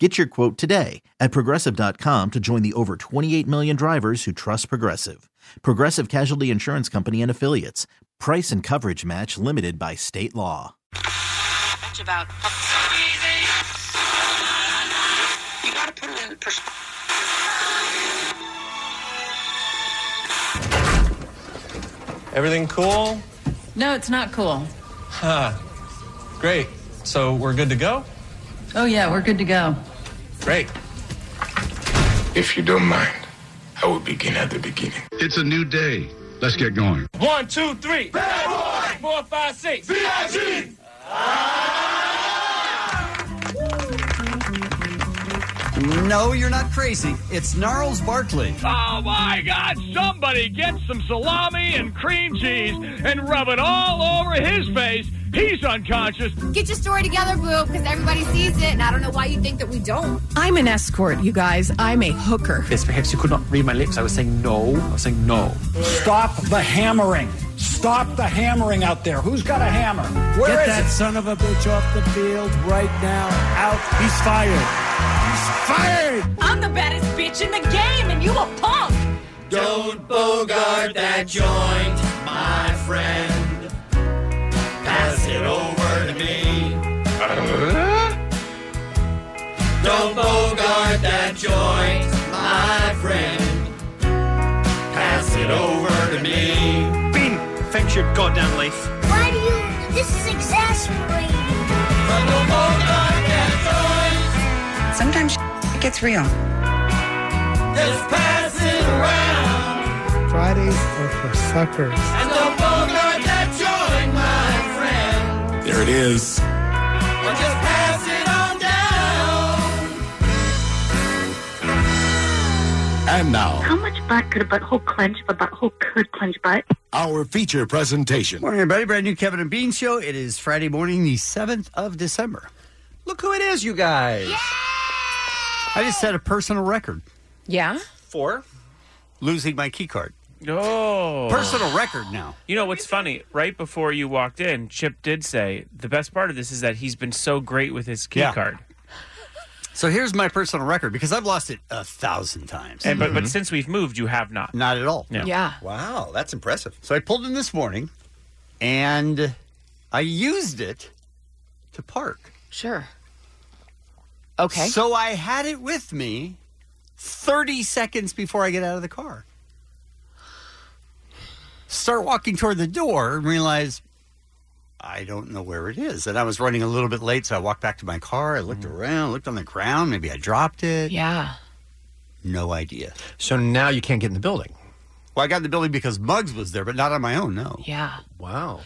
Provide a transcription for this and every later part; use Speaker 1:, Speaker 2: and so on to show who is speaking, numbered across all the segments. Speaker 1: Get your quote today at progressive.com to join the over 28 million drivers who trust Progressive. Progressive Casualty Insurance Company and Affiliates. Price and coverage match limited by state law.
Speaker 2: much about. You gotta put it in perspective.
Speaker 3: Everything cool?
Speaker 4: No, it's not cool.
Speaker 3: Great. So we're good to go?
Speaker 4: Oh, yeah, we're good to go.
Speaker 3: Great.
Speaker 5: If you don't mind, I will begin at the beginning.
Speaker 6: It's a new day. Let's get going.
Speaker 3: One, two, three. Bad boy. Four, five, six.
Speaker 7: No, you're not crazy. It's Gnarls Barkley.
Speaker 8: Oh my God! Somebody get some salami and cream cheese and rub it all over his face. He's unconscious.
Speaker 9: Get your story together, boo, because everybody sees it, and I don't know why you think that we don't.
Speaker 10: I'm an escort, you guys. I'm a hooker.
Speaker 11: this. Perhaps you could not read my lips. I was saying no. I was saying no.
Speaker 7: Stop the hammering. Stop the hammering out there. Who's got a hammer? Where is that son of a bitch off the field right now. Out. He's fired. He's fired.
Speaker 10: I'm the baddest bitch in the game, and you a punk.
Speaker 7: Don't bogart that joint, my friend. Pass it over to me. Don't bogart that joint, my friend. Pass it over to me.
Speaker 11: Bean, thanks your goddamn life.
Speaker 9: Why do you? This is exasperating.
Speaker 2: Sometimes it gets real.
Speaker 7: Fridays are for suckers.
Speaker 5: There it is. And now,
Speaker 2: How much butt could a butthole clench if a butthole could clench butt?
Speaker 5: our feature presentation.
Speaker 7: Morning, everybody. Brand new Kevin and Bean show. It is Friday morning, the 7th of December. Look who it is, you guys. I just set a personal record
Speaker 10: Yeah?
Speaker 3: Four.
Speaker 7: losing my key card.
Speaker 8: Oh.
Speaker 7: Personal record now.
Speaker 8: You know what's funny? Right before you walked in, Chip did say the best part of this is that he's been so great with his key
Speaker 7: Yeah.
Speaker 8: card.
Speaker 7: So here's my personal record because I've lost it a thousand times.
Speaker 8: And but but since we've moved, you have not.
Speaker 7: Not at all.
Speaker 8: Yeah.
Speaker 10: Yeah.
Speaker 11: Wow, that's impressive.
Speaker 7: So I pulled in this morning and I used it to park.
Speaker 10: Sure. Okay.
Speaker 7: So I had it with me 30 seconds before I get out of the car. Start walking toward the door and realize I don't know where it is. And I was running a little bit late, so I walked back to my car. I looked
Speaker 11: Mm.
Speaker 7: around, looked on the ground. Maybe I dropped it.
Speaker 10: yeah.
Speaker 7: No idea.
Speaker 11: So now you can't get in the building.
Speaker 7: Well, I got in the building because Muggs was there, but not on my own. No.
Speaker 10: Yeah.
Speaker 11: Wow.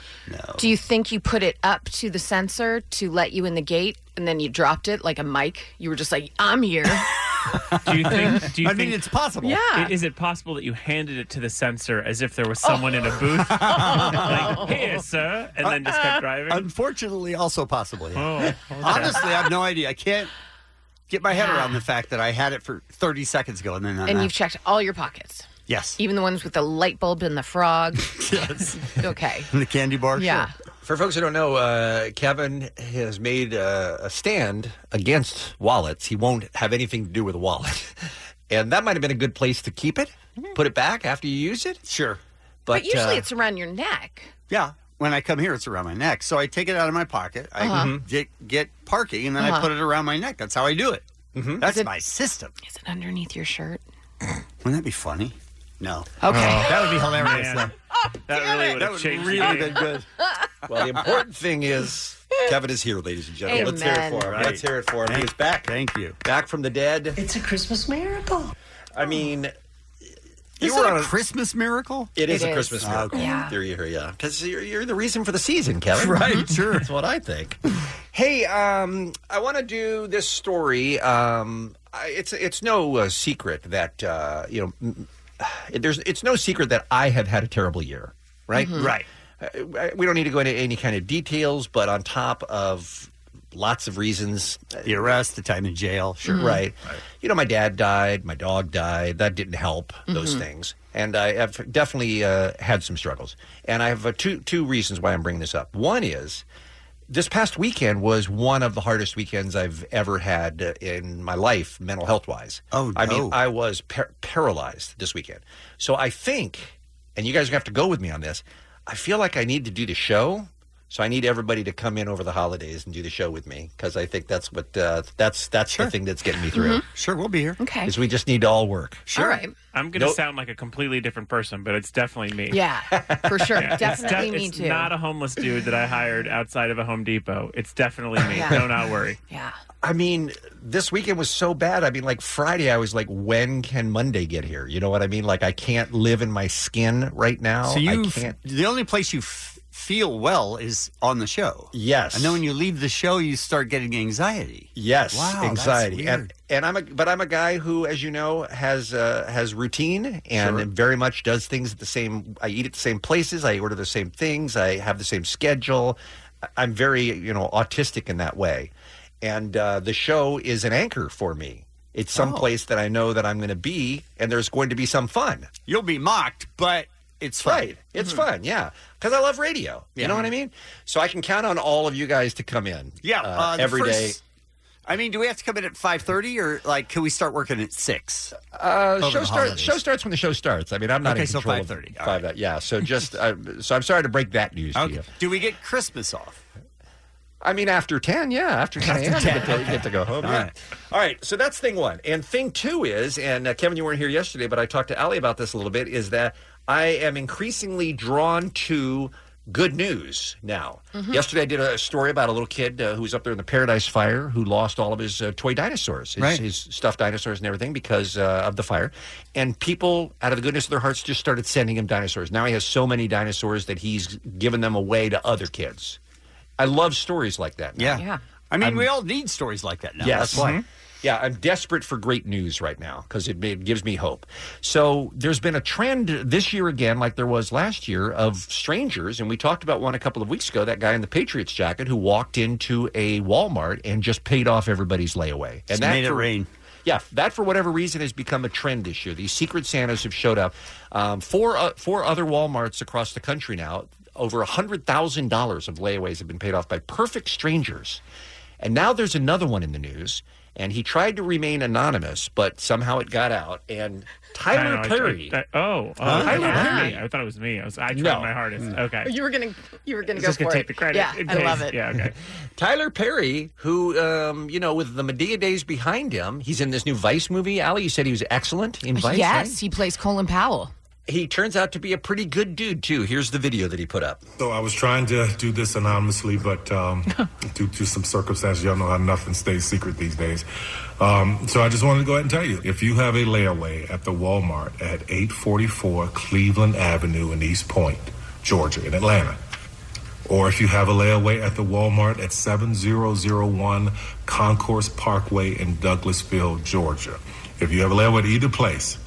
Speaker 10: Do you think you put it up to the sensor to let you in the gate and then you dropped it like a mic? You were just like, I'm here.
Speaker 8: Do you think? Do you
Speaker 7: I mean,
Speaker 8: think?
Speaker 7: it's possible.
Speaker 8: i- Is it possible that you handed it to the censor as if there was someone in a booth? like, here, sir. And then just
Speaker 10: Uh.
Speaker 8: kept driving?
Speaker 7: Unfortunately, also possible. yeah.
Speaker 8: oh,
Speaker 7: Honestly, I have no idea. I can't get my head around the fact that I had it for 30 seconds ago and then I'm
Speaker 10: and
Speaker 7: out.
Speaker 10: you've checked all your pockets,
Speaker 7: yes.
Speaker 10: even the ones with the light bulb and the frog.
Speaker 7: yes.
Speaker 10: Okay.
Speaker 7: the candy bar.
Speaker 10: Yeah.
Speaker 11: For folks who don't know, uh, Kevin has made uh, a stand against wallets. He won't have anything to do with a wallet. And that might have been a good place to keep it, put it back after you use it.
Speaker 7: Sure. Sure.
Speaker 10: But, usually
Speaker 11: uh,
Speaker 10: it's around your neck.
Speaker 7: Yeah. When I come here, it's around my neck. So I take it out of my pocket. I
Speaker 8: Mm-hmm.
Speaker 7: get, get parking, and then I
Speaker 10: Uh-huh.
Speaker 7: put it around my neck. That's how I do it. That's
Speaker 8: Mm-hmm.
Speaker 10: Is it-
Speaker 7: my system.
Speaker 10: Is it underneath your shirt?
Speaker 7: Wouldn't that be funny? No.
Speaker 10: Okay.
Speaker 7: That would be hilarious.
Speaker 8: Oh. man.
Speaker 7: though.
Speaker 8: that really would
Speaker 7: That
Speaker 8: have
Speaker 7: would
Speaker 8: changed
Speaker 7: really
Speaker 8: the game.
Speaker 7: been good.
Speaker 11: Well, the important thing is Kevin is here, ladies and gentlemen. Let's hear it
Speaker 10: Amen.
Speaker 11: for him.
Speaker 8: Right.
Speaker 11: Let's hear it for him. He's back.
Speaker 7: Thank you.
Speaker 11: Back from the dead.
Speaker 2: It's a Christmas miracle.
Speaker 11: I mean,
Speaker 7: You
Speaker 11: you
Speaker 7: were
Speaker 11: were
Speaker 7: a
Speaker 11: on a,
Speaker 7: Christmas miracle? Ah, Mm-hmm.
Speaker 11: it is
Speaker 10: It
Speaker 11: a
Speaker 10: is.
Speaker 11: Christmas miracle.
Speaker 10: Yeah.
Speaker 11: There you go. Yeah, because you're, you're the reason for the season, Kevin. Right. Sure. That's what I think. hey, um, I want to do this story. Um, I, it's it's no uh, secret that uh, you know. m- There's, it's no secret that I have had a terrible year. right?
Speaker 7: Mhm. Right.
Speaker 11: Uh, we don't need to go into any kind of details, but on top of lots of reasons the arrest, the time in jail, sure. Mm-hmm.
Speaker 7: Mhm.
Speaker 11: Right. You know, my dad died, my dog died. That didn't help, those
Speaker 7: Mhm.
Speaker 11: things. And I have definitely uh, had some struggles. And I have uh, two, two reasons why I'm bringing this up. One is this past weekend was one of the hardest weekends I've ever had uh, in my life, mental health wise.
Speaker 7: Oh,
Speaker 11: I mean,
Speaker 7: no.
Speaker 11: I was par- paralyzed this weekend. So I think, and you guys are gonna have to go with me on this. I feel like I need to do the show, so I need everybody to come in over the holidays and do the show with me because I think that's what uh, that's that's the thing that's getting me through.
Speaker 8: Mhm. Sure, we'll be here.
Speaker 12: Okay.
Speaker 11: Is we just need to all work.
Speaker 8: Sure.
Speaker 12: All right.
Speaker 8: I'm going to
Speaker 11: Nope.
Speaker 8: sound like a completely different person, but it's definitely me.
Speaker 12: Yeah, for sure.
Speaker 8: Yeah, it's de-
Speaker 12: Definitely me
Speaker 8: it's
Speaker 12: too.
Speaker 8: not a homeless dude that I hired outside of a Home Depot. It's definitely me.
Speaker 12: Yeah.
Speaker 8: No, not worry.
Speaker 12: yeah.
Speaker 11: I mean, this weekend was so bad. I mean, like Friday, I was like, when can Monday get here? You know what I mean? Like, I can't live in my skin right now.
Speaker 7: So
Speaker 11: I
Speaker 7: you,
Speaker 11: can't.
Speaker 7: the only place you f- feel well is on the show.
Speaker 11: Yes.
Speaker 7: And then when you leave the show, you start getting anxiety.
Speaker 11: Yes,
Speaker 7: Wow, that's
Speaker 11: anxiety.
Speaker 7: weird.
Speaker 11: And and I'm a but I'm a guy who, as you know, has uh, has routine and
Speaker 7: Sure.
Speaker 11: very much does things at the same. I eat at the same places. I order the same things. I have the same schedule. I- I'm very you know autistic in that way, and uh, the show is an anchor for me. It's some
Speaker 7: Oh.
Speaker 11: place that I know that I'm going to be, and there's going to be some fun.
Speaker 7: You'll be mocked, but it's fun. Mm-hmm.
Speaker 11: Right. It's fun. Yeah. Because I love radio. You know what I mean? So I can count on all of you guys to come in.
Speaker 7: Yeah.
Speaker 11: Uh,
Speaker 7: the
Speaker 11: every day.
Speaker 7: first- I mean, do we have to come in at five thirty, or like, can we start working at six?
Speaker 11: Uh, show starts. Show starts when the show starts. I mean, I'm not
Speaker 7: Okay,
Speaker 11: in
Speaker 7: so
Speaker 11: control.
Speaker 7: 5:30.
Speaker 11: Of five. Yeah. So just. uh, so I'm sorry to break that news to you.
Speaker 7: Do we get Christmas off?
Speaker 11: I mean, after ten. Yeah. After ten.
Speaker 7: After
Speaker 11: a.m.,
Speaker 7: 10,
Speaker 11: you get to- you
Speaker 7: okay.
Speaker 11: get to go home.
Speaker 7: All
Speaker 11: yeah.
Speaker 7: right.
Speaker 11: All right. So that's thing one. And thing two is, and uh, Kevin, you weren't here yesterday, but I talked to Ali about this a little bit. Is that I am increasingly drawn to good news now.
Speaker 7: Mhm.
Speaker 11: Yesterday, I did a story about a little kid uh, who was up there in the Paradise Fire who lost all of his uh, toy dinosaurs, his,
Speaker 7: Right.
Speaker 11: his stuffed dinosaurs and everything because uh, of the fire. And people, out of the goodness of their hearts, just started sending him dinosaurs. Now he has so many dinosaurs that he's given them away to other kids. I love stories like that. now.
Speaker 7: Yeah. Yeah. I mean,
Speaker 11: I'm-
Speaker 7: we all need stories like that now.
Speaker 11: Yes.
Speaker 7: That's why.
Speaker 11: Yeah, I'm desperate for great news right now because it, it gives me hope. So there's been a trend this year again, like there was last year, of strangers, and we talked about one a couple of weeks ago. That guy in the Patriots jacket who walked into a Walmart and just paid off everybody's layaway, and
Speaker 7: Just
Speaker 11: that
Speaker 7: made it
Speaker 11: for-
Speaker 7: rain.
Speaker 11: Yeah, that for whatever reason has become a trend this year. These secret Santas have showed up. Um, four uh, four other WalMarts across the country now. Over hundred thousand dollars of layaways have been paid off by perfect strangers. And now there's another one in the news, and he tried to remain anonymous, but somehow it got out. And
Speaker 8: I
Speaker 11: Tyler
Speaker 8: know, I-
Speaker 11: Perry.
Speaker 8: I- oh, oh,
Speaker 11: Huh?
Speaker 8: I thought it
Speaker 11: Tyler
Speaker 8: was
Speaker 11: Perry.
Speaker 8: me. I thought it was me. I, was, I tried
Speaker 11: No.
Speaker 8: my hardest. Okay.
Speaker 12: Hmm. Oh, You were gonna you were gonna
Speaker 8: I was
Speaker 12: go
Speaker 8: just
Speaker 12: for
Speaker 8: gonna
Speaker 12: it.
Speaker 8: take the credit
Speaker 12: Yeah,
Speaker 8: in
Speaker 12: I
Speaker 8: case.
Speaker 12: love it.
Speaker 8: Yeah, okay.
Speaker 11: Tyler Perry, who, um, you know, with the Medea days behind him, he's in this new Vice movie. Ali, you said he was excellent in Vice.
Speaker 12: yes,
Speaker 11: right?
Speaker 12: he plays Colin Powell.
Speaker 11: He turns out to be a pretty good dude, too. Here's the video that he put up.
Speaker 6: So I was trying to do this anonymously, but um, due to some circumstances, y'all know how nothing stays secret these days. Um, so I just wanted to go ahead and tell you: if you have a layaway at the Walmart at 844 Cleveland Avenue in East Point, Georgia, in Atlanta, or if you have a layaway at the Walmart at 7001 Concourse Parkway in Douglasville, Georgia, if you have a layaway at either place,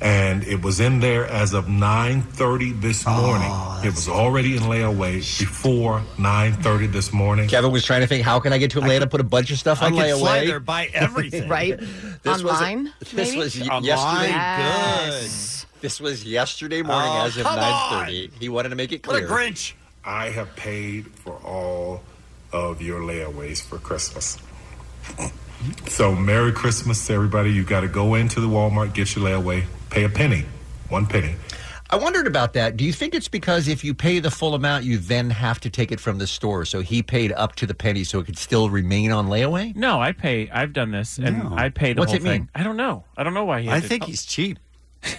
Speaker 6: and it was in there as of 9:30 this morning. it was already in layaway before 9:30 this morning.
Speaker 11: Kevin was trying to think, how can I get to Atlanta, put a bunch of stuff on layaway?
Speaker 7: buy everything.
Speaker 12: right?
Speaker 11: This was-
Speaker 12: Online?
Speaker 11: this
Speaker 12: maybe?
Speaker 11: was y-
Speaker 7: Online?
Speaker 11: yesterday.
Speaker 7: Yes.
Speaker 11: This was yesterday morning
Speaker 7: Oh,
Speaker 11: as of
Speaker 7: come on.
Speaker 11: 9.30. He wanted to make it clear.
Speaker 7: Grinch.
Speaker 6: I have paid for all of your layaways for Christmas. So Merry Christmas to everybody. You got to go into the Walmart, get your layaway, pay a penny, one penny.
Speaker 11: I wondered about that. Do you think it's because if you pay the full amount, you then have to take it from the store? So he paid up to the penny so it could still remain on layaway?
Speaker 8: No, I pay. I've done this, and I pay the
Speaker 11: What's
Speaker 8: whole
Speaker 11: it
Speaker 8: thing.
Speaker 11: mean?
Speaker 8: I don't know. I don't know why he.
Speaker 11: I
Speaker 8: had to-
Speaker 11: think
Speaker 8: oh.
Speaker 11: he's
Speaker 7: cheap.
Speaker 8: yeah,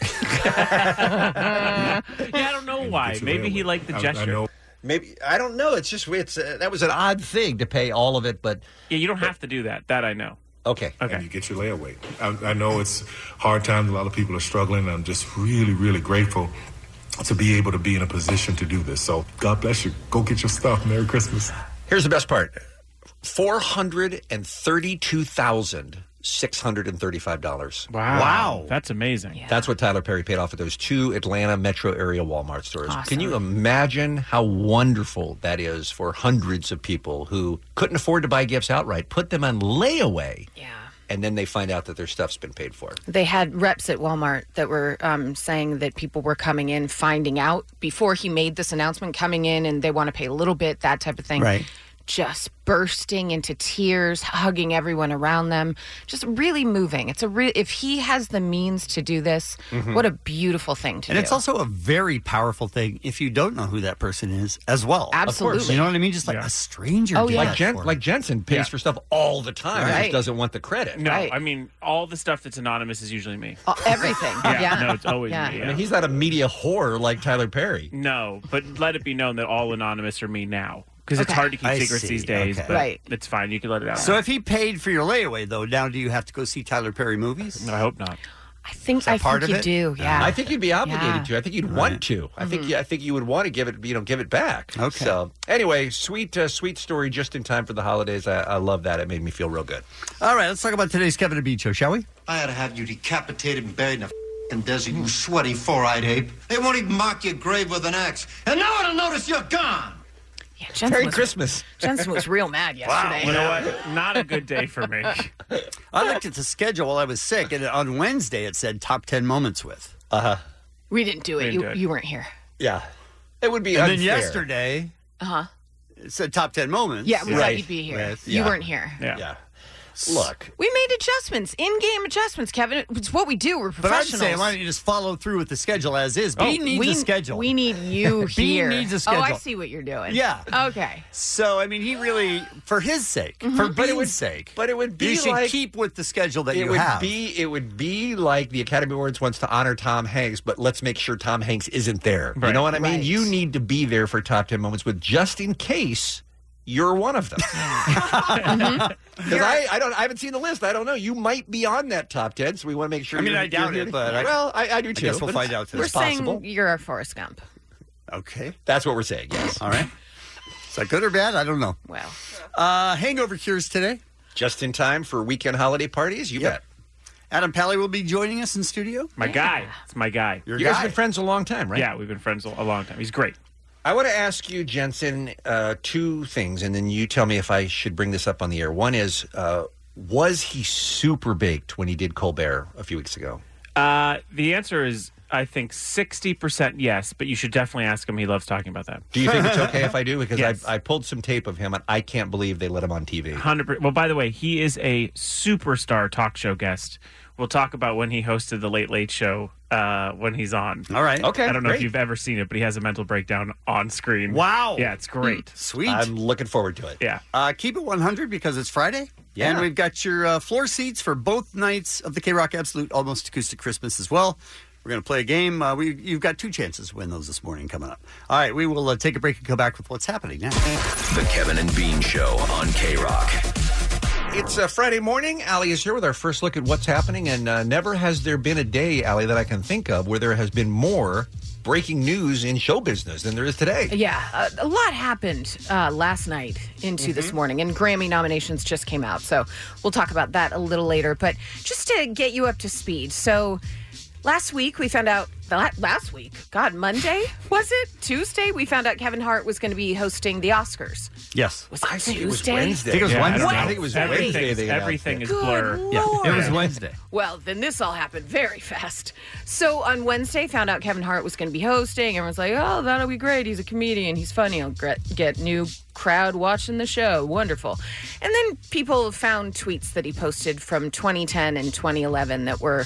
Speaker 8: I don't know why.
Speaker 11: get you
Speaker 8: Maybe he
Speaker 11: away
Speaker 8: liked the
Speaker 11: with it. I- I
Speaker 8: gesture.
Speaker 11: know. Maybe I don't know. It's just it's uh, that was an odd thing to pay all of it, but
Speaker 8: yeah, you don't have to do that. That I know.
Speaker 11: Okay.
Speaker 8: Okay.
Speaker 6: And you get your layaway. I, I know it's hard times. A lot of people are struggling. I'm just really, really grateful to be able to be in a position to do this. So God bless you. Go get your stuff. Merry Christmas.
Speaker 11: Here's the best part 432,000 six hundred and thirty-five dollars.
Speaker 8: Wow. Wow. That's amazing.
Speaker 11: That's what Tyler Perry paid off at those two Atlanta metro area Walmart stores. Can you imagine how wonderful that is for hundreds of people who couldn't afford to buy gifts outright, put them on layaway, yeah, and then they find out that their stuff's been paid for.
Speaker 10: They had reps at Walmart that were um, saying that people were coming in, finding out before he made this announcement, coming in and they want to pay a little bit, that type of thing.
Speaker 7: Right.
Speaker 10: Just bursting into tears, hugging everyone around them, just really moving. It's a real, if he has the means to do this,
Speaker 7: Mhm.
Speaker 10: what a beautiful thing to
Speaker 7: And
Speaker 10: do.
Speaker 7: it's also a very powerful thing if you don't know who that person is as well.
Speaker 10: Of course. Absolutely.
Speaker 7: You know what I mean? Just like a stranger.
Speaker 10: Oh,
Speaker 7: did
Speaker 10: yeah.
Speaker 7: that
Speaker 11: Like, Jen-
Speaker 7: for me.
Speaker 11: like Jensen pays
Speaker 7: Yeah.
Speaker 11: for stuff all the time. He
Speaker 7: Right.
Speaker 11: just doesn't want the credit.
Speaker 8: No, I mean all the stuff that's anonymous is usually me.
Speaker 10: everything.
Speaker 8: Yeah, no, it's always me.
Speaker 11: I mean, he's not a media whore like Tyler Perry.
Speaker 8: No, but let it be known that all anonymous are me now because it's
Speaker 7: Okay.
Speaker 8: hard to keep
Speaker 7: I
Speaker 8: secrets
Speaker 7: see,
Speaker 8: these days.
Speaker 7: okay.
Speaker 8: But
Speaker 7: Right.
Speaker 8: It's fine. You can let it out.
Speaker 7: So if he paid for your layaway, though, now do you have to go see Tyler Perry movies?
Speaker 8: I hope not.
Speaker 10: I think
Speaker 7: that
Speaker 10: I
Speaker 7: part
Speaker 10: think
Speaker 7: of
Speaker 10: you
Speaker 7: it?
Speaker 10: do. Yeah.
Speaker 11: I think you'd be obligated
Speaker 10: Yeah. Mm-hmm.
Speaker 11: to. I think you'd want to. I think I think you would want to give it. You know, give it back. Okay. So anyway, sweet uh, sweet story just in time for the holidays. I, I love that. It made me feel real good.
Speaker 7: All right, let's talk about today's Kevin and Bean show, shall we?
Speaker 13: I ought to have you decapitated and buried in a f***ing desert, you sweaty four-eyed ape. They won't even mark your grave with an axe. And no one will notice you're gone.
Speaker 10: Yeah,
Speaker 8: Jensen Merry was- Christmas. Jensen was real
Speaker 10: mad
Speaker 8: yesterday. You know what? Not a good day for me.
Speaker 7: I looked at the schedule while I was sick, and on Wednesday it said top 10 moments with.
Speaker 11: Uh huh.
Speaker 10: we didn't do
Speaker 7: We
Speaker 10: it.
Speaker 7: didn't
Speaker 10: You,
Speaker 7: do it.
Speaker 10: you weren't here.
Speaker 11: Yeah. It would be
Speaker 7: And then
Speaker 11: unfair.
Speaker 7: yesterday
Speaker 10: Uh huh.
Speaker 7: it said top 10 moments.
Speaker 10: Yeah, we thought you'd be here. You weren't here.
Speaker 8: Yeah.
Speaker 7: Look.
Speaker 10: We made adjustments, in-game adjustments, Kevin. It's what we do. We're
Speaker 7: But I'm
Speaker 10: professionals.
Speaker 7: saying, why don't you just follow through with the schedule as is?
Speaker 11: Oh.
Speaker 7: Bean needs
Speaker 10: Oh, we,
Speaker 7: a schedule.
Speaker 10: We need you
Speaker 7: Bean
Speaker 10: here.
Speaker 7: needs a
Speaker 10: Oh, I
Speaker 7: schedule.
Speaker 10: see what you're doing.
Speaker 7: Yeah.
Speaker 10: Okay.
Speaker 7: So I mean, he really, for his sake, for
Speaker 11: Mm-hmm. But it
Speaker 7: Bean's
Speaker 11: would-
Speaker 7: sake,
Speaker 11: but it would be
Speaker 7: you should
Speaker 11: like-
Speaker 7: keep with the schedule that
Speaker 11: It
Speaker 7: you
Speaker 11: would
Speaker 7: have.
Speaker 11: be it would be like the Academy Awards wants to honor Tom Hanks, but let's make sure Tom Hanks isn't there. You know what I mean? You need to be there for top ten moments with just in case you're one of them.
Speaker 2: Mm-hmm.
Speaker 11: Because I, I don't I haven't seen the list. I don't know. You might be on that top ten, so we want to make sure.
Speaker 7: I mean,
Speaker 11: you're-
Speaker 7: I doubt
Speaker 11: you're-
Speaker 7: it, but I-
Speaker 11: well, I, I do
Speaker 7: I
Speaker 11: too.
Speaker 7: guess we'll
Speaker 11: but
Speaker 7: find
Speaker 11: it's-
Speaker 7: out today.
Speaker 10: We're
Speaker 11: it's possible.
Speaker 10: saying you're a Forrest Gump.
Speaker 7: Okay.
Speaker 11: That's what we're saying. Yes.
Speaker 7: All right. Is that good or bad? I don't know.
Speaker 10: Well,
Speaker 7: uh, hangover cures today.
Speaker 11: Just in time for weekend holiday parties. You bet.
Speaker 7: Adam Pally will be joining us in studio.
Speaker 8: My guy. It's my guy.
Speaker 7: Your
Speaker 11: you guys have been friends a long time, right?
Speaker 8: Yeah, we've been friends a a long time. He's great.
Speaker 11: I want to ask you, Jensen, uh, two things, and then you tell me if I should bring this up on the air. One is, uh, was he super baked when he did Colbert a few weeks ago?
Speaker 8: Uh, the answer is, I think, 60% yes, but you should definitely ask him. He loves talking about that.
Speaker 11: Do you think it's okay if I do? Because I, I pulled some tape of him, and I can't believe they let him on TV.
Speaker 8: 100%. Well, by the way, he is a superstar talk show guest. We'll talk about when he hosted The Late Late Show uh, when he's on.
Speaker 7: All right. Okay,
Speaker 8: I don't know if
Speaker 7: great.
Speaker 8: you've ever seen it, but he has a mental breakdown on screen.
Speaker 7: Wow. Hmm.
Speaker 8: Yeah, it's great.
Speaker 7: Sweet.
Speaker 11: I'm looking forward to it.
Speaker 8: Yeah.
Speaker 7: Uh, keep it 100 because it's Friday.
Speaker 8: Yeah.
Speaker 7: And we've got your uh, floor seats for both nights of the K Rock Absolute Almost Acoustic Christmas as well. We're going to play a game. Uh, we, you've got two chances to win those this morning coming up. All right, we will uh, take a break and come back with what's happening now.
Speaker 14: The Kevin and Bean Show on K Rock.
Speaker 11: It's uh, Friday morning. Allie is here with our first look at what's happening, and uh, never has there been a day, Allie, that I can think of where there has been more breaking news in show business than there is today.
Speaker 10: Yeah, uh, a, a lot happened uh, last night into
Speaker 7: Mm-hmm.
Speaker 10: this morning, and Grammy nominations just came out. So we'll talk about that a little later. But just to get you up to speed, so last week we found out. la- Last week, God, Monday was it? Tuesday, we found out Kevin Hart was going to be hosting the Oscars.
Speaker 7: Yes.
Speaker 10: Was it
Speaker 11: it was
Speaker 10: Tuesday?
Speaker 11: Wednesday.
Speaker 7: I think it was
Speaker 11: Yeah, I don't
Speaker 7: Wednesday.
Speaker 11: know. I think it was
Speaker 8: Everything's-
Speaker 11: Wednesday. they announced
Speaker 8: everything
Speaker 11: it.
Speaker 8: is Good blur.
Speaker 7: Yeah, it was Wednesday.
Speaker 10: Well, then this all happened very fast. So on Wednesday, found out Kevin Hart was going to be hosting. Everyone's like, "Oh, that'll be great. He's a comedian. He's funny. He'll gre- get new crowd watching the show. Wonderful." And then people found tweets that he posted from 2010 and 2011 that were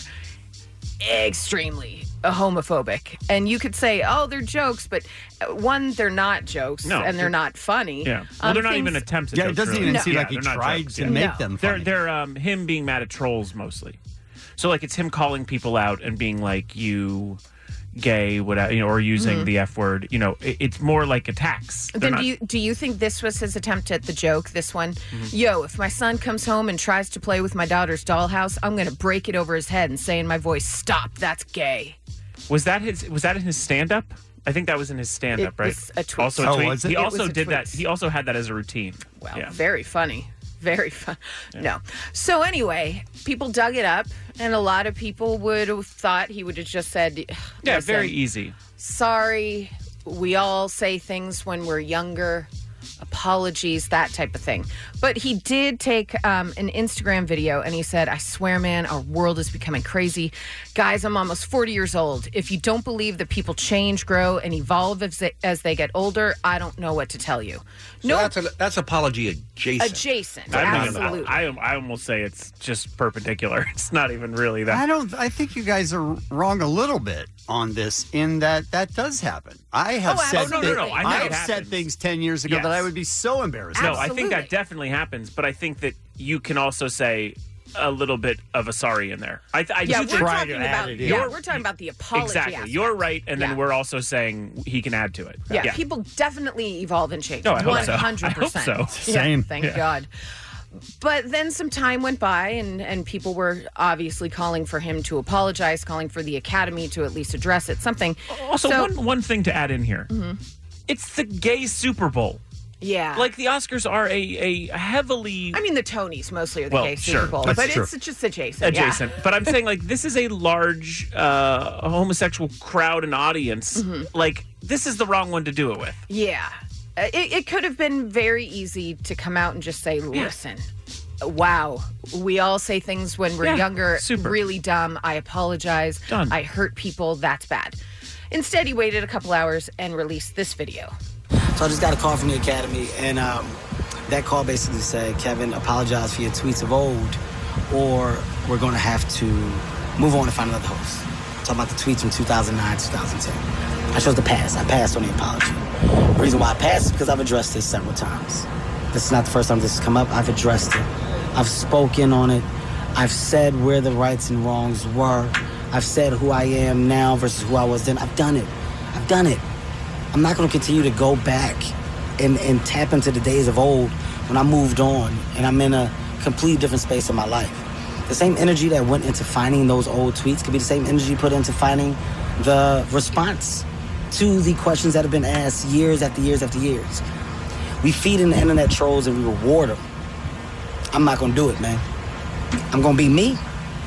Speaker 10: extremely homophobic. And you could say, "Oh, they're jokes," but uh, one, they're not jokes,
Speaker 8: No,
Speaker 10: and they're
Speaker 8: they're-
Speaker 10: not funny.
Speaker 8: Yeah. Well,
Speaker 10: Um,
Speaker 8: they're not
Speaker 10: things-
Speaker 8: even attempts at
Speaker 7: Yeah, it
Speaker 8: jokes,
Speaker 7: doesn't
Speaker 8: really.
Speaker 7: even seem
Speaker 8: Yeah,
Speaker 7: like he
Speaker 8: they're not
Speaker 7: tried
Speaker 8: jokes,
Speaker 7: to
Speaker 8: yeah.
Speaker 7: make No. them
Speaker 8: They're, they're um, him being mad at trolls mostly. So, like, it's him calling people out and being like, you gay, whatever, you know, or using
Speaker 10: Mhm.
Speaker 8: the F word. You know, it, it's more like attacks. They're
Speaker 10: Then
Speaker 8: not-
Speaker 10: do you do you think this was his attempt at the joke? This one,
Speaker 8: Mm-hmm.
Speaker 10: yo, if my son comes home and tries to play with my daughter's dollhouse, I'm gonna break it over his head and say in my voice, "Stop, that's gay."
Speaker 8: Was that his? Was that in his stand-up? I think that was in his stand-up,
Speaker 10: It
Speaker 8: right?
Speaker 10: was a tweet.
Speaker 8: Also, a
Speaker 10: Oh,
Speaker 8: tweet.
Speaker 10: was it?
Speaker 8: He
Speaker 10: It
Speaker 8: also
Speaker 10: was a
Speaker 8: did that.
Speaker 10: tweet.
Speaker 8: He also had that as a routine. Wow.
Speaker 10: Very funny, Very fun. No. So anyway, people dug it up, and a lot of people would have thought he would have just said,
Speaker 8: Yeah,
Speaker 10: "Listen,
Speaker 8: very easy.
Speaker 10: Sorry, we all say things when we're younger. Apologies, that type of thing. But he did take um, an Instagram video and he said, I swear, man, our world is becoming crazy. Guys, I'm almost 40 years old. If you don't believe that people change, grow, and evolve as they, as they get older, I don't know what to tell you.
Speaker 12: no, that's a, that's apology adjacent.
Speaker 10: Adjacent.
Speaker 8: I, don't
Speaker 10: absolutely.
Speaker 8: even- I, I, I almost say it's just perpendicular. It's not even really that.
Speaker 7: I don't. I think you guys are wrong a little bit on this. In that that does happen. I have
Speaker 8: Oh,
Speaker 7: said
Speaker 8: absolutely. Oh, no, no, no. I know
Speaker 7: I
Speaker 8: it
Speaker 7: have said
Speaker 8: happens.
Speaker 7: things ten years ago
Speaker 8: Yes.
Speaker 7: that I would be so embarrassed.
Speaker 8: No,
Speaker 7: about.
Speaker 8: I think that definitely happens, but I think that you can also say a little bit of a sorry in there. I, I
Speaker 10: yeah,
Speaker 8: do
Speaker 10: we're
Speaker 8: think
Speaker 10: talking about yeah,
Speaker 8: You're-
Speaker 10: we're talking about the apology.
Speaker 8: exactly.
Speaker 10: aspect.
Speaker 8: You're right, and
Speaker 10: Yeah.
Speaker 8: then we're also saying he can add to it.
Speaker 10: Yeah, people definitely evolve and change.
Speaker 8: No, I hope so. I hope
Speaker 10: 100%.
Speaker 8: so.
Speaker 10: Yeah,
Speaker 8: Same.
Speaker 10: thank
Speaker 8: Yeah.
Speaker 10: God. But then some time went by, and, and people were obviously calling for him to apologize, calling for the academy to at least address it, something.
Speaker 8: Also,
Speaker 10: So-
Speaker 8: one one thing to add in here.
Speaker 10: Mhm.
Speaker 8: It's the gay Super Bowl.
Speaker 10: Yeah.
Speaker 8: Like the Oscars are a, a heavily
Speaker 10: I mean, the Tonys mostly are the
Speaker 8: Well,
Speaker 10: gay
Speaker 8: sure,
Speaker 10: Super Bowl,
Speaker 8: that's
Speaker 10: but
Speaker 8: true.
Speaker 10: it's just adjacent. yeah.
Speaker 8: adjacent. But I'm saying like this is a large uh, homosexual crowd and audience.
Speaker 10: Mhm.
Speaker 8: Like this is the wrong one to do it with.
Speaker 10: Yeah. Uh, It, it could have been very easy to come out and just say, listen, wow, we all say things when we're
Speaker 8: Yeah,
Speaker 10: younger,
Speaker 8: super.
Speaker 10: really dumb. I apologize.
Speaker 8: Done.
Speaker 10: I hurt people. That's bad. Instead, he waited a couple hours and released this video.
Speaker 15: So I just got a call from the academy, and um, that call basically said, Kevin, apologize for your tweets of old, or we're going to have to move on and find another host. Talking about the tweets from 2009, 2010. I chose to pass. I passed on the apology. reason why I passed is because I've addressed this several times. This is not the first time this has come up. I've addressed it. I've spoken on it. I've said where the rights and wrongs were. I've said who I am now versus who I was then. I've done it. I've done it. I'm not going to continue to go back and, and tap into the days of old when I moved on and I'm in a completely different space in my life. The same energy that went into finding those old tweets could be the same energy put into finding the response to the questions that have been asked years after years after years. We feed in the internet trolls and we reward them. I'm not going to do it, man. I'm going to be me.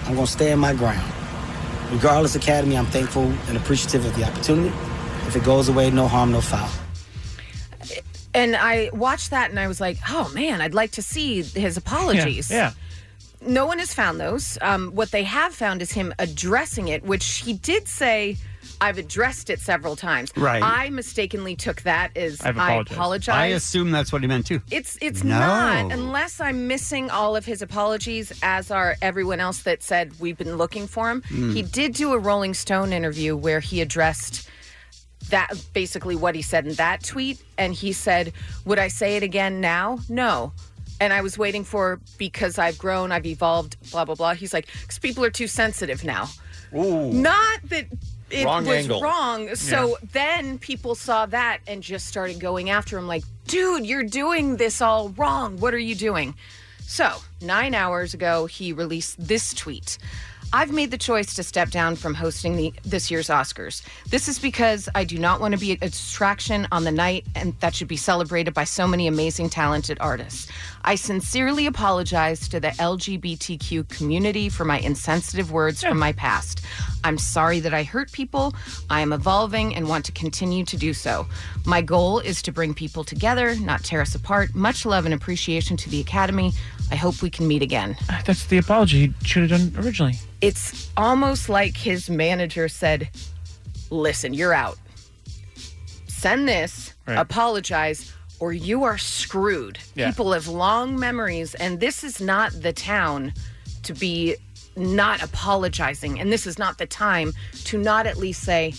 Speaker 15: I'm going to stay in my ground. Regardless, Academy, I'm thankful and appreciative of the opportunity. If it goes away, no harm, no foul.
Speaker 10: And I watched that and I was like, oh man, I'd like to see his apologies.
Speaker 15: yeah.
Speaker 10: No one has found those. Um, what they have found is him addressing it, which he did say, I've addressed it several times.
Speaker 7: Right.
Speaker 10: I mistakenly took that as
Speaker 7: I've
Speaker 10: I
Speaker 7: apologized.
Speaker 10: apologize.
Speaker 7: I assume that's what he meant too.
Speaker 10: It's it's
Speaker 7: No.
Speaker 10: not unless I'm missing all of his apologies, as are everyone else that said we've been looking for him.
Speaker 16: Mm.
Speaker 10: He did do a Rolling Stone interview where he addressed that basically what he said in that tweet, and he said, "Would I say it again now? No." And I was waiting for because I've grown, I've evolved, blah blah blah. He's like, because people are too sensitive now. Not that it
Speaker 12: Wrong
Speaker 10: was
Speaker 12: angle.
Speaker 10: wrong. So
Speaker 12: Yeah.
Speaker 10: then people saw that and just started going after him, like, dude, you're doing this all wrong. What are you doing? So nine hours ago, he released this tweet. I've made the choice to step down from hosting the, this year's Oscars. This is because I do not want to be a distraction on the night and that should be celebrated by so many amazing, talented artists. I sincerely apologize to the LGBTQ community for my insensitive words from my past. I'm sorry that I hurt people. I am evolving and want to continue to do so. My goal is to bring people together, not tear us apart. Much love and appreciation to the Academy. I hope we can meet again.
Speaker 8: Uh, That's the apology he should have done originally.
Speaker 10: It's almost like his manager said, Listen, you're out. Send this,
Speaker 8: Right.
Speaker 10: apologize, or you are screwed.
Speaker 8: Yeah.
Speaker 10: People have long memories, and this is not the town to be not apologizing. And this is not the time to not at least say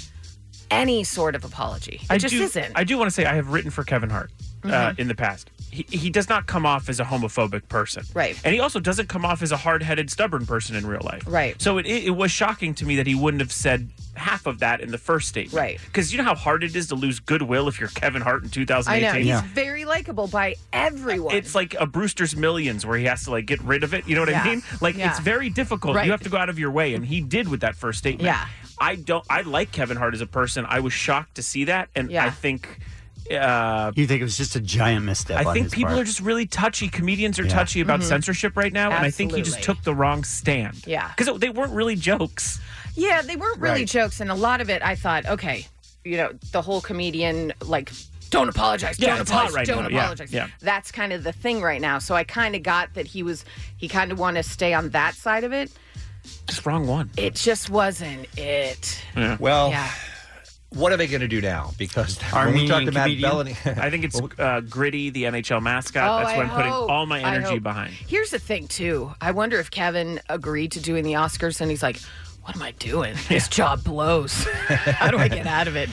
Speaker 10: any sort of apology. It
Speaker 8: I
Speaker 10: just
Speaker 8: do,
Speaker 10: isn't.
Speaker 8: I do want to say I have written for Kevin Hart uh,
Speaker 10: Mhm.
Speaker 8: in the past. He, he does not come off as a homophobic person,
Speaker 10: Right.
Speaker 8: And he also doesn't come off as a hard-headed, stubborn person in real life,
Speaker 10: Right.
Speaker 8: So it, it, it was shocking to me that he wouldn't have said half of that in the first statement,
Speaker 10: Right.
Speaker 8: Because you know how hard it is to lose goodwill if you're Kevin Hart in
Speaker 10: I
Speaker 8: 2018.
Speaker 10: know. He's very likable by everyone.
Speaker 8: It's like a Brewster's Millions where he has to like get rid of it. You know what
Speaker 10: Yeah.
Speaker 8: I mean? Like
Speaker 10: Yeah.
Speaker 8: it's very difficult.
Speaker 10: Right.
Speaker 8: You have to go out of your way, and he did with that first statement.
Speaker 10: Yeah.
Speaker 8: I don't. I like Kevin Hart as a person. I was shocked to see that, and I think uh,
Speaker 7: you think it was just a giant misstep?
Speaker 8: I
Speaker 7: on
Speaker 8: think
Speaker 7: his
Speaker 8: people
Speaker 7: part?
Speaker 8: are just really touchy. Comedians are
Speaker 7: Yeah.
Speaker 8: touchy about
Speaker 7: Mhm.
Speaker 8: censorship right now, and I think he just
Speaker 10: Mm-hmm. Absolutely.
Speaker 8: took the wrong stand.
Speaker 10: Yeah.
Speaker 8: Because they weren't really jokes.
Speaker 10: Yeah, they weren't really
Speaker 8: Right.
Speaker 10: jokes, and a lot of it I thought, okay, you know, the whole comedian like, don't apologize,
Speaker 8: Yeah,
Speaker 10: don't
Speaker 8: it's hot
Speaker 10: apologize,
Speaker 8: right
Speaker 10: don't
Speaker 8: now. Yeah,
Speaker 10: apologize.
Speaker 8: yeah.
Speaker 10: That's kind of the thing right now. So I kind of got that he was, he kind of wanted to stay on that side of it.
Speaker 8: Just wrong one.
Speaker 10: It just wasn't it.
Speaker 11: Well,
Speaker 10: Yeah.
Speaker 11: what are they going to do now? Because when we
Speaker 8: Armenian
Speaker 11: talked to Matt
Speaker 8: comedian.
Speaker 11: Bellany,
Speaker 8: I think it's uh, Gritty, the NHL mascot.
Speaker 10: Oh,
Speaker 8: That's
Speaker 10: I
Speaker 8: what I'm putting
Speaker 10: hope.
Speaker 8: all my
Speaker 10: I
Speaker 8: energy
Speaker 10: hope.
Speaker 8: behind.
Speaker 10: Here's the thing, too. I wonder if Kevin agreed to doing the Oscars, and he's like, "What am I doing? This job blows. How do I get out of it?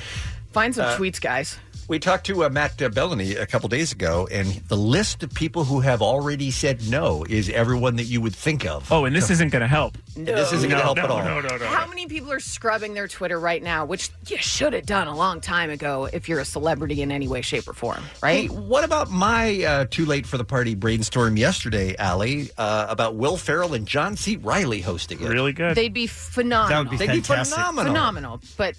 Speaker 10: Find some
Speaker 11: Uh,
Speaker 10: tweets, guys."
Speaker 11: we talked to uh, Matt uh, Bellany a couple days ago, and the list of people who have already said no is everyone that you would think of.
Speaker 8: Oh, and this isn't going to help.
Speaker 11: This isn't going to help at all.
Speaker 10: How many people are scrubbing their Twitter right now, which you should have done a long time ago if you're a celebrity in any way, shape, or form,
Speaker 11: Hey,
Speaker 10: right?
Speaker 11: what about my uh, too late for the party brainstorm yesterday, Allie, uh, about Will Farrell and John C. Riley hosting it?
Speaker 8: Really good.
Speaker 10: They'd be phenomenal.
Speaker 11: That would be They'd be fantastic. phenomenal.
Speaker 10: Phenomenal. But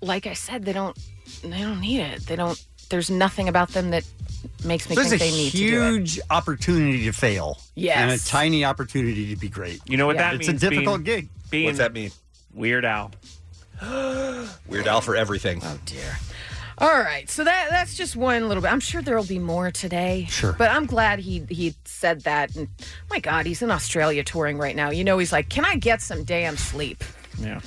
Speaker 10: like I said, they don't they don't need it. They don't there's nothing about them that makes me
Speaker 7: There's a
Speaker 10: think they need to do it.
Speaker 7: huge opportunity to fail.
Speaker 10: Yes.
Speaker 7: And a tiny opportunity to be great.
Speaker 8: You know what that
Speaker 7: it's
Speaker 8: means?
Speaker 7: a difficult
Speaker 8: being,
Speaker 7: gig.
Speaker 8: Being
Speaker 11: What's that mean?
Speaker 8: Weird Al.
Speaker 11: Weird Al for everything. Oh
Speaker 10: dear. All right, so that that's just one little bit. I'm sure there'll be more today.
Speaker 11: Sure.
Speaker 10: but I'm glad he he said that. And my God, he's in Australia touring right now. You know, he's like, "Can I get some damn sleep?"
Speaker 8: Yeah.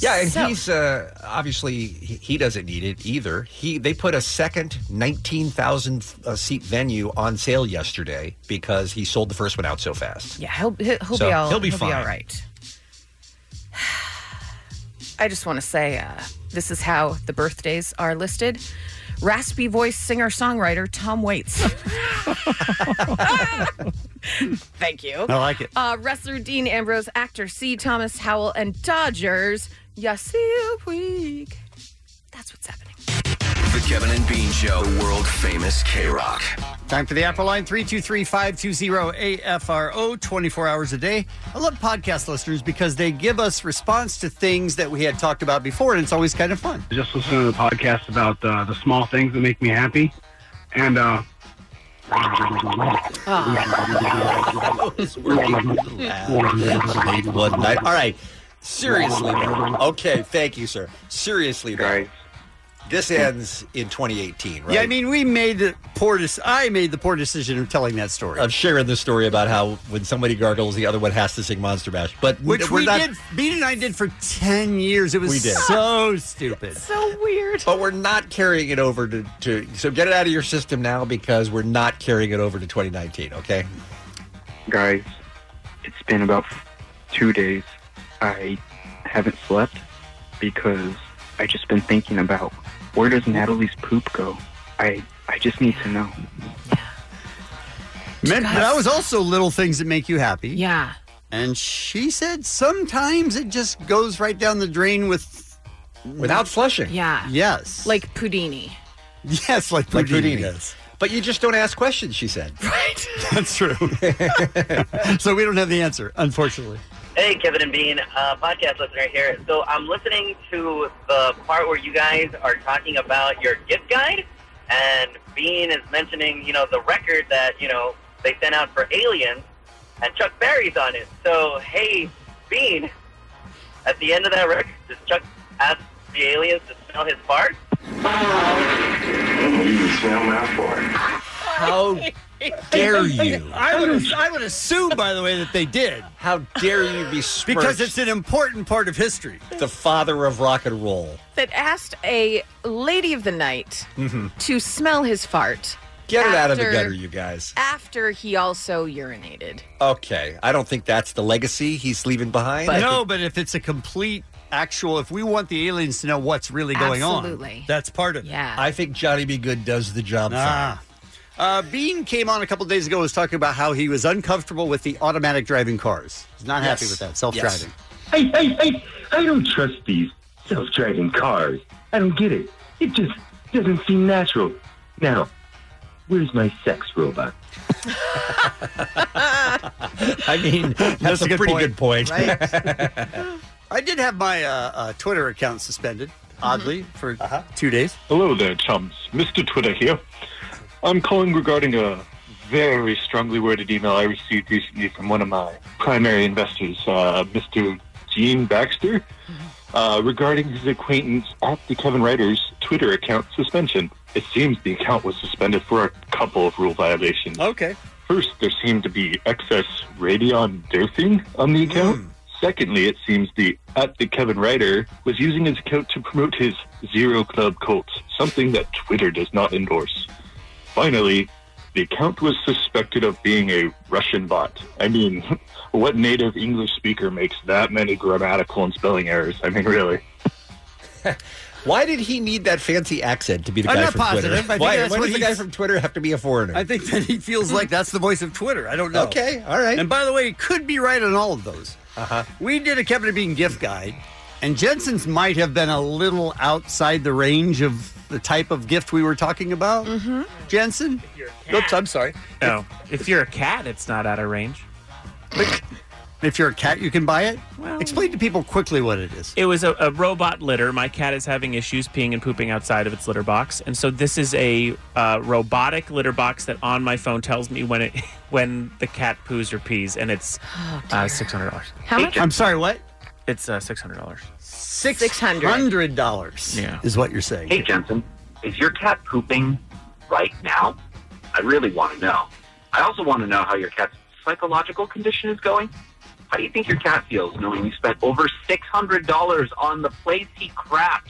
Speaker 11: Yeah, and
Speaker 10: So-
Speaker 11: he's uh, obviously he he doesn't need it either. He they put a second nineteen thousand uh, seat venue on sale yesterday because he sold the first one out so fast.
Speaker 10: Yeah, he'll he'll, he'll
Speaker 11: So
Speaker 10: be all
Speaker 11: he'll be fine.
Speaker 10: all right. I just want to say uh, this is how the birthdays are listed. Raspy voice singer songwriter Tom Waits. Thank you.
Speaker 7: I like it.
Speaker 10: Uh, wrestler Dean Ambrose, actor C. Thomas Howell, and Dodgers Yasiel Puig. That's what's happening.
Speaker 14: The Kevin and Bean Show, the world famous K Rock.
Speaker 7: Time for the Apple Line 323 520 AFRO 24 hours a day. I love podcast listeners because they give us response to things that we had talked about before, and it's always kind of fun.
Speaker 5: Just listening to the podcast about uh, the small things that make me happy. And, uh,
Speaker 11: One night. All right. Seriously, though. Okay, thank you, sir. Seriously, though. This ends in 2018, right?
Speaker 7: Yeah, I mean, we made the poor. Des- I made the poor decision of telling that story,
Speaker 11: of sharing the story about how when somebody gargles, the other one has to sing Monster Mash. But
Speaker 7: which
Speaker 11: we're
Speaker 7: we
Speaker 11: not,
Speaker 7: did. Bean and I did for ten years. It was
Speaker 11: We did.
Speaker 7: so stupid.
Speaker 10: So weird.
Speaker 11: But we're not carrying it over to, to. So get it out of your system now because we're not carrying it over to 2019, okay?
Speaker 17: guys, it's been about two days. I haven't slept because I just been thinking about where does Natalie's poop go. I I just need to know.
Speaker 7: Meant, but that was also little things that make you happy.
Speaker 10: Yeah.
Speaker 7: And she said sometimes it just goes right down the drain with
Speaker 11: Without flushing.
Speaker 10: Yeah.
Speaker 7: Yes.
Speaker 10: Like Pudini.
Speaker 7: Yes, like
Speaker 11: Like
Speaker 7: Houdini.
Speaker 11: Houdini. But you just don't ask questions, she said.
Speaker 10: Right.
Speaker 7: That's true. so we don't have the answer, unfortunately.
Speaker 18: Hey, Kevin and Bean, uh, podcast listener here. So I'm listening to the part where you guys are talking about your gift guide, and Bean is mentioning, you know, the record that, you know, they sent out for Aliens, and Chuck Berry's on it. So, hey, Bean, at the end of that record, does Chuck ask the aliens to smell his fart?
Speaker 11: How dare you?
Speaker 7: I would I would assume, by the way, that they did.
Speaker 11: How dare you be
Speaker 7: because it's an important part of history.
Speaker 11: The father of rock and roll.
Speaker 10: That asked a lady of the night
Speaker 11: Mm-hmm.
Speaker 10: to smell his fart.
Speaker 11: Get it out of the
Speaker 10: after-
Speaker 11: gutter, you guys.
Speaker 10: After he also urinated.
Speaker 11: Okay. I don't think that's the legacy he's leaving behind.
Speaker 7: no, but if it's a complete actual, if we want the aliens to know what's really going
Speaker 10: Absolutely.
Speaker 7: on, that's part of
Speaker 10: Yeah.
Speaker 11: I think Johnny B. Good does the job.
Speaker 7: it. Ah. Uh, Bean came on a couple days ago was talking about how he was uncomfortable with the automatic driving cars. He's not happy
Speaker 19: Yes.
Speaker 7: with that self-driving.
Speaker 19: Hey, hey, hey! I don't trust these self-driving cars. I don't get it. It just doesn't seem natural. Now, where's my sex robot?
Speaker 11: I mean, that's,
Speaker 7: That's
Speaker 11: a,
Speaker 7: a good
Speaker 11: pretty
Speaker 7: point.
Speaker 11: good point.
Speaker 7: Right. I did have my uh, uh, Twitter account suspended oddly
Speaker 11: Mm-hmm.
Speaker 7: for
Speaker 11: Uh-huh.
Speaker 7: two days.
Speaker 19: Hello there, chums. Mr. Twitter here. I'm calling regarding a very strongly worded email I received recently from one of my primary investors, uh, Mr. Gene Baxter, uh, regarding his acquaintance at the Kevin Ryder's Twitter account suspension. It seems the account was suspended for a couple of rule violations.
Speaker 7: Okay.
Speaker 19: First, there seemed to be excess radion dosing on the account. Secondly, it seems the at the Kevin Ryder was using his account to promote his Zero Club Colts, something that Twitter does not endorse. Finally, the account was suspected of being a Russian bot. I mean, what native English speaker makes that many grammatical and spelling errors? I mean, really.
Speaker 11: Why did he need that fancy accent to be the
Speaker 7: I'm
Speaker 11: guy
Speaker 7: not
Speaker 11: from
Speaker 7: positive.
Speaker 11: Twitter?
Speaker 7: I think
Speaker 11: Why,
Speaker 7: that's
Speaker 11: why
Speaker 7: what
Speaker 11: does the
Speaker 7: he's-
Speaker 11: guy from Twitter have to be a foreigner?
Speaker 7: I think that he feels like that's the voice of Twitter. I don't know.
Speaker 11: Okay, all right.
Speaker 7: And by the way, he could be right on all of those. Uh-huh. We did a Kevin and Bean gift guide, and Jensen's might have been a little outside the range of the type of gift we were talking about. Mm-hmm. Jensen? Oops, I'm sorry.
Speaker 8: No, if you're a cat, it's not out of range.
Speaker 7: If you're a cat, you can buy it? Explain to people quickly what it is.
Speaker 8: It was a, a robot litter. My cat is having issues peeing and pooping outside of its litter box, and so this is a uh, robotic litter box that on my phone tells me when it when the cat poos or pees, and it's uh, six hundred dollars.
Speaker 12: How much?
Speaker 7: I'm sorry, what?
Speaker 8: It's uh, six hundred dollars.
Speaker 7: Six hundred dollars.
Speaker 8: Yeah.
Speaker 7: Is what you're saying.
Speaker 20: Hey, Jensen, is your cat pooping right now? I really want to know. I also want to know how your cat's psychological condition is going. How do you think your cat feels knowing you spent over $600 on the place he crapped?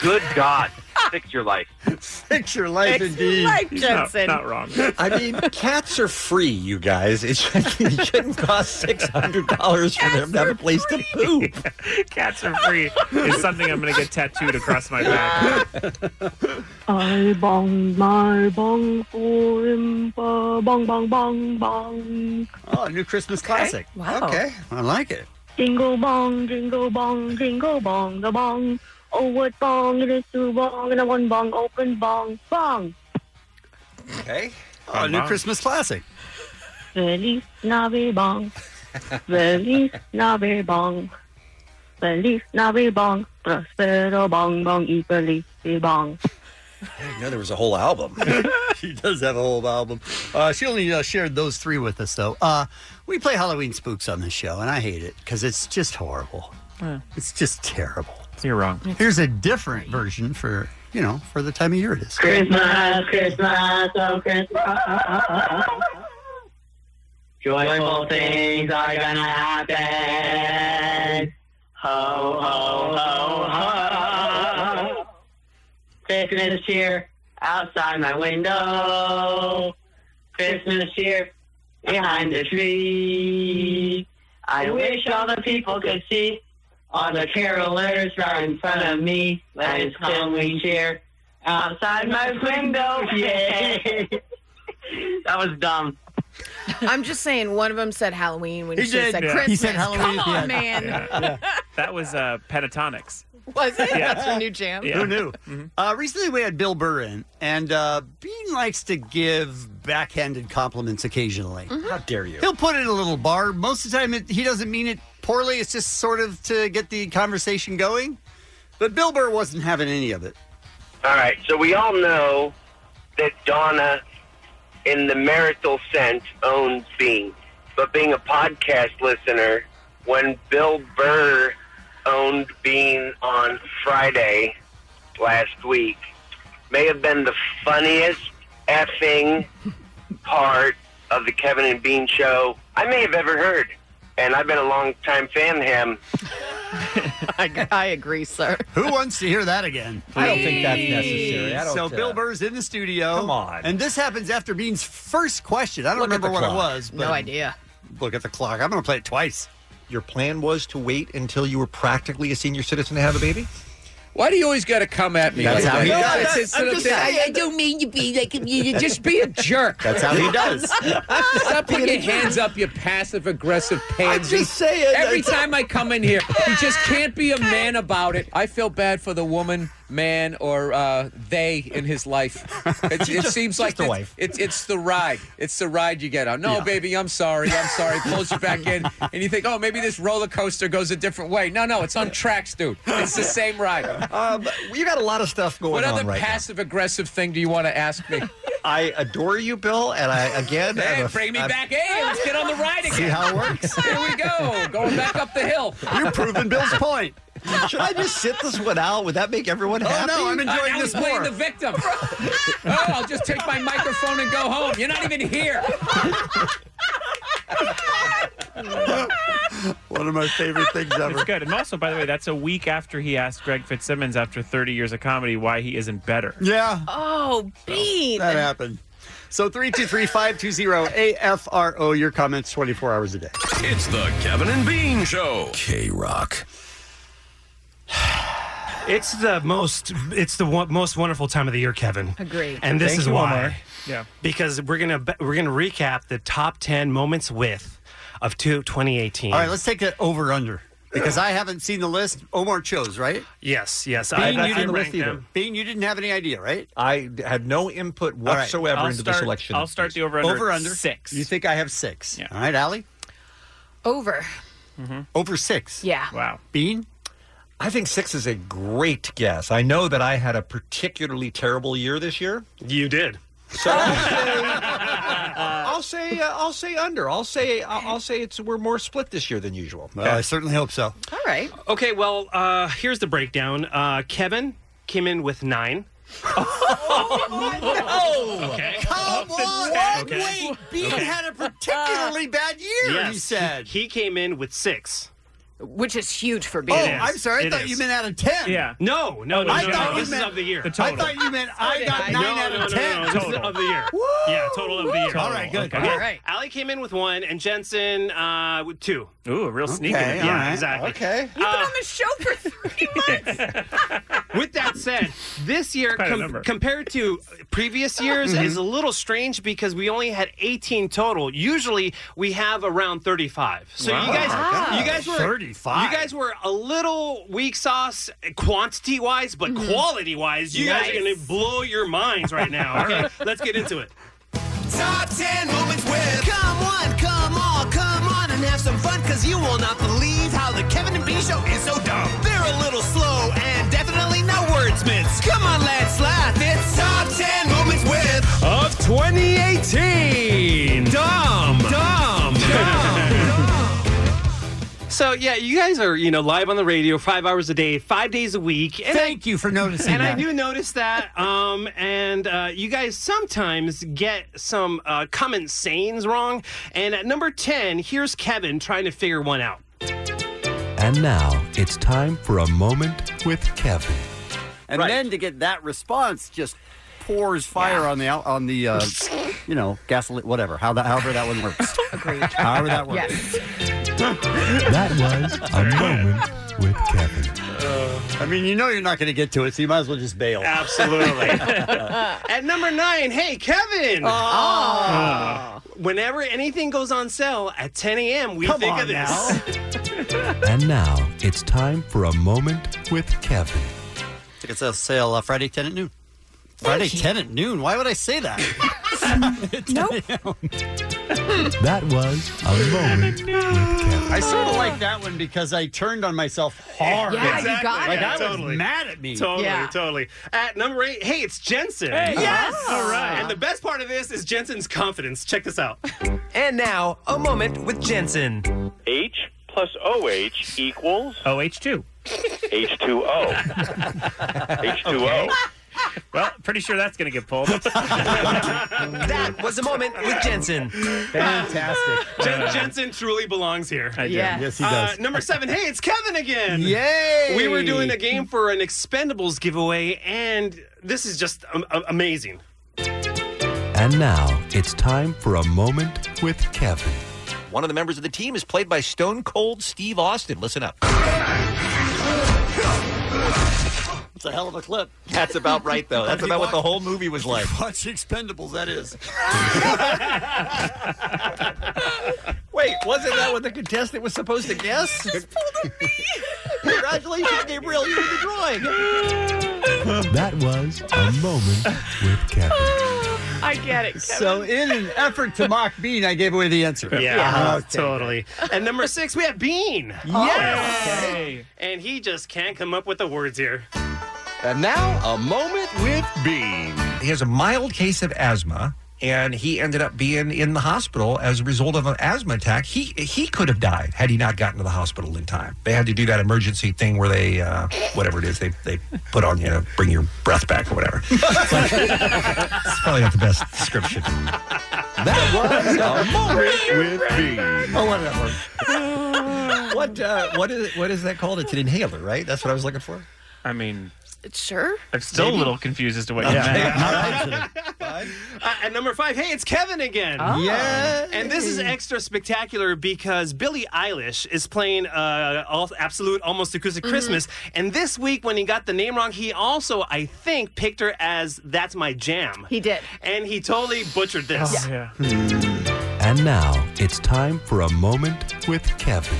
Speaker 20: Good God. Fix your life.
Speaker 7: Fix your life,
Speaker 11: Fix your
Speaker 7: indeed.
Speaker 11: life, He's not- Jensen. not
Speaker 8: wrong.
Speaker 11: I mean, cats are free, you guys. It, should, it shouldn't cost six hundred dollars for them to have a place to poop.
Speaker 8: Cats are free is something I'm going to get tattooed across my
Speaker 12: Ah,
Speaker 8: back.
Speaker 21: I bong my bong for him, ba, bong bong bong bong.
Speaker 7: Oh, a new Christmas classic.
Speaker 21: Wow.
Speaker 7: Okay. I like it.
Speaker 21: Jingle bong, jingle bong, jingle bong, the bong. Oh, what bong? It is two bong and a one bong. Open bong, bong.
Speaker 11: Okay.
Speaker 7: Oh, a new Christmas classic.
Speaker 21: Feliz Navi bong. Feliz Navi bong. Feliz Navi bong. Prospero bong bong y feliz bong.
Speaker 11: I didn't know there was a whole album.
Speaker 7: she does have a whole album. Uh, she only uh, shared those three with us, though. Uh, we play Halloween Spooks on this show, and I hate it because it's just horrible. It's just terrible.
Speaker 8: You're wrong.
Speaker 7: Here's a different version for you know for the time of year it is.
Speaker 21: Christmas, Christmas, oh Christmas. Joyful things are gonna happen. Ho, ho, ho, ho. Christmas cheer outside my window. Christmas cheer behind the tree. I wish all the people could see all the carolers are in front of me. Let us come we cheer outside my window. Yay! that was dumb.
Speaker 12: I'm just saying, one of them said Halloween when he, should have said Christmas. Come on, man.
Speaker 8: That was uh, pentatonics.
Speaker 12: Was it?
Speaker 8: Yeah.
Speaker 12: That's her new jam.
Speaker 7: Who knew?
Speaker 11: Mm-hmm.
Speaker 7: Uh, recently, we had Bill Burr in, and uh, Bean likes to give backhanded compliments occasionally.
Speaker 12: Mm.
Speaker 11: How dare you?
Speaker 7: He'll put in a little bar. Most of the time, it, he doesn't mean it poorly. It's just sort of to get the conversation going. But Bill Burr wasn't having any of it.
Speaker 1: All right, so we all know that Donna, in the marital sense, owns Bean. But being a podcast listener, when Bill Burr owned Bean on Friday last week, may have been the funniest effing part of the Kevin and Bean show I may have ever heard. And I've been a long time fan of him.
Speaker 12: I, I agree, sir.
Speaker 7: Who wants to hear that again?
Speaker 11: I don't think that's necessary. I don't,
Speaker 7: so
Speaker 11: uh,
Speaker 7: Bill Burr's in the studio.
Speaker 11: Come on.
Speaker 7: And this happens after Bean's first question. I don't
Speaker 11: Look at
Speaker 7: remember
Speaker 11: the
Speaker 7: what it
Speaker 11: clock.
Speaker 7: was. But
Speaker 11: No
Speaker 12: idea.
Speaker 7: Look at the clock. I'm going to play it twice.
Speaker 11: Your plan was to wait until you were practically a senior citizen to have a baby.
Speaker 22: Why do you always got to come at me?
Speaker 11: That's
Speaker 22: like
Speaker 11: how he
Speaker 22: that?
Speaker 11: does.
Speaker 22: It's- it's
Speaker 11: I'm
Speaker 22: sort of
Speaker 11: just
Speaker 22: thing-
Speaker 11: saying.
Speaker 22: I, I don't mean to be like you. you Just be a jerk.
Speaker 11: That's how he does.
Speaker 22: Stop putting your hands up, you passive aggressive pansy. I'm just saying. Every time I come in here, you just can't be a man about it. I feel bad for the woman man or uh, they in his life. It, it
Speaker 11: Just-
Speaker 22: seems
Speaker 11: just
Speaker 22: like
Speaker 11: a
Speaker 22: it's-
Speaker 11: wife.
Speaker 22: It's, it's the ride. It's the ride you get on. No,
Speaker 11: Yeah.
Speaker 22: baby, I'm sorry. I'm sorry. Pulls you back in, and you think, oh, maybe this roller coaster goes a different way. No, no, it's on tracks, dude. It's the same ride.
Speaker 11: Um, you got a lot of stuff going
Speaker 22: what
Speaker 11: on
Speaker 22: other
Speaker 11: right now.
Speaker 22: passive aggressive thing do you want to ask me?
Speaker 11: I adore you, Bill, and I again.
Speaker 22: Hey,
Speaker 11: have a-
Speaker 22: bring me
Speaker 11: I've-
Speaker 22: back. Hey, let's get on the ride again.
Speaker 11: See how it works.
Speaker 22: Here we go. Going back up the hill.
Speaker 11: You're proving Bill's point. Should I just sit this one out? Would that make
Speaker 7: Oh,
Speaker 11: everyone happy?
Speaker 22: Uh, now he's playing the victim. oh, I'll just take my microphone and go home. You're not even here.
Speaker 7: One of my favorite things ever.
Speaker 8: It's good. And also, by the way, that's a week after he asked Greg Fitzsimmons after 30 years of comedy why he isn't better.
Speaker 7: Yeah.
Speaker 12: Oh, Bean.
Speaker 7: That happened. So 323-520-AFRO, your comments 24 hours a day.
Speaker 14: It's the Kevin and Bean Show. K Rock.
Speaker 3: It's the most. It's the one, most wonderful time of the year, Kevin.
Speaker 12: Agree.
Speaker 3: And this
Speaker 12: Thank
Speaker 3: is
Speaker 12: you,
Speaker 3: why.
Speaker 12: Omar. Yeah.
Speaker 3: Because we're gonna be- we're gonna recap the top ten moments with of two, 2018.
Speaker 7: All right, let's take it over under because I haven't seen the list. Omar chose, right?
Speaker 3: Yes, yes.
Speaker 7: Bean,
Speaker 11: I- I
Speaker 7: you didn't
Speaker 11: ranked them.
Speaker 7: Bean, you didn't have any idea, right?
Speaker 11: I had no input
Speaker 7: All right.
Speaker 11: whatsoever into this election.
Speaker 8: the over-under
Speaker 7: Over
Speaker 8: at
Speaker 7: under
Speaker 8: six.
Speaker 7: You think I have six? All right, Allie.
Speaker 12: Over.
Speaker 7: Over six.
Speaker 12: Yeah.
Speaker 8: Wow.
Speaker 7: Bean?
Speaker 11: I think six is a great guess. I know that I had a particularly terrible year this year.
Speaker 3: You did.
Speaker 11: So I'll say, I'll say, uh, I'll say under. I'll say I'll, I'll say it's we're more split this year than usual.
Speaker 7: Well, I certainly hope so.
Speaker 12: All right.
Speaker 3: Okay. Well, uh, here's the breakdown. Uh, Kevin came in with nine.
Speaker 12: Oh,
Speaker 7: No.
Speaker 3: Okay.
Speaker 7: Come on.
Speaker 3: ten. Okay.
Speaker 7: Wait, Bean
Speaker 3: Okay.
Speaker 7: had a particularly bad year.
Speaker 3: yes,
Speaker 7: You said.
Speaker 3: he, he came in with six.
Speaker 12: Which is huge for
Speaker 7: Oh, I'm sorry. I thought you meant out of ten.
Speaker 3: No, no, no.
Speaker 7: I
Speaker 3: no,
Speaker 7: thought
Speaker 3: no.
Speaker 7: you
Speaker 3: this
Speaker 7: meant
Speaker 3: is of Oh, the year.
Speaker 7: I thought you meant I got
Speaker 3: No,
Speaker 7: nine
Speaker 3: no,
Speaker 7: out
Speaker 3: no,
Speaker 7: of
Speaker 3: no,
Speaker 7: ten.
Speaker 3: no, this is of the year. Yeah, total of the year.
Speaker 7: All right, good.
Speaker 3: Okay.
Speaker 7: All right.
Speaker 3: Allie came in with one, and Jensen uh, with two.
Speaker 8: Ooh, a real
Speaker 7: sneaky. Okay,
Speaker 3: Yeah,
Speaker 7: all right.
Speaker 3: exactly.
Speaker 7: Okay.
Speaker 12: You've been on the show for three months.
Speaker 3: With that said, this year
Speaker 8: Quite a
Speaker 3: com-
Speaker 8: number.
Speaker 3: compared to previous years
Speaker 8: Mhm.
Speaker 3: is a little strange because we only had 18 total. Usually we have around 35. So
Speaker 7: Wow.
Speaker 3: you guys,
Speaker 7: Wow.
Speaker 3: you guys were
Speaker 7: 35.
Speaker 3: You guys were a little weak sauce quantity wise, but quality wise, you guys are
Speaker 8: Nice.
Speaker 3: going to blow your minds right now.
Speaker 8: All
Speaker 3: Okay,
Speaker 8: right.
Speaker 3: let's get into it.
Speaker 14: Top 10 moments with.
Speaker 23: Come on, come on, come on and have some fun because you will not believe how the Kevin and Bean Show is so dumb. They're a little slow and definitely no wordsmiths. Come on, let's laugh. It's Top 10 Moments with.
Speaker 22: Of 2018. Dumb. Dumb. So yeah, you guys are you know live on the radio five hours a day, five days a week. And
Speaker 7: Thank you for noticing.
Speaker 22: and I
Speaker 7: that.
Speaker 22: do notice that. Um, and uh, you guys sometimes get some uh, common sayings wrong. And at number 10, here's Kevin trying to figure one out.
Speaker 24: And now it's time for a moment with Kevin.
Speaker 7: And then to get that response just pours fire on the out on the uh, you know gasoline whatever how that however that one works. Agreed. However that works.
Speaker 24: That was a moment with Kevin.
Speaker 7: Uh, I mean, you know you're not going to get to it, so you might as well just bail.
Speaker 22: Absolutely. At number nine, hey
Speaker 7: Oh.
Speaker 22: Kevin.
Speaker 7: Ah.
Speaker 22: Whenever anything goes on sale at 10 a.m., we
Speaker 24: Come
Speaker 22: think
Speaker 24: on
Speaker 22: of this.
Speaker 24: And now it's time for a moment with Kevin.
Speaker 7: Tickets on sale uh, Friday ten at noon. Friday ten at noon. Why would I say that? nope.
Speaker 24: That was a moment.
Speaker 7: I sort of like that one because I turned on myself hard.
Speaker 22: Yeah, you Exactly. got
Speaker 7: like
Speaker 22: it.
Speaker 7: I
Speaker 22: Totally.
Speaker 7: was mad at me.
Speaker 22: Totally, totally. At number eight, hey, it's Jensen.
Speaker 7: Hey.
Speaker 24: Ah.
Speaker 22: Yes.
Speaker 7: All right.
Speaker 22: And the best part of this is Jensen's confidence. Check this out.
Speaker 24: And now a moment with Jensen.
Speaker 22: H plus OH equals
Speaker 8: OH2.
Speaker 1: H2O. H2O.
Speaker 8: Well, pretty sure that's going to get pulled.
Speaker 24: That was a moment with Jensen.
Speaker 7: Fantastic.
Speaker 22: Jen- Jensen truly belongs here.
Speaker 8: I do. Yeah.
Speaker 22: Yes,
Speaker 8: he does.
Speaker 22: Uh, number seven. Hey, it's Kevin again.
Speaker 7: Yay!
Speaker 22: We were doing a game for an Expendables giveaway, and this is just um, a- amazing.
Speaker 24: And now it's time for a moment with Kevin.
Speaker 11: One of the members of the team is played by Stone Cold Steve Austin. Listen up.
Speaker 7: It's a hell of a clip.
Speaker 11: That's about right, though. That's about what the whole movie was like.
Speaker 7: Watch Expendables. That is.
Speaker 11: Wait, wasn't that what the contestant was supposed to guess? Congratulations, Gabriel. You were the drawing.
Speaker 24: That was a moment with Kevin.
Speaker 12: I get it.
Speaker 7: So, in an effort to mock Bean, I gave away the answer.
Speaker 3: Yeah,
Speaker 12: uh,
Speaker 3: totally. And number six, we have Bean.
Speaker 8: Oh,
Speaker 7: Yes.
Speaker 3: Yay. And he just can't come up with the words here.
Speaker 11: And now, a moment with Bean. He has a mild case of asthma, and he ended up being in the hospital as a result of an asthma attack. He he could have died had he not gotten to the hospital in time. They had to do that emergency thing where they, uh, whatever it is, they, they put on you to bring your breath back or whatever. it's probably not the best description. That was a moment with Bean. Oh, whatever. What uh, what is what is that called? It's an inhaler, right? That's what I was looking for.
Speaker 8: I mean,
Speaker 12: Sure.
Speaker 8: I'm still a little confused as to what you
Speaker 11: Okay.
Speaker 8: meant.
Speaker 3: Uh, at number five, hey, it's Kevin again.
Speaker 8: Oh.
Speaker 3: Yeah.
Speaker 8: Yay.
Speaker 3: And this is extra spectacular because Billie Eilish is playing uh, all, Absolute Almost Acoustic
Speaker 12: Mm-hmm.
Speaker 3: Christmas. And this week, when he got the name wrong, he also, I think, picked her as That's My Jam.
Speaker 12: He did.
Speaker 3: And he totally butchered this.
Speaker 8: Oh,
Speaker 24: And now it's time for a moment with Kevin.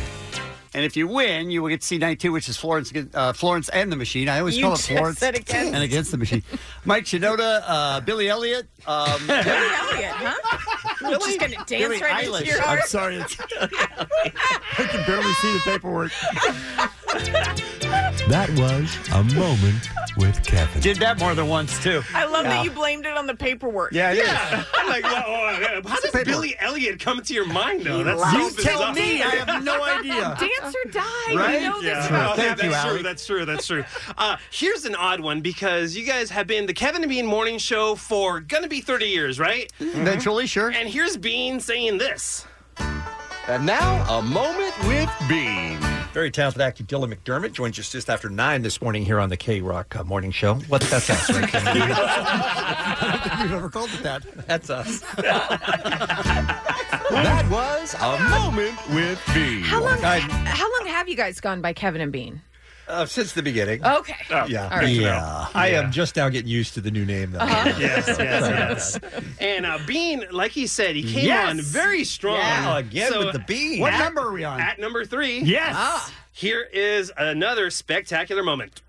Speaker 7: And if you win, you will get to see night two, which is Florence, uh, Florence and the Machine. I always
Speaker 12: You
Speaker 7: call it
Speaker 12: just
Speaker 7: Florence
Speaker 12: said against.
Speaker 7: and against the Machine. Mike Shinoda, uh, Billy Elliot, um,
Speaker 12: Elliot, huh? I'm just gonna dance
Speaker 7: Billie
Speaker 12: right into your
Speaker 7: Eilish.
Speaker 12: arm.
Speaker 7: I'm sorry, it's, I can barely see the paperwork.
Speaker 24: That was a moment with Kevin.
Speaker 7: Did that more than once too.
Speaker 10: I love
Speaker 24: Yeah.
Speaker 10: that you blamed it on the paperwork.
Speaker 7: Yeah, it is.
Speaker 3: I'm like, whoa, whoa, whoa, how does Billy Elliot come into your mind, though? That's
Speaker 7: You
Speaker 3: so
Speaker 7: tell
Speaker 3: bizarre.
Speaker 7: me. I have no idea.
Speaker 10: Dance or die.
Speaker 7: Right?
Speaker 10: You know
Speaker 3: Yeah.
Speaker 10: this.
Speaker 3: Oh,
Speaker 10: Right.
Speaker 3: yeah,
Speaker 7: Thank you,
Speaker 3: that's true.
Speaker 7: Alec.
Speaker 3: That's true. That's true. Uh, here's an odd one because you guys have been the Kevin and Bean Morning Show for gonna be 30 years, right?
Speaker 7: Mm-hmm. Eventually, sure.
Speaker 3: And here's Bean saying this.
Speaker 11: And now, a moment with Bean. Very talented actor Dylan McDermott joins us just after nine this morning here on the K Rock uh, Morning Show. What's that sounds like?
Speaker 7: We've never called it that.
Speaker 11: That's us. that was a moment with Bean.
Speaker 12: How long?
Speaker 11: I-
Speaker 12: How long have you guys gone by Kevin and Bean?
Speaker 11: uh, since the beginning.
Speaker 12: Okay.
Speaker 3: Uh,
Speaker 11: yeah.
Speaker 12: All right.
Speaker 11: yeah. I am just now getting used to the new name, though.
Speaker 12: Uh-huh.
Speaker 3: Yes, yes,
Speaker 11: yes.
Speaker 3: And uh, Bean, like he said, he came
Speaker 11: Yes.
Speaker 3: on very strong.
Speaker 11: Yeah, again with the Bean. What number
Speaker 7: are we on?
Speaker 3: At number three.
Speaker 11: Yes. Ah.
Speaker 3: Here is another spectacular moment.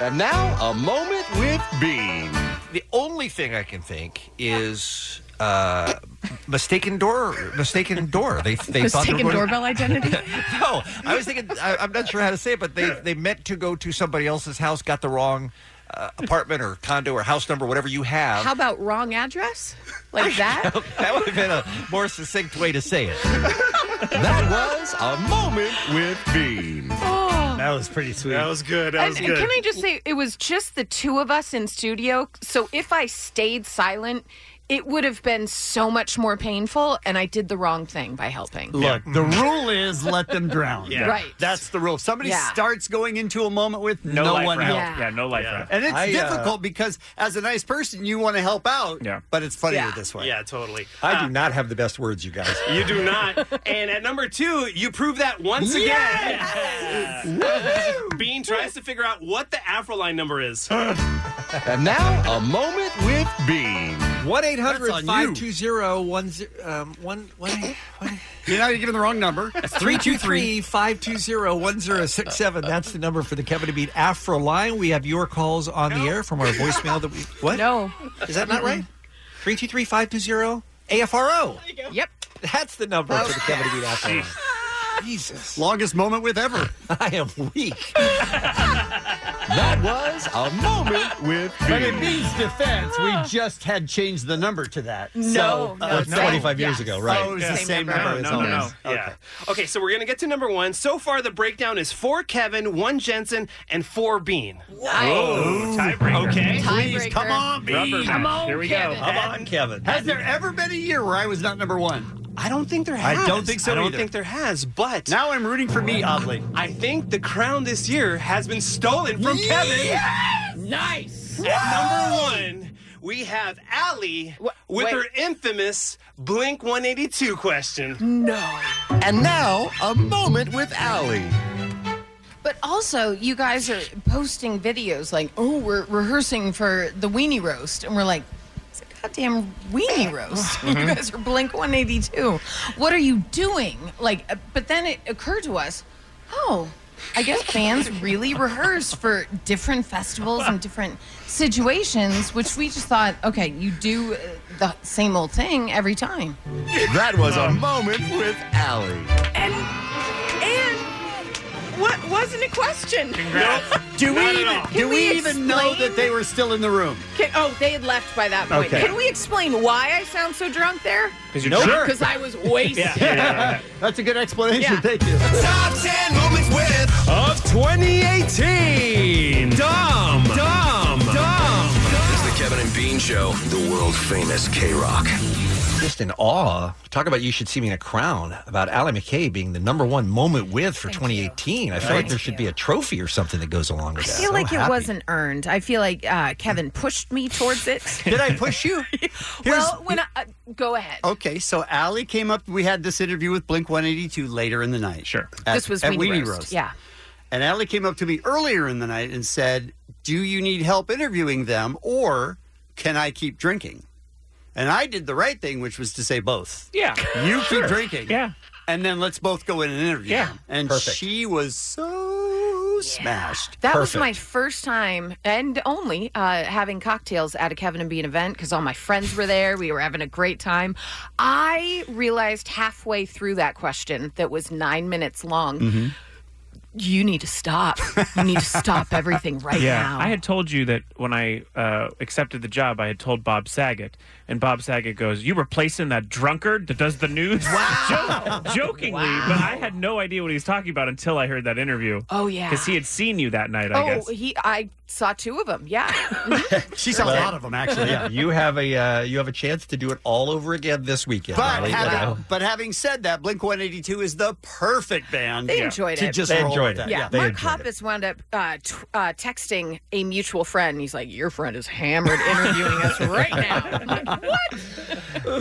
Speaker 11: And now, a moment with Bean. The only thing I can think is uh, mistaken door. Mistaken door. They they thought they were
Speaker 10: Mistaken
Speaker 11: going-
Speaker 10: doorbell identity.
Speaker 11: no, I was thinking. I, I'm not sure how to say it, but they they meant to go to somebody else's house, got the wrong uh, apartment or condo or house number, whatever you have.
Speaker 12: How about wrong address? Like that?
Speaker 11: that would have been a more succinct way to say it. that was a moment with Bean.
Speaker 10: Oh.
Speaker 7: That was pretty sweet.
Speaker 3: That was good. That
Speaker 10: And can I just say, it was just the two of us in studio. So if I stayed silent, it would have been so much more painful, and I did the wrong thing by helping.
Speaker 7: Look, the rule is let them drown.
Speaker 10: Yeah. Right.
Speaker 7: Mm. That's the rule. If Somebody
Speaker 10: Yeah.
Speaker 7: starts going into a moment with no,
Speaker 8: No, life
Speaker 7: one
Speaker 8: round.
Speaker 7: help.
Speaker 8: Yeah. no life round.
Speaker 7: And it's
Speaker 8: I, uh,
Speaker 7: difficult because as a nice person, you want to help out.
Speaker 11: Yeah.
Speaker 7: But it's funnier
Speaker 3: Yeah.
Speaker 7: this way.
Speaker 3: Yeah, totally. Uh,
Speaker 11: I do not have the best words, you guys.
Speaker 3: You do not. and at number two, you prove that once again. Bean tries to figure out what the Afro line number is.
Speaker 11: And now, a moment with Bean. 1 800
Speaker 3: That's on you.
Speaker 11: 520 1
Speaker 7: You're now giving the wrong number.
Speaker 11: 323 520 1067. That's the number for the Kevin to Beat Afro line. We have your calls on the air from our voicemail that we. What?
Speaker 10: No.
Speaker 11: Is that not right? 323 520 AFRO.
Speaker 10: Yep.
Speaker 11: That's the number for the Kevin to Beat Afro line. Jesus.
Speaker 7: Longest moment with ever.
Speaker 11: I am weak. that was a moment with
Speaker 7: But in Bean's defense, we
Speaker 8: Ah.
Speaker 7: just had changed the number to that.
Speaker 3: No,
Speaker 7: so, uh,
Speaker 3: no,
Speaker 7: so-
Speaker 3: 25 years
Speaker 11: ago,
Speaker 3: right.
Speaker 7: Oh, it was
Speaker 3: Yeah.
Speaker 7: the
Speaker 3: Same
Speaker 7: same
Speaker 3: number.
Speaker 7: number.
Speaker 3: No,
Speaker 7: as
Speaker 3: no,
Speaker 7: always.
Speaker 3: no. Yeah. Okay, so we're gonna get to number one. So far, the breakdown is four Kevin, one Jensen, and four Bean.
Speaker 8: Oh, tiebreaker.
Speaker 3: Okay.
Speaker 7: Please, come on,
Speaker 8: Rubber
Speaker 7: Bean.
Speaker 8: match.
Speaker 7: Come on,
Speaker 8: Here we
Speaker 7: Kevin.
Speaker 8: go. Come
Speaker 11: on, Kevin.
Speaker 7: Has there ever been a year where I was not number one?
Speaker 3: I don't think there
Speaker 7: I
Speaker 3: has.
Speaker 7: don't think so
Speaker 3: I don't
Speaker 7: either.
Speaker 3: think there has, but
Speaker 7: Now I'm rooting for me, oddly.
Speaker 3: I think the crown this year has been stolen from Kevin.
Speaker 10: Nice.
Speaker 3: At number one, we have Allie with
Speaker 10: wait.
Speaker 3: her infamous Blink 182 question.
Speaker 10: No.
Speaker 11: And now, a moment with Allie.
Speaker 12: But also, you guys are posting videos like, oh, we're rehearsing for the weenie roast. And we're like, it's a goddamn weenie roast. you guys are Blink 182. What are you doing? Like, uh, but then it occurred to us, oh,
Speaker 25: I guess bands really rehearse for different festivals and different situations, which we just thought, okay, you do uh, the same old thing every time.
Speaker 3: That was a moment with Allie.
Speaker 10: And what wasn't a question?
Speaker 7: Nope. Do we even, do
Speaker 10: Can
Speaker 7: we
Speaker 10: we
Speaker 7: even know
Speaker 10: explain?
Speaker 7: that they were still in the room?
Speaker 10: Can, oh, they had left by that point.
Speaker 7: Okay.
Speaker 10: Can we explain why I sound so drunk there?
Speaker 7: 'Cause you're Nope. drunk.
Speaker 10: Because I was wasted.
Speaker 7: That's a good explanation.
Speaker 10: Yeah.
Speaker 7: Thank you.
Speaker 3: Top 10 moments with of 2018. Dumb, dumb, dumb.
Speaker 14: It's the Kevin and Bean Show, the world famous K Rock.
Speaker 11: Just in awe. Talk about you should see me in a crown about Ally McKay being the number one moment with for 2018. I feel like there should be a trophy or something that goes along with
Speaker 10: I
Speaker 11: that.
Speaker 10: feel
Speaker 11: So
Speaker 10: like it
Speaker 11: happy.
Speaker 10: wasn't earned. I feel like uh, Kevin pushed me towards it.
Speaker 7: Did I push you?
Speaker 10: well, when I, uh, go ahead.
Speaker 7: Okay, so Allie came up. We had this interview with Blink 182 later in the night. Sure.
Speaker 10: this was
Speaker 7: at
Speaker 10: Weenie,
Speaker 7: Weenie
Speaker 10: Roast.
Speaker 7: Roast.
Speaker 10: Yeah.
Speaker 7: And Allie came up to me earlier in the night and said, Do you need help interviewing them or can I keep drinking? And I did the right thing, which was to say both.
Speaker 8: Yeah.
Speaker 7: You
Speaker 8: Sure.
Speaker 7: keep drinking. Yeah. And then let's both go in and interview.
Speaker 10: Yeah.
Speaker 7: them. And
Speaker 10: Perfect.
Speaker 7: she was so smashed.
Speaker 10: That was my first time and only uh, having cocktails at a Kevin and Bean event because all my friends were there. We were having a great time. I realized halfway through that question that was nine minutes long.
Speaker 8: Mm.
Speaker 10: You need to stop. You need to stop everything right
Speaker 8: yeah.
Speaker 10: now.
Speaker 8: I had told you that when I uh, accepted the job, I had told Bob Saget, and Bob Saget goes, "You replacing that drunkard that does the news?" Wow. jokingly, but I had no idea what he was talking about until I heard that interview.
Speaker 10: Oh, yeah.
Speaker 8: because he had seen you that night. I
Speaker 10: oh,
Speaker 8: guess.
Speaker 10: he! I saw two of them. Yeah,
Speaker 7: she
Speaker 10: saw a lot
Speaker 7: of them, actually, yeah.
Speaker 11: you have a uh, you have a chance to do it all over again this weekend.
Speaker 7: But,
Speaker 11: Ally.
Speaker 7: having,
Speaker 11: Wow.
Speaker 7: but having said that, Blink 182 is the perfect band.
Speaker 10: They enjoyed
Speaker 7: to
Speaker 10: it.
Speaker 7: just
Speaker 11: They
Speaker 7: roll
Speaker 11: enjoyed
Speaker 7: with
Speaker 11: it.
Speaker 7: that.
Speaker 10: Yeah,
Speaker 11: they
Speaker 10: Mark
Speaker 11: enjoyed
Speaker 10: Hoppus wound up uh, t- uh, texting a mutual friend. He's like, "Your friend is hammered, interviewing us right now."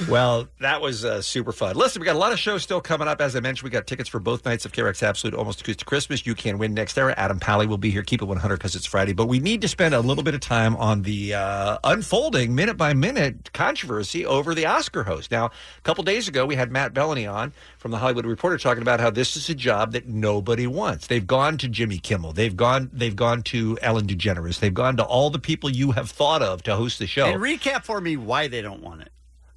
Speaker 11: well, that was uh, super fun. Listen, we got a lot of shows still coming up. As I mentioned, we got tickets for both nights of KRX Absolute Almost Acoustic Christmas. You can win next era. Adam Pally will be here. Keep it 100 because it's Friday. But we need to spend a little bit of time on the uh, unfolding minute by minute controversy over the Oscar host. Now, a couple days ago, we had Matt Bellany on from the Hollywood Reporter talking about how this is a job that nobody wants. They've gone to Jimmy Kimmel. They've gone. They've gone to Ellen DeGeneres. They've gone to all the people you have thought of to host the show.
Speaker 7: And recap for me why they don't want it.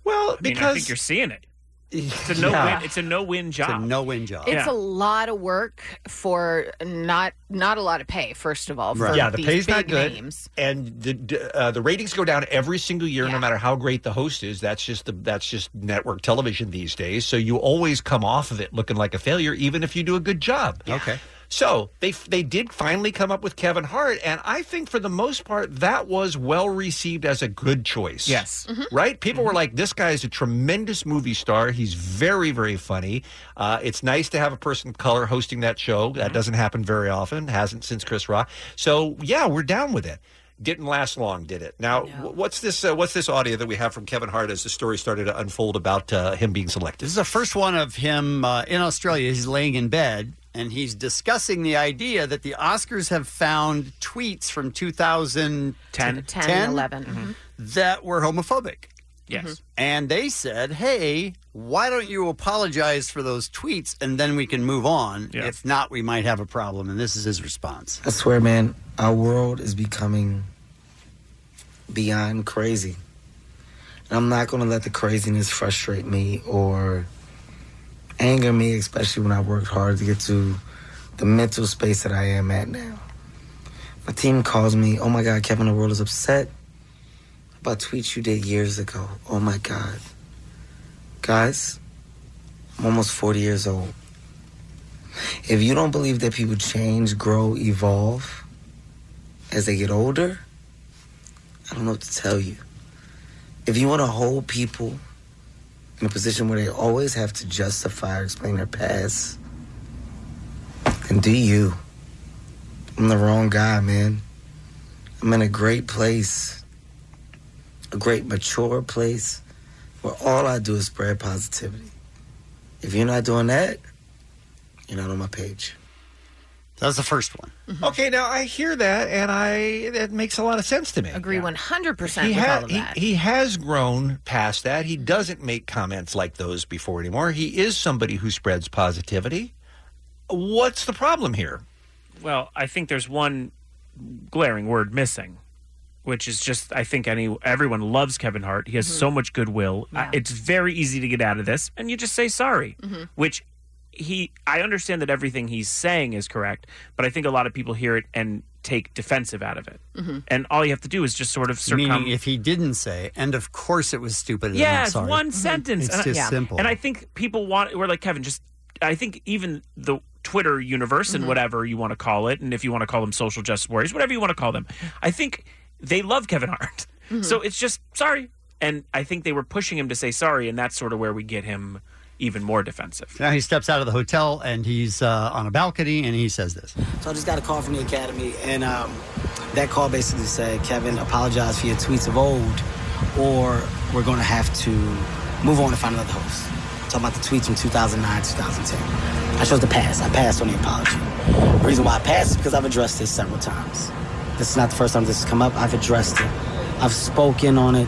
Speaker 11: Well,
Speaker 8: I mean, I think you're seeing it. It's a no
Speaker 7: Yeah.
Speaker 8: win. It's a no win job.
Speaker 7: It's a no win job.
Speaker 10: It's a lot of work for not not a lot of pay. First of all, for
Speaker 11: Yeah, the
Speaker 10: these
Speaker 11: pay's
Speaker 10: big
Speaker 11: not good,
Speaker 10: names.
Speaker 11: and the- the uh, the ratings go down every single year, no matter how great the host is. That's just the that's just network television these days. So you always come off of it looking like a failure, even if you do a good job. Okay. So they they did finally come up with Kevin Hart, and I think for the most part that was well received as a good choice. Yes, Mm-hmm. right. People were like, "This guy is a tremendous movie star. He's very very funny. Uh, it's nice to have a person of color hosting that show. That doesn't happen very often. Hasn't since Chris Rock. So yeah, we're down with it." Didn't last long, did it? Now, wh- what's this? Uh, what's this audio that we have from Kevin Hart as the story started to unfold about uh, him being selected?
Speaker 7: This is the first one of him uh, in Australia. He's laying in bed and he's discussing the idea that the Oscars have found tweets from 2010
Speaker 10: 10 and 11.
Speaker 7: Mm-hmm.
Speaker 8: Mm-hmm.
Speaker 7: that were homophobic.
Speaker 8: Yes.
Speaker 10: Mm-hmm.
Speaker 7: And they said, hey, why don't you apologize for those tweets and then we can move on? If not, we might have a problem. And this is his response.
Speaker 12: I swear, man, our world is becoming beyond crazy. And I'm not going to let the craziness frustrate me or anger me, especially when I worked hard to get to the mental space that I am at now. My team calls me, oh my God, Kevin, the world is upset about tweets you did years ago. Oh my God. Guys, I'm almost 40 years old. If you don't believe that people change, grow, evolve as they get older, I don't know what to tell you. If you want to hold people in a position where they always have to justify or explain their past, then do you. I'm the wrong guy, man. I'm in a great place, a great mature place where all I do is spread positivity. If you're not doing that, you're not on my page.
Speaker 7: That was the first one.
Speaker 11: Okay, now I hear that, and I that makes a lot of sense to me.
Speaker 10: Agree one hundred percent
Speaker 11: he,
Speaker 10: with
Speaker 11: ha-
Speaker 10: all of that.
Speaker 11: He, he has grown past that. He doesn't make comments like those before anymore. He is somebody who spreads positivity. What's the problem here?
Speaker 8: Well, I think there's one glaring word missing, which is just I think any everyone loves Kevin Hart. He has so much goodwill. Uh, it's very easy to get out of this, and you just say sorry,
Speaker 11: Mm-hmm.
Speaker 18: Mhm.
Speaker 8: which he I understand that everything he's saying is correct, but I think a lot of people hear it and take defensive out of it.
Speaker 18: Mhm.
Speaker 8: And all you have to do is just sort of circum
Speaker 7: Meaning, if he didn't say, and of course it was stupid. and I'm
Speaker 8: Yes,
Speaker 7: sorry." Mm-hmm.
Speaker 8: one sentence.
Speaker 7: It's
Speaker 8: and I-
Speaker 7: just simple.
Speaker 8: And I think people want. We're like Kevin. Just I think even the Twitter universe and
Speaker 7: Mm-hmm.
Speaker 18: Mhm.
Speaker 8: whatever you want to call it, and if you want to call them social justice warriors, whatever you want to call them, I think they love Kevin Hart.
Speaker 7: Mm-hmm.
Speaker 18: Mhm.
Speaker 8: So it's just sorry. And I think they were pushing him to say sorry, and that's sort of where we get him even more defensive.
Speaker 7: now he steps out of the hotel and he's uh, on a balcony and he says this.
Speaker 15: So I just got a call from the academy, and um, that call basically said, Kevin, apologize for your tweets of old, or we're going to have to move on and find another host. Talking about the tweets from 2009, 2010. I chose to pass. I passed on the apology. The reason why I passed is because I've addressed this several times. This is not the first time this has come up. I've addressed it. I've spoken on it.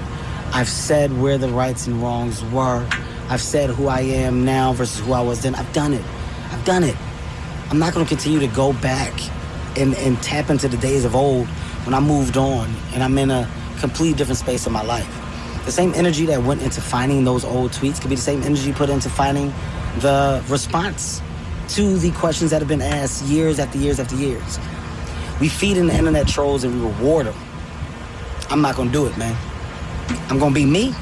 Speaker 15: I've said where the rights and wrongs were. I've said who I am now versus who I was then. I've done it. I've done it. I'm not going to continue to go back and, and tap into the days of old when I moved on and I'm in a completely different space in my life. The same energy that went into finding those old tweets could be the same energy put into finding the response to the questions that have been asked years after years after years. We feed in the internet trolls and we reward them. I'm not going to do it, man. I'm going to be me.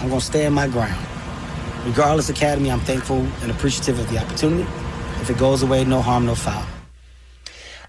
Speaker 15: I'm going to stand my ground. Regardless, Academy, I'm thankful and appreciative of the opportunity. If it goes away, no harm, no foul.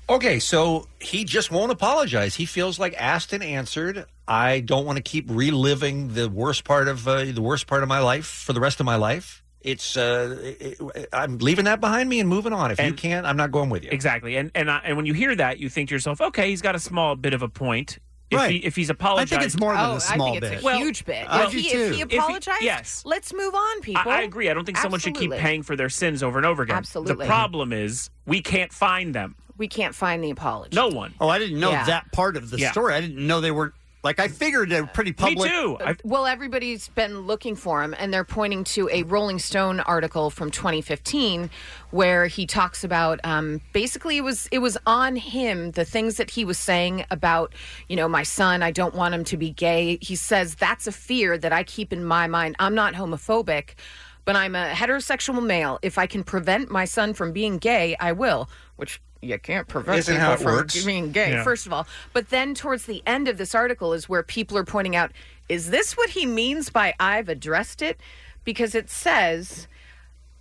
Speaker 11: Okay, so he just won't apologize. He feels like asked and answered. I don't want to keep reliving the worst part of uh, the worst part of my life for the rest of my life. It's uh, it- it- I'm leaving that behind me and moving on. If you can't, I'm not going with you.
Speaker 8: Exactly. And and I, and when you hear that, you think to yourself, okay, he's got a small bit of a point. If,
Speaker 11: Right.
Speaker 8: he, if he's
Speaker 11: I
Speaker 8: apologizing,
Speaker 11: think it's more than a Oh, I think small it's a bit.
Speaker 8: Well,
Speaker 10: Huge bit.
Speaker 8: well,
Speaker 10: if, he, if he
Speaker 8: If he-
Speaker 10: apologized,
Speaker 8: yes.
Speaker 10: let's move on,
Speaker 8: I,
Speaker 10: people.
Speaker 8: I agree. I don't think someone should keep
Speaker 10: Absolutely.
Speaker 8: paying for their sins over and over again.
Speaker 10: Absolutely.
Speaker 8: The problem is we can't find them.
Speaker 10: We can't find the apology.
Speaker 8: No one.
Speaker 7: Oh, I didn't know
Speaker 10: Yeah.
Speaker 7: that part of the
Speaker 8: Yeah.
Speaker 7: story. I didn't know they weren't like I figured they were pretty public. Uh,
Speaker 10: well, everybody's been looking for him, and they're pointing to a Rolling Stone article from 2015 where he talks about um, basically it was it was on him the things that he was saying about you know my son. I don't want him to be gay. He says that's a fear that I keep in my mind. I'm not homophobic. But I'm a heterosexual male. If I can prevent my son from being gay, I will. Which you can't prevent
Speaker 11: Isn't
Speaker 10: people
Speaker 11: how it
Speaker 10: from
Speaker 11: works.
Speaker 10: being gay.
Speaker 11: Yeah.
Speaker 10: First first of all. But then towards the end of this article is where people are pointing out is this what he means by I've addressed it? Because it says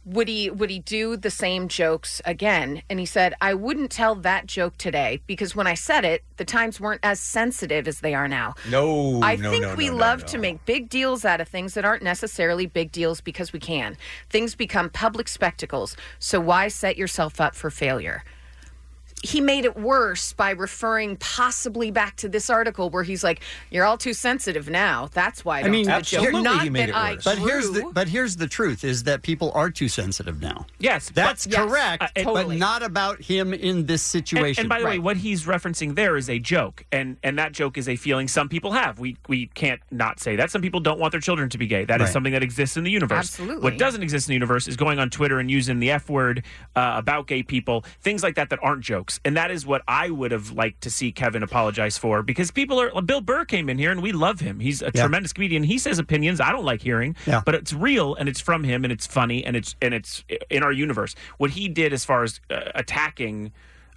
Speaker 10: would he would he do the same jokes again and he said i wouldn't tell that joke today because when i said it the times weren't as sensitive as they are now
Speaker 11: No,
Speaker 10: I
Speaker 11: Oh, no,
Speaker 10: think
Speaker 11: no,
Speaker 10: we
Speaker 11: no, no,
Speaker 10: love
Speaker 11: no.
Speaker 10: to make big deals out of things that aren't necessarily big deals because we can. Things become public spectacles. So why set yourself up for failure? He made it worse by referring possibly back to this article where he's like, "You're all too sensitive now. That's why I,
Speaker 7: I,
Speaker 10: don't
Speaker 7: mean,
Speaker 10: do the joke. Not that I
Speaker 7: But here's
Speaker 10: grew."
Speaker 7: the but here's the truth: is that people are too sensitive now.
Speaker 8: Yes,
Speaker 7: that's
Speaker 8: but- yes,
Speaker 7: correct.
Speaker 8: uh, it-
Speaker 7: But
Speaker 8: totally.
Speaker 7: not about him in this situation.
Speaker 8: And, and by the way, what he's referencing there is a joke, and and that joke is a feeling some people have. We we can't not say that. Some people don't want their children to be gay. That is
Speaker 18: Right.
Speaker 8: something that exists in the universe.
Speaker 18: Absolutely.
Speaker 8: What doesn't exist in the universe is going on Twitter and using the f word uh, about gay people, things like that that aren't jokes. And that is what I would have liked to see Kevin apologize for because people are. Bill Burr came in here, and we love him. He's a tremendous comedian. He says opinions I don't like hearing, but it's real and it's from him and it's funny and it's and it's in our universe. What he did as far as uh, attacking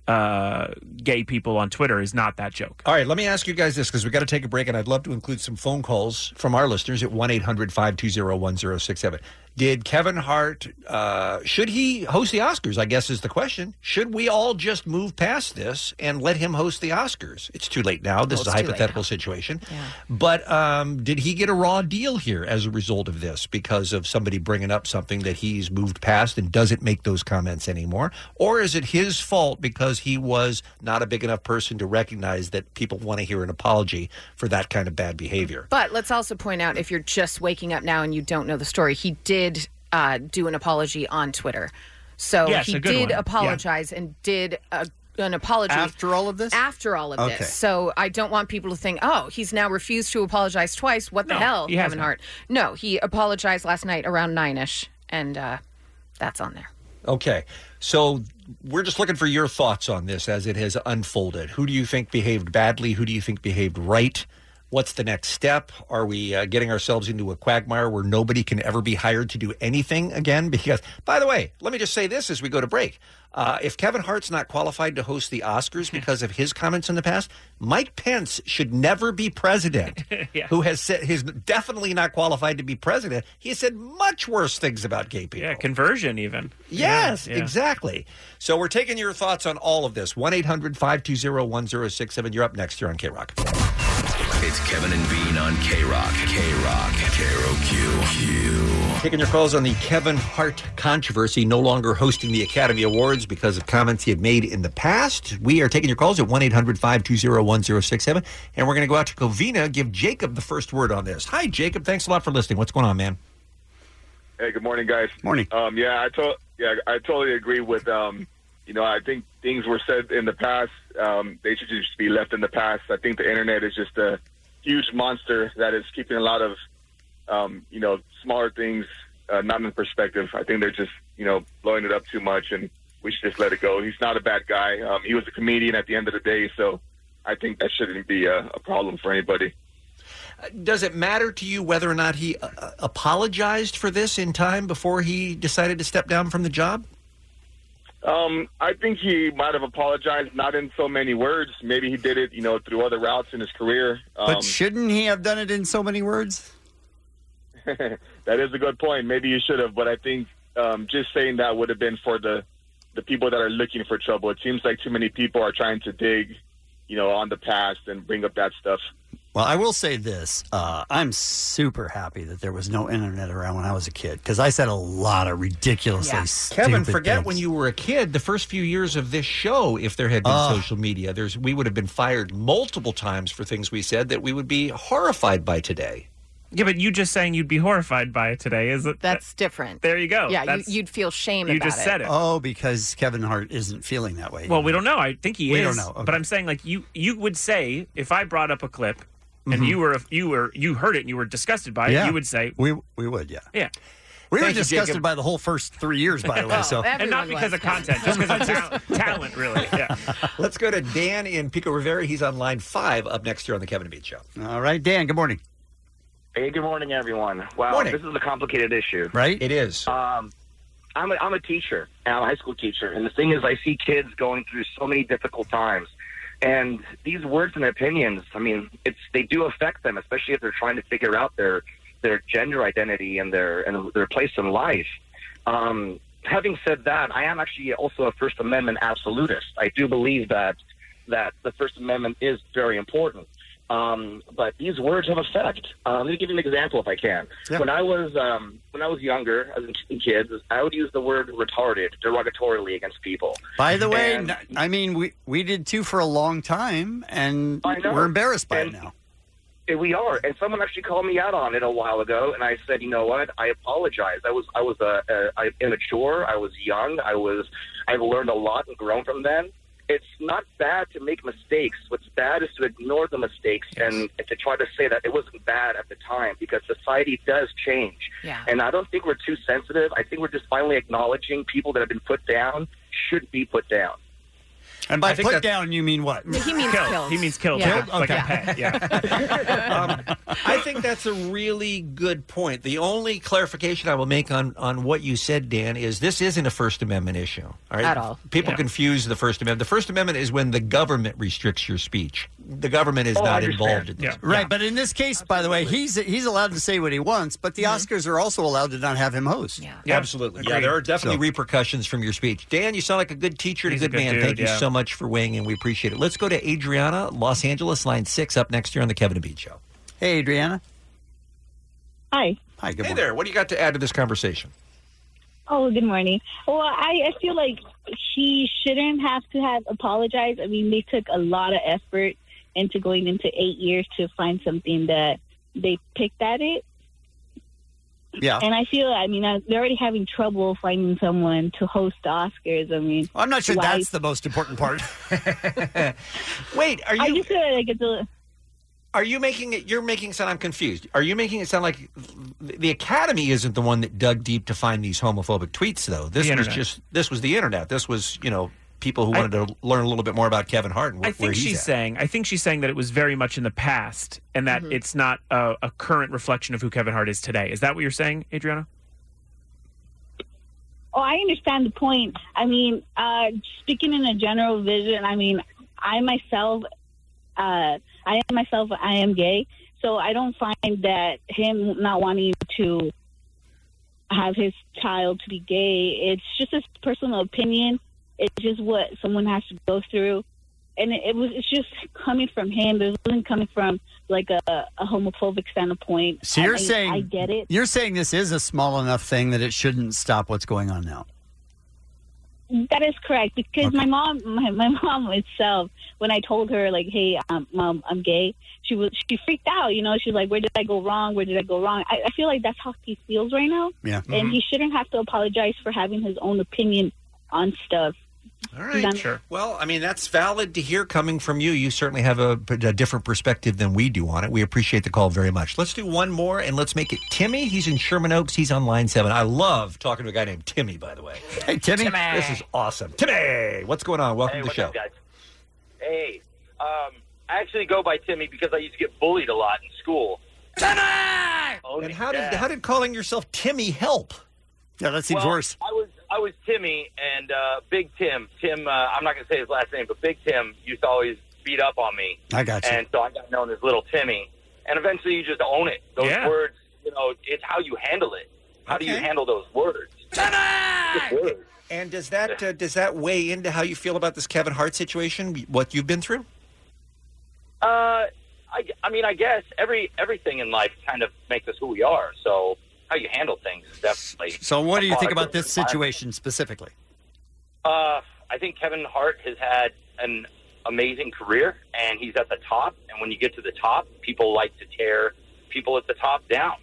Speaker 8: uh, gay people on Twitter is not that joke.
Speaker 11: All right, let me ask you guys this because we got to take a break, and I'd love to include some phone calls from our listeners at 1 800 520 1067. Did Kevin Hart, uh, should he host the Oscars? I guess is the question. Should we all just move past this and let him host the Oscars? It's too late now. This
Speaker 18: Well,
Speaker 11: is a
Speaker 18: Oh, it's too late
Speaker 11: hypothetical situation. But um, did he get a raw deal here as a result of this because of somebody bringing up something that he's moved past and doesn't make those comments anymore? Or is it his fault because he was not a big enough person to recognize that people want to hear an apology for that kind of bad behavior?
Speaker 10: But let's also point out if you're just waking up now and you don't know the story, he did uh, do an apology on Twitter. So
Speaker 5: Yes,
Speaker 10: he
Speaker 5: a good
Speaker 10: did
Speaker 5: one. Yeah.
Speaker 10: apologize and did a, an apology.
Speaker 7: After all of this?
Speaker 10: After all of
Speaker 7: Okay.
Speaker 10: this. So I don't want people to think, oh, he's now refused to apologize twice. What the
Speaker 5: No,
Speaker 10: hell,
Speaker 5: he
Speaker 10: Kevin
Speaker 5: hasn't.
Speaker 10: Hart? No, he apologized last night around nine ish, and uh, that's on there.
Speaker 11: Okay. So we're just looking for your thoughts on this as it has unfolded. Who do you think behaved badly? Who do you think behaved right? What's the next step? Are we uh, getting ourselves into a quagmire where nobody can ever be hired to do anything again? Because, by the way, let me just say this as we go to break. Uh, if Kevin Hart's not qualified to host the Oscars because of his comments in the past, Mike Pence should never be president, who has said he's definitely not qualified to be president. He has said much worse things about gay people.
Speaker 8: Yeah, conversion even.
Speaker 11: Yes,
Speaker 8: Yeah, yeah.
Speaker 11: exactly. So we're taking your thoughts on all of this. 1 800 520 1067. You're up next here on K Rock.
Speaker 14: It's Kevin and Bean on K Rock. K Rock. K R O Q.
Speaker 11: Taking your calls on the Kevin Hart controversy, no longer hosting the Academy Awards because of comments he had made in the past. We are taking your calls at 1 800 520 1067. And we're going to go out to Covina, give Jacob the first word on this. Hi, Jacob. Thanks a lot for listening. What's going on, man?
Speaker 26: Hey, good morning, guys.
Speaker 11: Morning.
Speaker 26: Um, yeah, I to- yeah, I totally agree with um, you know, I think things were said in the past. Um, they should just be left in the past. I think the internet is just a huge monster that is keeping a lot of um, you know, smaller things uh, not in perspective. I think they're just you know blowing it up too much, and we should just let it go. He's not a bad guy. Um, he was a comedian at the end of the day, so I think that shouldn't be a, a problem for anybody.
Speaker 11: Does it matter to you whether or not he uh, apologized for this in time before he decided to step down from the job?
Speaker 26: Um, I think he might have apologized, not in so many words. Maybe he did it, you know, through other routes in his career. Um,
Speaker 7: but shouldn't he have done it in so many words?
Speaker 26: Um, that is a good point. Maybe you should have, but I think um, just saying that would have been for the the people that are looking for trouble. It seems like too many people are trying to dig, you know, on the past and bring up that stuff.
Speaker 7: Well, I will say this. Uh, I'm super happy that there was no internet around when I was a kid because I said a lot of ridiculously stupid
Speaker 11: Kevin, forget
Speaker 7: things.
Speaker 11: when you were a kid. The first few years of this show, if there had been
Speaker 7: Ugh.
Speaker 11: social media, there's we would have been fired multiple times for things we said that we would be horrified by today.
Speaker 8: Yeah, but you just saying you'd be horrified by it today is it?
Speaker 10: That's different.
Speaker 8: There you
Speaker 5: Oh,
Speaker 8: go.
Speaker 10: Yeah, you,
Speaker 8: That's-
Speaker 10: you'd feel shame about it.
Speaker 7: Oh, because Kevin Hart isn't feeling that way.
Speaker 8: Well, we don't know. I think he
Speaker 7: We
Speaker 8: is.
Speaker 7: don't know. Okay.
Speaker 8: But I'm saying like you you would say if I brought up a clip and
Speaker 7: Mhm.
Speaker 8: you were you were you heard it and you were disgusted by it,
Speaker 7: Yeah.
Speaker 8: you would say
Speaker 7: we we would yeah
Speaker 8: yeah.
Speaker 7: We were disgusted by the whole first three years, by the way. So
Speaker 8: and not because of content, just because of talent, talent, really. Yeah.
Speaker 11: Let's go to Dan in Pico Rivera. He's on line five up next here on the Kevin and Bean Show.
Speaker 7: All right, Dan. Good morning.
Speaker 27: Hey, good morning, everyone. Wow,
Speaker 11: Morning.
Speaker 27: this is a complicated issue,
Speaker 7: right?
Speaker 11: It is.
Speaker 27: Um, I'm a, I'm a teacher, and I'm a high school teacher, and the thing is, I see kids going through so many difficult times, and these words and opinions. I mean, it's they do affect them, especially if they're trying to figure out their their gender identity and their and their place in life. Um, having said that, I am actually also a First Amendment absolutist. I do believe that that the First Amendment is very important. Um, but these words have effect. Uh, let me give you an example, if I can. When I was um, when I was younger, as a kid, I would use the word retarded derogatorily against people.
Speaker 7: By the way,
Speaker 27: And-
Speaker 7: n- I mean we we did too for a long time, and we're embarrassed by it now.
Speaker 27: And we are. And someone actually called me out on it a while ago, and I said, you know what? I apologize. I was I was uh, uh, I- immature. I was young. I was I've learned a lot and grown from then. It's not bad to make mistakes. What's bad is to ignore the mistakes and to try to say that it wasn't bad at the time because society does change.
Speaker 28: Yeah.
Speaker 27: And I don't think we're too sensitive. I think we're just finally acknowledging people that have been put down should be put down.
Speaker 7: And by put down, you mean what?
Speaker 10: He means
Speaker 27: Killed.
Speaker 10: killed.
Speaker 27: He means killed,
Speaker 10: Yeah.
Speaker 27: like a
Speaker 10: Yeah.
Speaker 27: pet,
Speaker 8: yeah.
Speaker 11: Um, I think that's a really good point. The only clarification I will make on, on what you said, Dan, is this isn't a First Amendment issue. All right?
Speaker 6: At all.
Speaker 11: People
Speaker 6: Yeah.
Speaker 11: confuse the First Amendment. The First Amendment is when the government restricts your speech. The government is
Speaker 7: Oh, I
Speaker 11: not
Speaker 7: understand.
Speaker 11: involved in this.
Speaker 7: Right, but in this case, by the way, he's he's allowed to say what he wants, but the
Speaker 29: Mm-hmm.
Speaker 7: Oscars are also allowed to not have him host. Yeah,
Speaker 11: Absolutely. Yeah, there are definitely repercussions from your speech. Dan, you sound like a good teacher and a
Speaker 7: He's a
Speaker 11: good,
Speaker 7: good
Speaker 11: man.
Speaker 7: dude,
Speaker 11: Thank you
Speaker 7: yeah.
Speaker 11: so much for weighing in. We appreciate it. Let's go to Adriana, Los Angeles, line six, up next here on the Kevin and Bean Show.
Speaker 7: Hey, Adriana.
Speaker 29: Hi.
Speaker 7: Hi, good
Speaker 11: hey
Speaker 7: morning.
Speaker 11: there. What do you got to add to this conversation?
Speaker 29: Oh, good morning. Well, I, I feel like she shouldn't have to have apologized. I mean, they took a lot of effort into going into eight years to find something that they picked at it.
Speaker 7: Yeah.
Speaker 29: And I feel, I mean, I, they're already having trouble finding someone to host the Oscars. I mean,
Speaker 7: I'm not sure
Speaker 29: why-
Speaker 7: that's the most important part.
Speaker 11: Wait, are you?
Speaker 29: I just feel like it's a,
Speaker 11: Are you making it? You're making it sound. I'm confused. Are you making it sound like the Academy isn't the one that dug deep to find these homophobic tweets, though? This was
Speaker 8: internet.
Speaker 11: just. This was the internet. This was you know people who wanted to learn a little bit more about Kevin Hart and wh-
Speaker 8: I
Speaker 11: where
Speaker 8: think
Speaker 11: he's
Speaker 8: she's
Speaker 11: at.
Speaker 8: saying. I think she's saying that it was very much in the past, and that
Speaker 11: Mhm.
Speaker 8: it's not a, a current reflection of who Kevin Hart is today. Is that what you're saying, Adriana?
Speaker 29: Oh, I understand the point. I mean, uh, speaking in a general vision, I mean, I myself, uh, I am myself, I am gay. So I don't find that him not wanting to have his child to be gay, it's just his personal opinion. It's just what someone has to go through. And it, it was, it's just coming from him. It wasn't coming from like a, a homophobic standpoint.
Speaker 7: So you're
Speaker 29: I-
Speaker 7: saying
Speaker 29: I get it.
Speaker 7: You're saying this is a small enough thing that it shouldn't stop what's going on now.
Speaker 29: That is correct because my mom, my, my mom itself, when I told her like, "Hey, um, mom, I'm gay," she was she freaked out. You know, she's like, "Where did I go wrong? Where did I go wrong?" I, I feel like that's how he feels right now,
Speaker 7: Yeah.
Speaker 11: Mm-hmm.
Speaker 29: and he shouldn't have to apologize for having his own opinion on stuff.
Speaker 11: All right, sure. Well, I mean that's valid to hear coming from you. You certainly have a, a different perspective than we do on it. We appreciate the call very much. Let's do one more and let's make it Timmy. He's in Sherman Oaks. He's on line seven. I love talking to a guy named Timmy. By the way, hey Timmy, this is awesome. Timmy, what's going on?
Speaker 17: Hey,
Speaker 11: Welcome to the
Speaker 17: what's
Speaker 11: show.
Speaker 17: up, guys? Hey, um, I actually go by Timmy because I used to get bullied a lot in school. Timmy!
Speaker 11: and how did how did calling yourself Timmy help?
Speaker 7: Yeah, that
Speaker 17: well, I was I was Timmy and uh, Big Tim. Tim, uh, I'm not going to say his last name, but Big Tim used to always beat up on me.
Speaker 7: I got you.
Speaker 17: And so I got known as Little Timmy. And eventually, you just own it. Those
Speaker 7: Yeah.
Speaker 17: words, you know, it's how you handle it. How do you handle those words?
Speaker 11: And does that uh, does that weigh into how you feel about this Kevin Hart situation? What you've been through?
Speaker 17: Uh, I, I mean, I guess every everything in life kind of makes us who we are. So how you handle things is definitely.
Speaker 7: So what do
Speaker 17: a
Speaker 7: you
Speaker 17: product
Speaker 7: think about
Speaker 17: of
Speaker 7: this
Speaker 17: your environment.
Speaker 7: situation specifically?
Speaker 17: Uh, I think Kevin Hart has had an amazing career, and he's at the top. And when you get to the top, people like to tear people at the top down.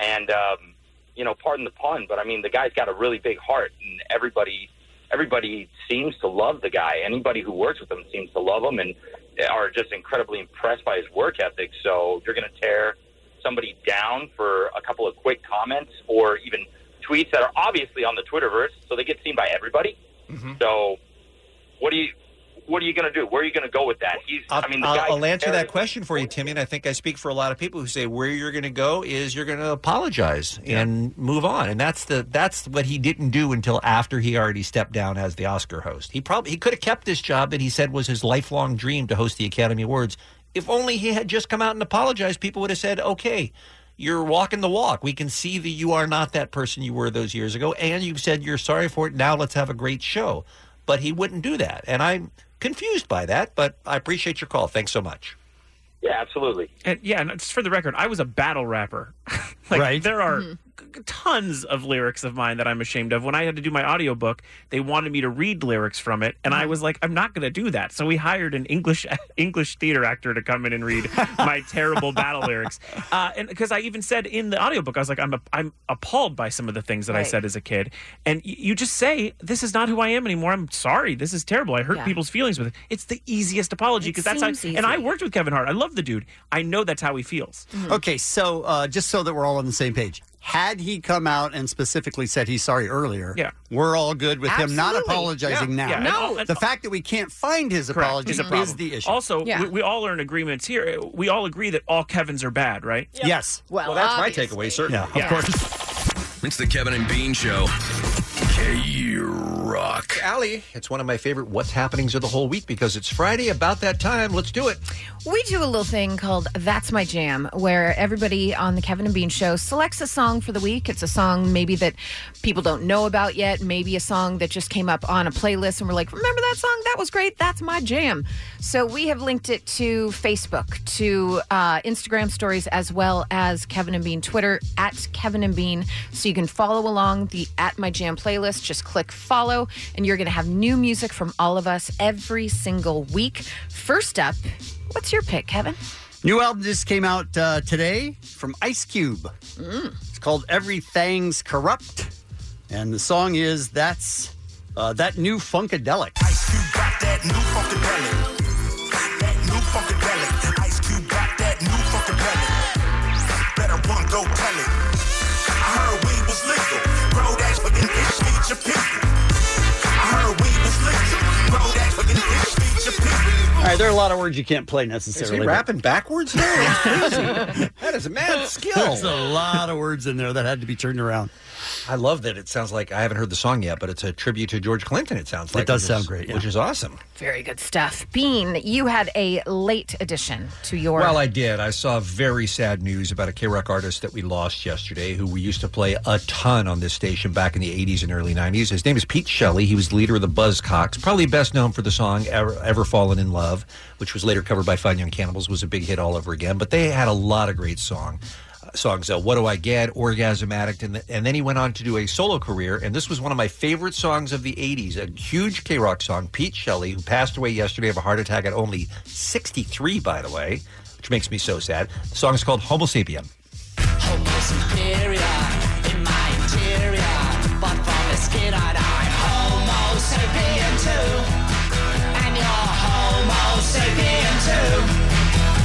Speaker 17: And um, you know, pardon the pun, but I mean, the guy's got a really big heart, and everybody everybody seems to love the guy. Anybody who works with him seems to love him, and are just incredibly impressed by his work ethic. So you're going to tear somebody down for a couple of quick comments or even tweets that are obviously on the Twitterverse, so they get seen by everybody.
Speaker 11: Mm-hmm.
Speaker 17: So, what do you what are you going to do? Where are you going to go with that? He's. i mean, the
Speaker 11: I'll,
Speaker 17: guy.
Speaker 11: I'll answer that question for you, Timmy, and I think I speak for a lot of people who say where you're going to go is you're going to apologize and move on, and that's the that's what he didn't do until after he already stepped down as the Oscar host. He probably he could have kept this job that he said was his lifelong dream to host the Academy Awards. If only he had just come out and apologized, people would have said, "Okay, you're walking the walk. We can see that you are not that person you were those years ago, and you've said you're sorry for it. Now let's have a great show." But he wouldn't do that, and I'm confused by that. But I appreciate your call. Thanks so much.
Speaker 17: Yeah, absolutely.
Speaker 8: And yeah, and just for the record, I was a battle rapper. like, There are g- tons of lyrics of mine that I'm ashamed of. When I had to do my audiobook, they wanted me to read lyrics from it, and I was like, I'm not going to do that. So we hired an English English theater actor to come in and read my terrible battle lyrics. Uh, and because I even said in the audiobook, I was like, I'm I'm appalled by some of the things that I
Speaker 3: Right.
Speaker 8: said as a kid. And y- you just say, this is not who I am anymore. I'm sorry. This is terrible. I hurt
Speaker 3: Yeah.
Speaker 8: people's feelings with it. It's the easiest apology because that's how,
Speaker 7: seems easy.
Speaker 8: and I worked with Kevin Hart. I love the dude. I know that's how he feels.
Speaker 7: Okay, so uh, just so that we're all on the same page, had he come out and specifically said he's sorry earlier,
Speaker 8: Yeah.
Speaker 7: we're all good with him not
Speaker 8: Absolutely.
Speaker 7: apologizing
Speaker 8: Yeah,
Speaker 7: now.
Speaker 8: yeah. No.
Speaker 7: the fact that we can't find his
Speaker 8: Correct.
Speaker 7: apology
Speaker 8: It's
Speaker 7: is,
Speaker 8: a problem.
Speaker 7: the issue.
Speaker 8: Also, we, we all are in agreements here. We all agree that all Kevins are bad, right?
Speaker 7: Yes.
Speaker 10: Well,
Speaker 11: that's my takeaway, certainly.
Speaker 8: Yeah, of course.
Speaker 14: It's the Kevin and Bean Show. K Rock.
Speaker 11: Allie, it's one of my favorite what's happenings of the whole week because it's Friday about that time. Let's do it.
Speaker 10: We do a little thing called That's My Jam, where everybody on the Kevin and Bean show selects a song for the week. It's a song maybe that people don't know about yet, maybe a song that just came up on a playlist and we're like, remember that song? That was great. That's my jam. So we have linked it to Facebook, to uh, Instagram stories, as well as Kevin and Bean Twitter at Kevin and Bean. So you can follow along the At My Jam playlist. Just click follow, and you're going to have new music from all of us every single week. First up, What's your pick, Kevin?
Speaker 7: New album just came out uh, today from Ice Cube.
Speaker 11: Mm.
Speaker 7: It's called Everything's Corrupt, and the song is that's uh, that new funkadelic.
Speaker 6: Got that new funkadelic. Got that new funkadelic. Ice Cube got that new the pellet. Better one go tell it. I heard weed was legal. Road ass fucking bitch, feed your people. I heard weed was legal. Road ass fucking bitch, feed your people.
Speaker 7: All right, there are a lot of words you can't play
Speaker 11: Is
Speaker 7: necessarily.
Speaker 11: he
Speaker 7: but-
Speaker 11: rapping backwards now? That's crazy. that is a mad skill.
Speaker 7: There's a lot of words in there that had to be turned around.
Speaker 11: I love that it sounds like I haven't heard the song yet, but it's a tribute to George Clinton. It sounds like
Speaker 7: does
Speaker 11: which
Speaker 7: sound
Speaker 11: is-
Speaker 7: great, yeah.
Speaker 11: which is awesome.
Speaker 10: Very good stuff. Bean, you had a late addition to your.
Speaker 11: Well, I did. I saw very sad news about a K Rock artist that we lost yesterday, who we used to play a ton on this station back in the 80s and early 90s. His name is Pete Shelley. He was the leader of the Buzzcocks, probably best known for the song Ever, Ever Fallen in Love, which was later covered by Fine Young Cannibals, was a big hit all over again. But they had a lot of great song songs. Uh, what do I get? Orgasm addict, and, th- and then he went on to do a solo career. And this was one of my favorite songs of the '80s, a huge K rock song. Pete Shelley, who passed away yesterday of a heart attack at only 63, by the way, which makes me so sad. The song is called Homo Sapien.
Speaker 5: Homeless inferior in my interior, but from the skin I'd I'm Homo sapien too, and you're Homo sapien too,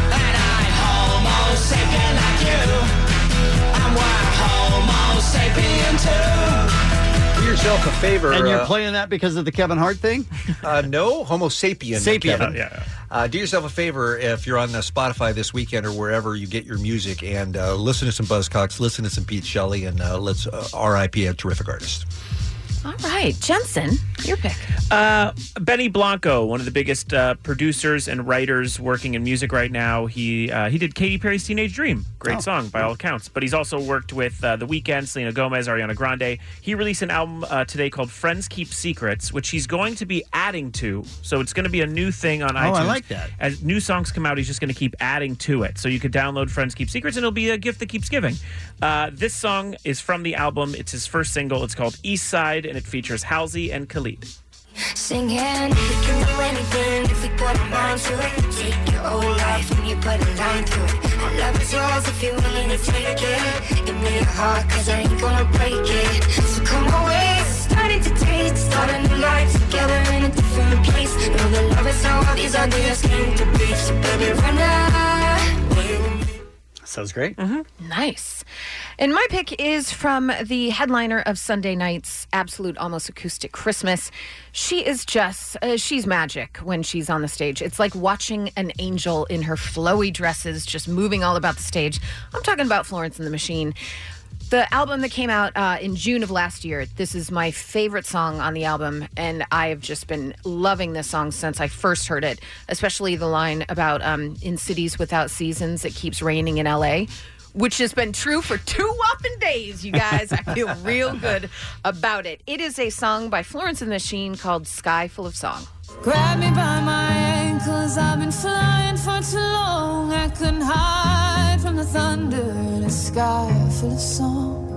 Speaker 5: and I'm Homo sapien like you, and we're Homo sapien too.
Speaker 11: Do yourself a favor.
Speaker 7: And you're
Speaker 11: uh,
Speaker 7: playing that because of the Kevin Hart thing?
Speaker 11: uh, no, Homo sapien.
Speaker 7: Sapien.
Speaker 11: Kevin.
Speaker 7: Oh, yeah.
Speaker 11: Uh, do yourself a favor if you're on uh, Spotify this weekend or wherever you get your music and uh, listen to some Buzzcocks, listen to some Pete Shelley, and uh, let's uh, RIP a terrific artist.
Speaker 10: All right, Jensen, your pick.
Speaker 8: Uh, Benny Blanco, one of the biggest uh, producers and writers working in music right now. He uh, he did Katy Perry's "Teenage Dream,"
Speaker 7: Oh,
Speaker 8: great song by all accounts. But he's also worked with uh, The Weeknd, Selena Gomez, Ariana Grande. He released an album uh, today called "Friends Keep Secrets," which he's going to be adding to. So it's going to be a new thing on
Speaker 7: Oh, I
Speaker 8: iTunes.
Speaker 7: like that.
Speaker 8: As new songs come out, he's just going to keep adding to it. So you could download "Friends Keep Secrets," and it'll be a gift that keeps giving. Uh, this song is from the album. It's his first single. It's called "East Side," and it features Halsey and Khalid.
Speaker 16: Singing, we can do anything if we put our mind to it. Take your whole life and you put a line through it. My love is yours if you're willing to take it. Give me your heart, cause I ain't gonna break it. So come away, starting to taste, start a new life together in a different place. Know the love is how all these ideas came to be. So baby, run away with me.
Speaker 7: Sounds great.
Speaker 10: Uh-huh. Mm-hmm. Nice. And my pick is from the headliner of Sunday night's Absolute Almost Acoustic Christmas. She is just, uh, she's magic when she's on the stage. It's like watching an angel in her flowy dresses just moving all about the stage. I'm talking about Florence and the Machine. The album that came out uh, in June of last year, this is my favorite song on the album, and I have just been loving this song since I first heard it, especially the line about um, in cities without seasons, it keeps raining in LA, which has been true for two whopping days, you guys. I feel real good about it. It is a song by Florence and the Machine called Sky Full of Song.
Speaker 16: Grab me by my ankles, I've been flying for too long. I couldn't hide from the thunder in a sky full of song.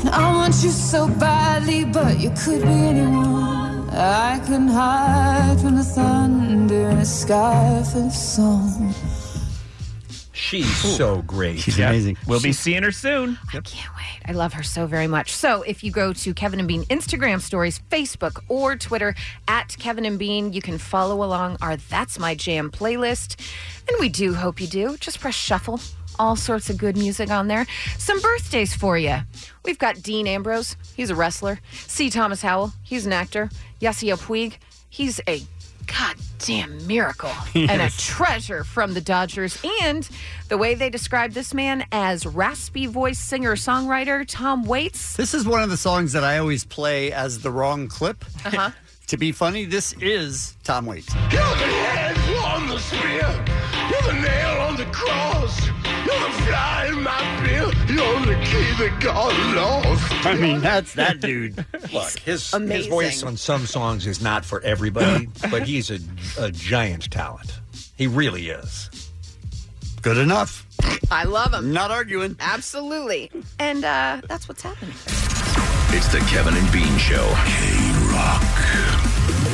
Speaker 16: And I want you so badly, but you could be anyone. I couldn't hide from the thunder in a sky full of song.
Speaker 11: She's so great.
Speaker 7: She's amazing.
Speaker 8: We'll be seeing her soon.
Speaker 10: I love her so very much. So if you go to Kevin and Bean Instagram stories, Facebook, or Twitter at Kevin and Bean, you can follow along our That's My Jam playlist. And we do hope you do. Just press shuffle. All sorts of good music on there. Some birthdays for you. We've got Dean Ambrose. He's a wrestler. C. Thomas Howell. He's an actor. Yasiel Puig. He's a goddamn miracle and a
Speaker 9: Yes.
Speaker 10: treasure from the Dodgers. And the way they describe this man as raspy voice singer songwriter Tom Waits.
Speaker 7: This is one of the songs that I always play as the wrong clip.
Speaker 10: Uh-huh.
Speaker 7: to be funny, this is Tom Waits.
Speaker 30: You're the head on the spear. You're the nail on the cross. You're the fly in my bill. You're the key that got lost.
Speaker 7: I mean, that's that dude.
Speaker 11: Look, his his
Speaker 30: amazing.
Speaker 11: voice on some songs is not for everybody, but he's a, a giant talent. He really is.
Speaker 7: Good enough.
Speaker 10: I love him.
Speaker 7: Not arguing.
Speaker 10: Absolutely. And uh, that's what's happening.
Speaker 14: It's the Kevin and Bean Show. K Rock.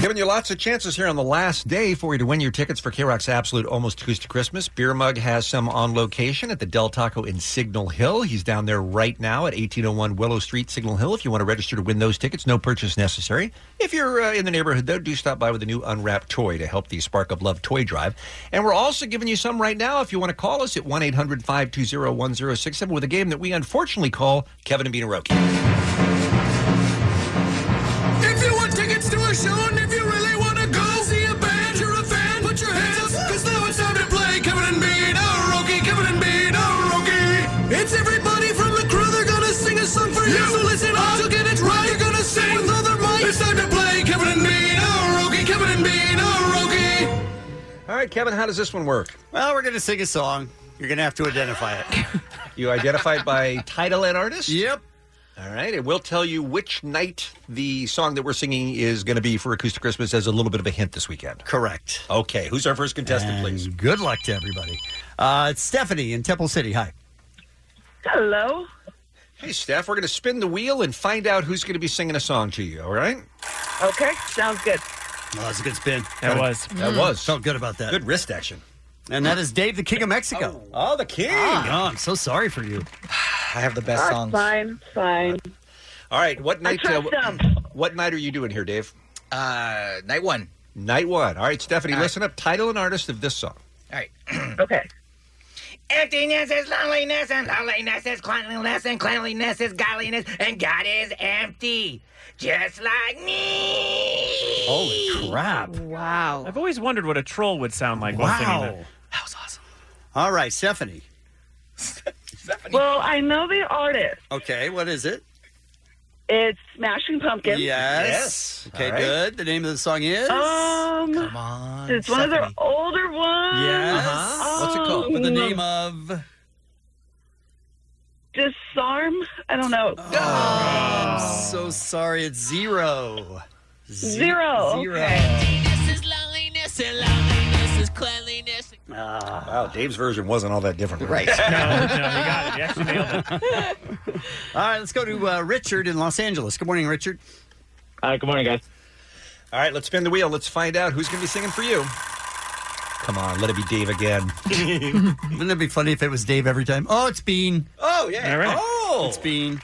Speaker 11: Giving you lots of chances here on the last day for you to win your tickets for K Rock's Absolute Almost Acoustic Christmas. Beer Mug has some on location at the Del Taco in Signal Hill. He's down there right now at 1801 Willow Street, Signal Hill. If you want to register to win those tickets, no purchase necessary. If you're uh, in the neighborhood, though, do stop by with a new unwrapped toy to help the Spark of Love toy drive. And we're also giving you some right now if you want to call us at 1 800 520 1067 with a game that we unfortunately call Kevin and Bean Roki.
Speaker 5: If you want tickets to a show and if you really want to go see a band, you're a fan, put your hands up, cause now it's time to play Kevin and Bean, oh, Roki, Kevin and Bean, oh, Roki. It's everybody from the crew, they're gonna sing a song for you. So listen up, to get it right, they're gonna sing with all their might. It's time to play Kevin and Bean, oh, Roki, Kevin and Bean, oh, Roki.
Speaker 11: All right, Kevin, how does this one work?
Speaker 7: Well, we're going to sing a song. You're going to have to identify it.
Speaker 11: you identify it by title and artist?
Speaker 7: Yep.
Speaker 11: All right. It will tell you which night the song that we're singing is going to be for Acoustic Christmas as a little bit of a hint this weekend.
Speaker 7: Correct.
Speaker 11: Okay. Who's our first contestant,
Speaker 7: And
Speaker 11: please?
Speaker 7: Good luck to everybody. Uh, it's Stephanie in Temple City. Hi.
Speaker 9: Hello.
Speaker 11: Hey, Steph, we're going to spin the wheel and find out who's going to be singing a song to you. All right? Mm-hmm.
Speaker 9: Okay. Sounds good.
Speaker 7: Well, that's a good spin.
Speaker 11: That was. That
Speaker 7: Mm.
Speaker 11: was.
Speaker 7: Felt good about that.
Speaker 11: Good wrist action.
Speaker 7: And that is Dave, the King of Mexico.
Speaker 11: Oh, the King.
Speaker 7: oh, I'm so sorry for you.
Speaker 11: I have the best
Speaker 9: Ah,
Speaker 11: songs.
Speaker 9: Fine. Fine.
Speaker 11: All right. What night?
Speaker 9: trust
Speaker 11: what- what night are you doing here, Dave? Uh, night one. Uh, Night one. All right, Stephanie, listen up. Title and artist of this song.
Speaker 9: All right. okay.
Speaker 19: Emptiness is loneliness, and loneliness is cleanliness, and cleanliness is godliness, and God is empty, just like me.
Speaker 8: Holy
Speaker 7: crap.
Speaker 8: Wow. I've always wondered what a troll would sound like.
Speaker 7: Wow.
Speaker 8: While singing that.
Speaker 7: All right, Stephanie.
Speaker 9: Well, I know the artist.
Speaker 7: Okay, what is it?
Speaker 9: It's Smashing Pumpkins.
Speaker 7: Yes. Okay, good. The name of the song is?
Speaker 5: Oh,
Speaker 9: Um, Come on, it's one of their older ones.
Speaker 7: Yes.
Speaker 9: Um,
Speaker 7: What's it called? With the name of?
Speaker 9: Disarm. I don't know.
Speaker 20: Oh.
Speaker 9: Uh,
Speaker 7: I'm so sorry. It's zero. Ze-
Speaker 9: Zero.
Speaker 7: Zero.
Speaker 19: Emptiness is loneliness, and loneliness is cleanliness.
Speaker 7: Ah.
Speaker 11: wow, Dave's version wasn't all that different.
Speaker 7: Right.
Speaker 11: no,
Speaker 7: no,
Speaker 11: you got it. You actually nailed it.
Speaker 7: All right, let's go to uh, Richard in Los Angeles. Good morning, Richard.
Speaker 11: All right, Uh, good morning, guys. All right, let's spin the wheel. Let's find out who's going to be singing for you. Come on, let it be Dave again.
Speaker 7: Wouldn't it be funny if it was Dave every time? Oh, it's Bean.
Speaker 11: Oh, yeah. All right. Oh.
Speaker 7: It's Bean.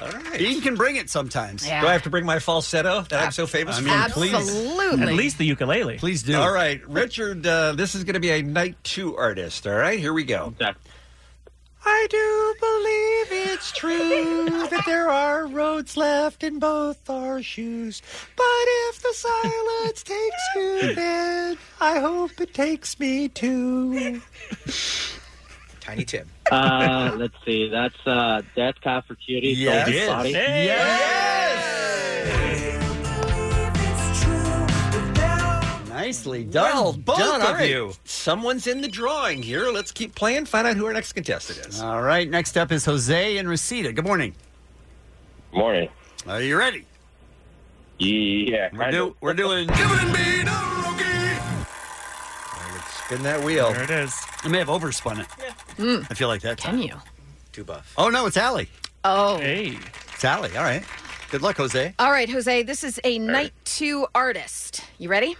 Speaker 11: All right.
Speaker 7: Bean can bring it sometimes.
Speaker 11: Do I have to bring my falsetto that I'm so famous
Speaker 7: I
Speaker 11: for?
Speaker 7: mean, please. Absolutely. At least
Speaker 8: the ukulele.
Speaker 7: Please do.
Speaker 11: All right, Richard, uh, this is going to be a night two artist. All right, here we go.
Speaker 20: I do believe it's true that there are roads left in both our shoes. But if the silence takes you, then I hope it takes me too.
Speaker 21: Tiny Tim.
Speaker 18: uh, let's see. That's uh, Death Cab for Cutie.
Speaker 21: Yes.
Speaker 18: Soul's
Speaker 21: Yes.
Speaker 18: Body.
Speaker 21: Hey.
Speaker 7: Nicely done.
Speaker 11: Well, both
Speaker 7: done. All
Speaker 11: of
Speaker 7: right.
Speaker 11: you. Someone's in the drawing here. Let's keep playing. Find out who our next contestant is.
Speaker 7: All right, next up is Jose and Reseda. Good morning.
Speaker 18: Morning.
Speaker 7: Are you ready?
Speaker 18: Yeah.
Speaker 7: We're, do- we're doing.
Speaker 11: Spin that wheel. There
Speaker 8: it is.
Speaker 7: I may have overspun it. Mm. I feel like that. Can
Speaker 10: you?
Speaker 11: Too buff.
Speaker 7: Oh, no, it's Allie.
Speaker 10: Oh.
Speaker 8: Hey.
Speaker 7: It's Allie. All right. Good luck, Jose.
Speaker 10: All right, Jose, this is a night two artist. You ready?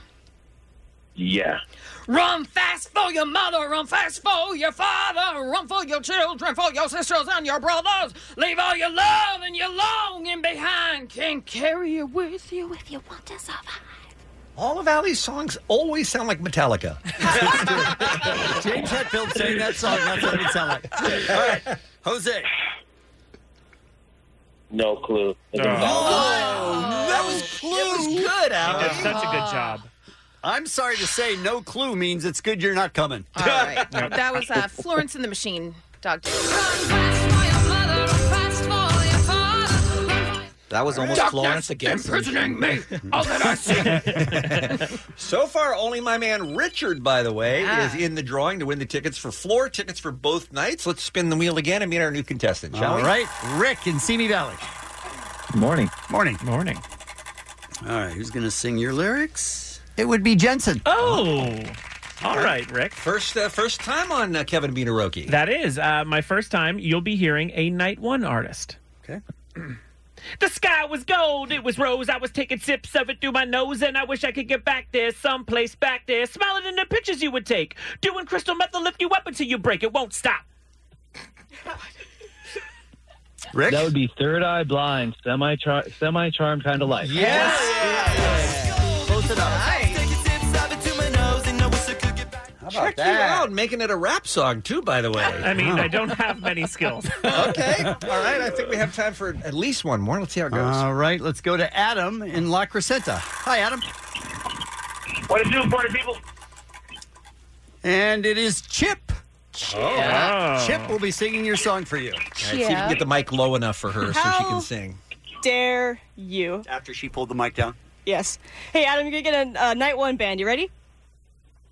Speaker 18: Yeah.
Speaker 10: Run fast for your mother, run fast for your father, run for your children, for your sisters and your brothers. Leave all your love and your longing behind. Can carry it with you if you want to survive.
Speaker 11: All of Allie's songs always sound like Metallica.
Speaker 7: James Hetfield sang that song. That's what it sounded like. All right, Jose.
Speaker 18: No clue.
Speaker 7: Oh.
Speaker 5: Oh.
Speaker 7: that was clue. It was good, Allie.
Speaker 18: did such a good job.
Speaker 7: I'm sorry to say, no clue means it's good you're not coming.
Speaker 10: All right. that was uh, Florence and the Machine, Dog
Speaker 21: That was almost
Speaker 11: Darkness
Speaker 21: Florence against
Speaker 11: imprisoning me. All that I so far, only my man Richard, by the way, is in the drawing to win the tickets for floor tickets for both nights. Let's spin the wheel again and meet our new contestant, shall
Speaker 7: All
Speaker 11: we?
Speaker 7: right, Rick in Simi Valley.
Speaker 18: Morning.
Speaker 7: Morning.
Speaker 8: Morning.
Speaker 7: All right, who's going to sing your lyrics? It would be Jensen.
Speaker 8: Oh. All right, Rick.
Speaker 11: First, uh, first time on uh, Kevin Beaneroki.
Speaker 8: That is uh, my first time. You'll be hearing a night one artist.
Speaker 7: Okay.
Speaker 3: The sky was gold, it was rose. I was taking sips of it through my nose, and I wish I could get back there, someplace back there, smiling in the pictures you would take. Doing crystal meth will lift you up until you break. It won't stop.
Speaker 7: Rick?
Speaker 18: That would be third eye blind, semi semi charm kind of life.
Speaker 11: How about Check you out, making it a rap song too. By the way,
Speaker 8: I mean, I don't have many skills.
Speaker 11: okay, all right. I think we have time for at least one more. Let's see how it goes.
Speaker 7: All right, let's go to Adam in La Crescenta. Hi, Adam.
Speaker 23: What is new, party people?
Speaker 7: And it is Chip. Chip.
Speaker 11: Oh.
Speaker 7: Chip will be singing your song for you.
Speaker 11: All right, see if you can get the mic low enough for her so she
Speaker 24: How-
Speaker 11: can sing.
Speaker 24: Dare you.
Speaker 7: After she pulled the mic down.
Speaker 24: Yes. Hey, Adam, you're going to get a uh, night one band. You ready?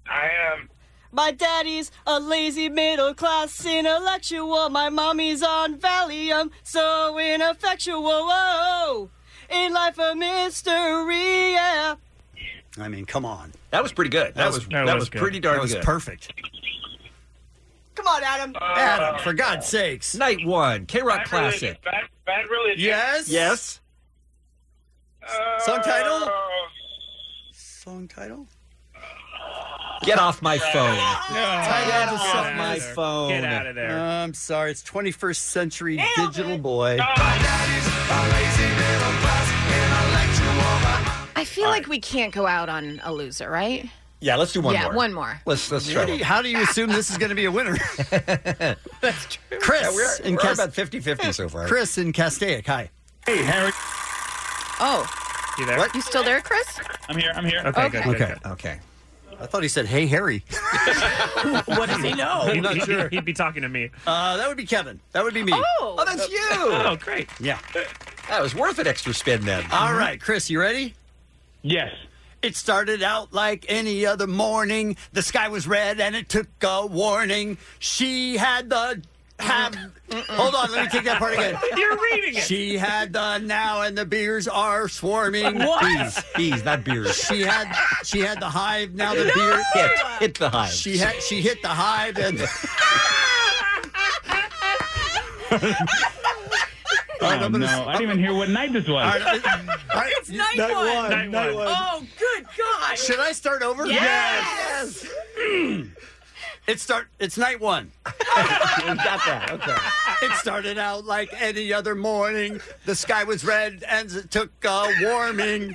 Speaker 23: I am.
Speaker 24: My daddy's a lazy middle class intellectual. My mommy's on Valium, so ineffectual. Whoa. In life, a mystery. Yeah.
Speaker 7: I mean, come on.
Speaker 11: That was pretty good. That, was, that was, pretty darn
Speaker 7: That was
Speaker 11: good.
Speaker 7: perfect.
Speaker 24: Come on, Adam.
Speaker 7: Adam, for God's sakes.
Speaker 11: Night one, K Rock Classic.
Speaker 23: Bad, bad religion.
Speaker 7: Yes.
Speaker 11: Yes.
Speaker 7: Song title? Song title?
Speaker 11: Get off my phone.
Speaker 7: Title of the
Speaker 11: Get
Speaker 7: song
Speaker 11: off my
Speaker 7: is-
Speaker 11: phone. Get out of there.
Speaker 7: I'm sorry. It's 21st Century Digital Boy.
Speaker 10: I feel like we can't go out on a loser, right?
Speaker 11: Yeah, let's do one
Speaker 10: yeah,
Speaker 11: more.
Speaker 10: one more.
Speaker 11: Let's let's try.
Speaker 7: How do you- how do you assume this is going to be a winner? Chris
Speaker 11: Yeah, we're
Speaker 7: in
Speaker 11: we're
Speaker 7: Cas-
Speaker 11: about 50-50 so far.
Speaker 7: Chris in Castaic. Hi. Hey, Harry.
Speaker 10: Oh.
Speaker 8: You there?
Speaker 10: You still there, Chris?
Speaker 23: I'm here. I'm here.
Speaker 8: Okay, good, good,
Speaker 7: Okay.
Speaker 11: Okay.
Speaker 7: I thought he said, "Hey, Harry."
Speaker 8: what
Speaker 7: does he know?
Speaker 8: He'd,
Speaker 7: I'm not
Speaker 8: he'd-
Speaker 7: sure.
Speaker 8: he'd be talking to me.
Speaker 7: Uh, that would be Kevin. That would be me.
Speaker 10: Oh,
Speaker 11: that's you.
Speaker 8: Oh, great.
Speaker 7: Yeah.
Speaker 11: That was worth an extra spin then.
Speaker 7: All right, Chris, you ready?
Speaker 23: Yes.
Speaker 7: It started out like any other morning. The sky was red and it took a warning. She had the have. Hold on, let me take that part again.
Speaker 8: You're reading it.
Speaker 7: She had the now and the beers are swarming.
Speaker 11: Bees, bees, not beers.
Speaker 7: She had she had the hive. Now the beer
Speaker 11: hit, hit the hive.
Speaker 7: She had she hit the hive and.
Speaker 23: Oh, Uh, no. I didn't even hear what night this was.
Speaker 7: All right, all right,
Speaker 24: It's night, one.
Speaker 8: Night one.
Speaker 24: Oh, good God.
Speaker 7: Should I start over?
Speaker 24: Yes.
Speaker 7: Yes. it start. It's night one.
Speaker 11: We got that. Okay.
Speaker 7: It started out like any other morning. The sky was red and it took a warming.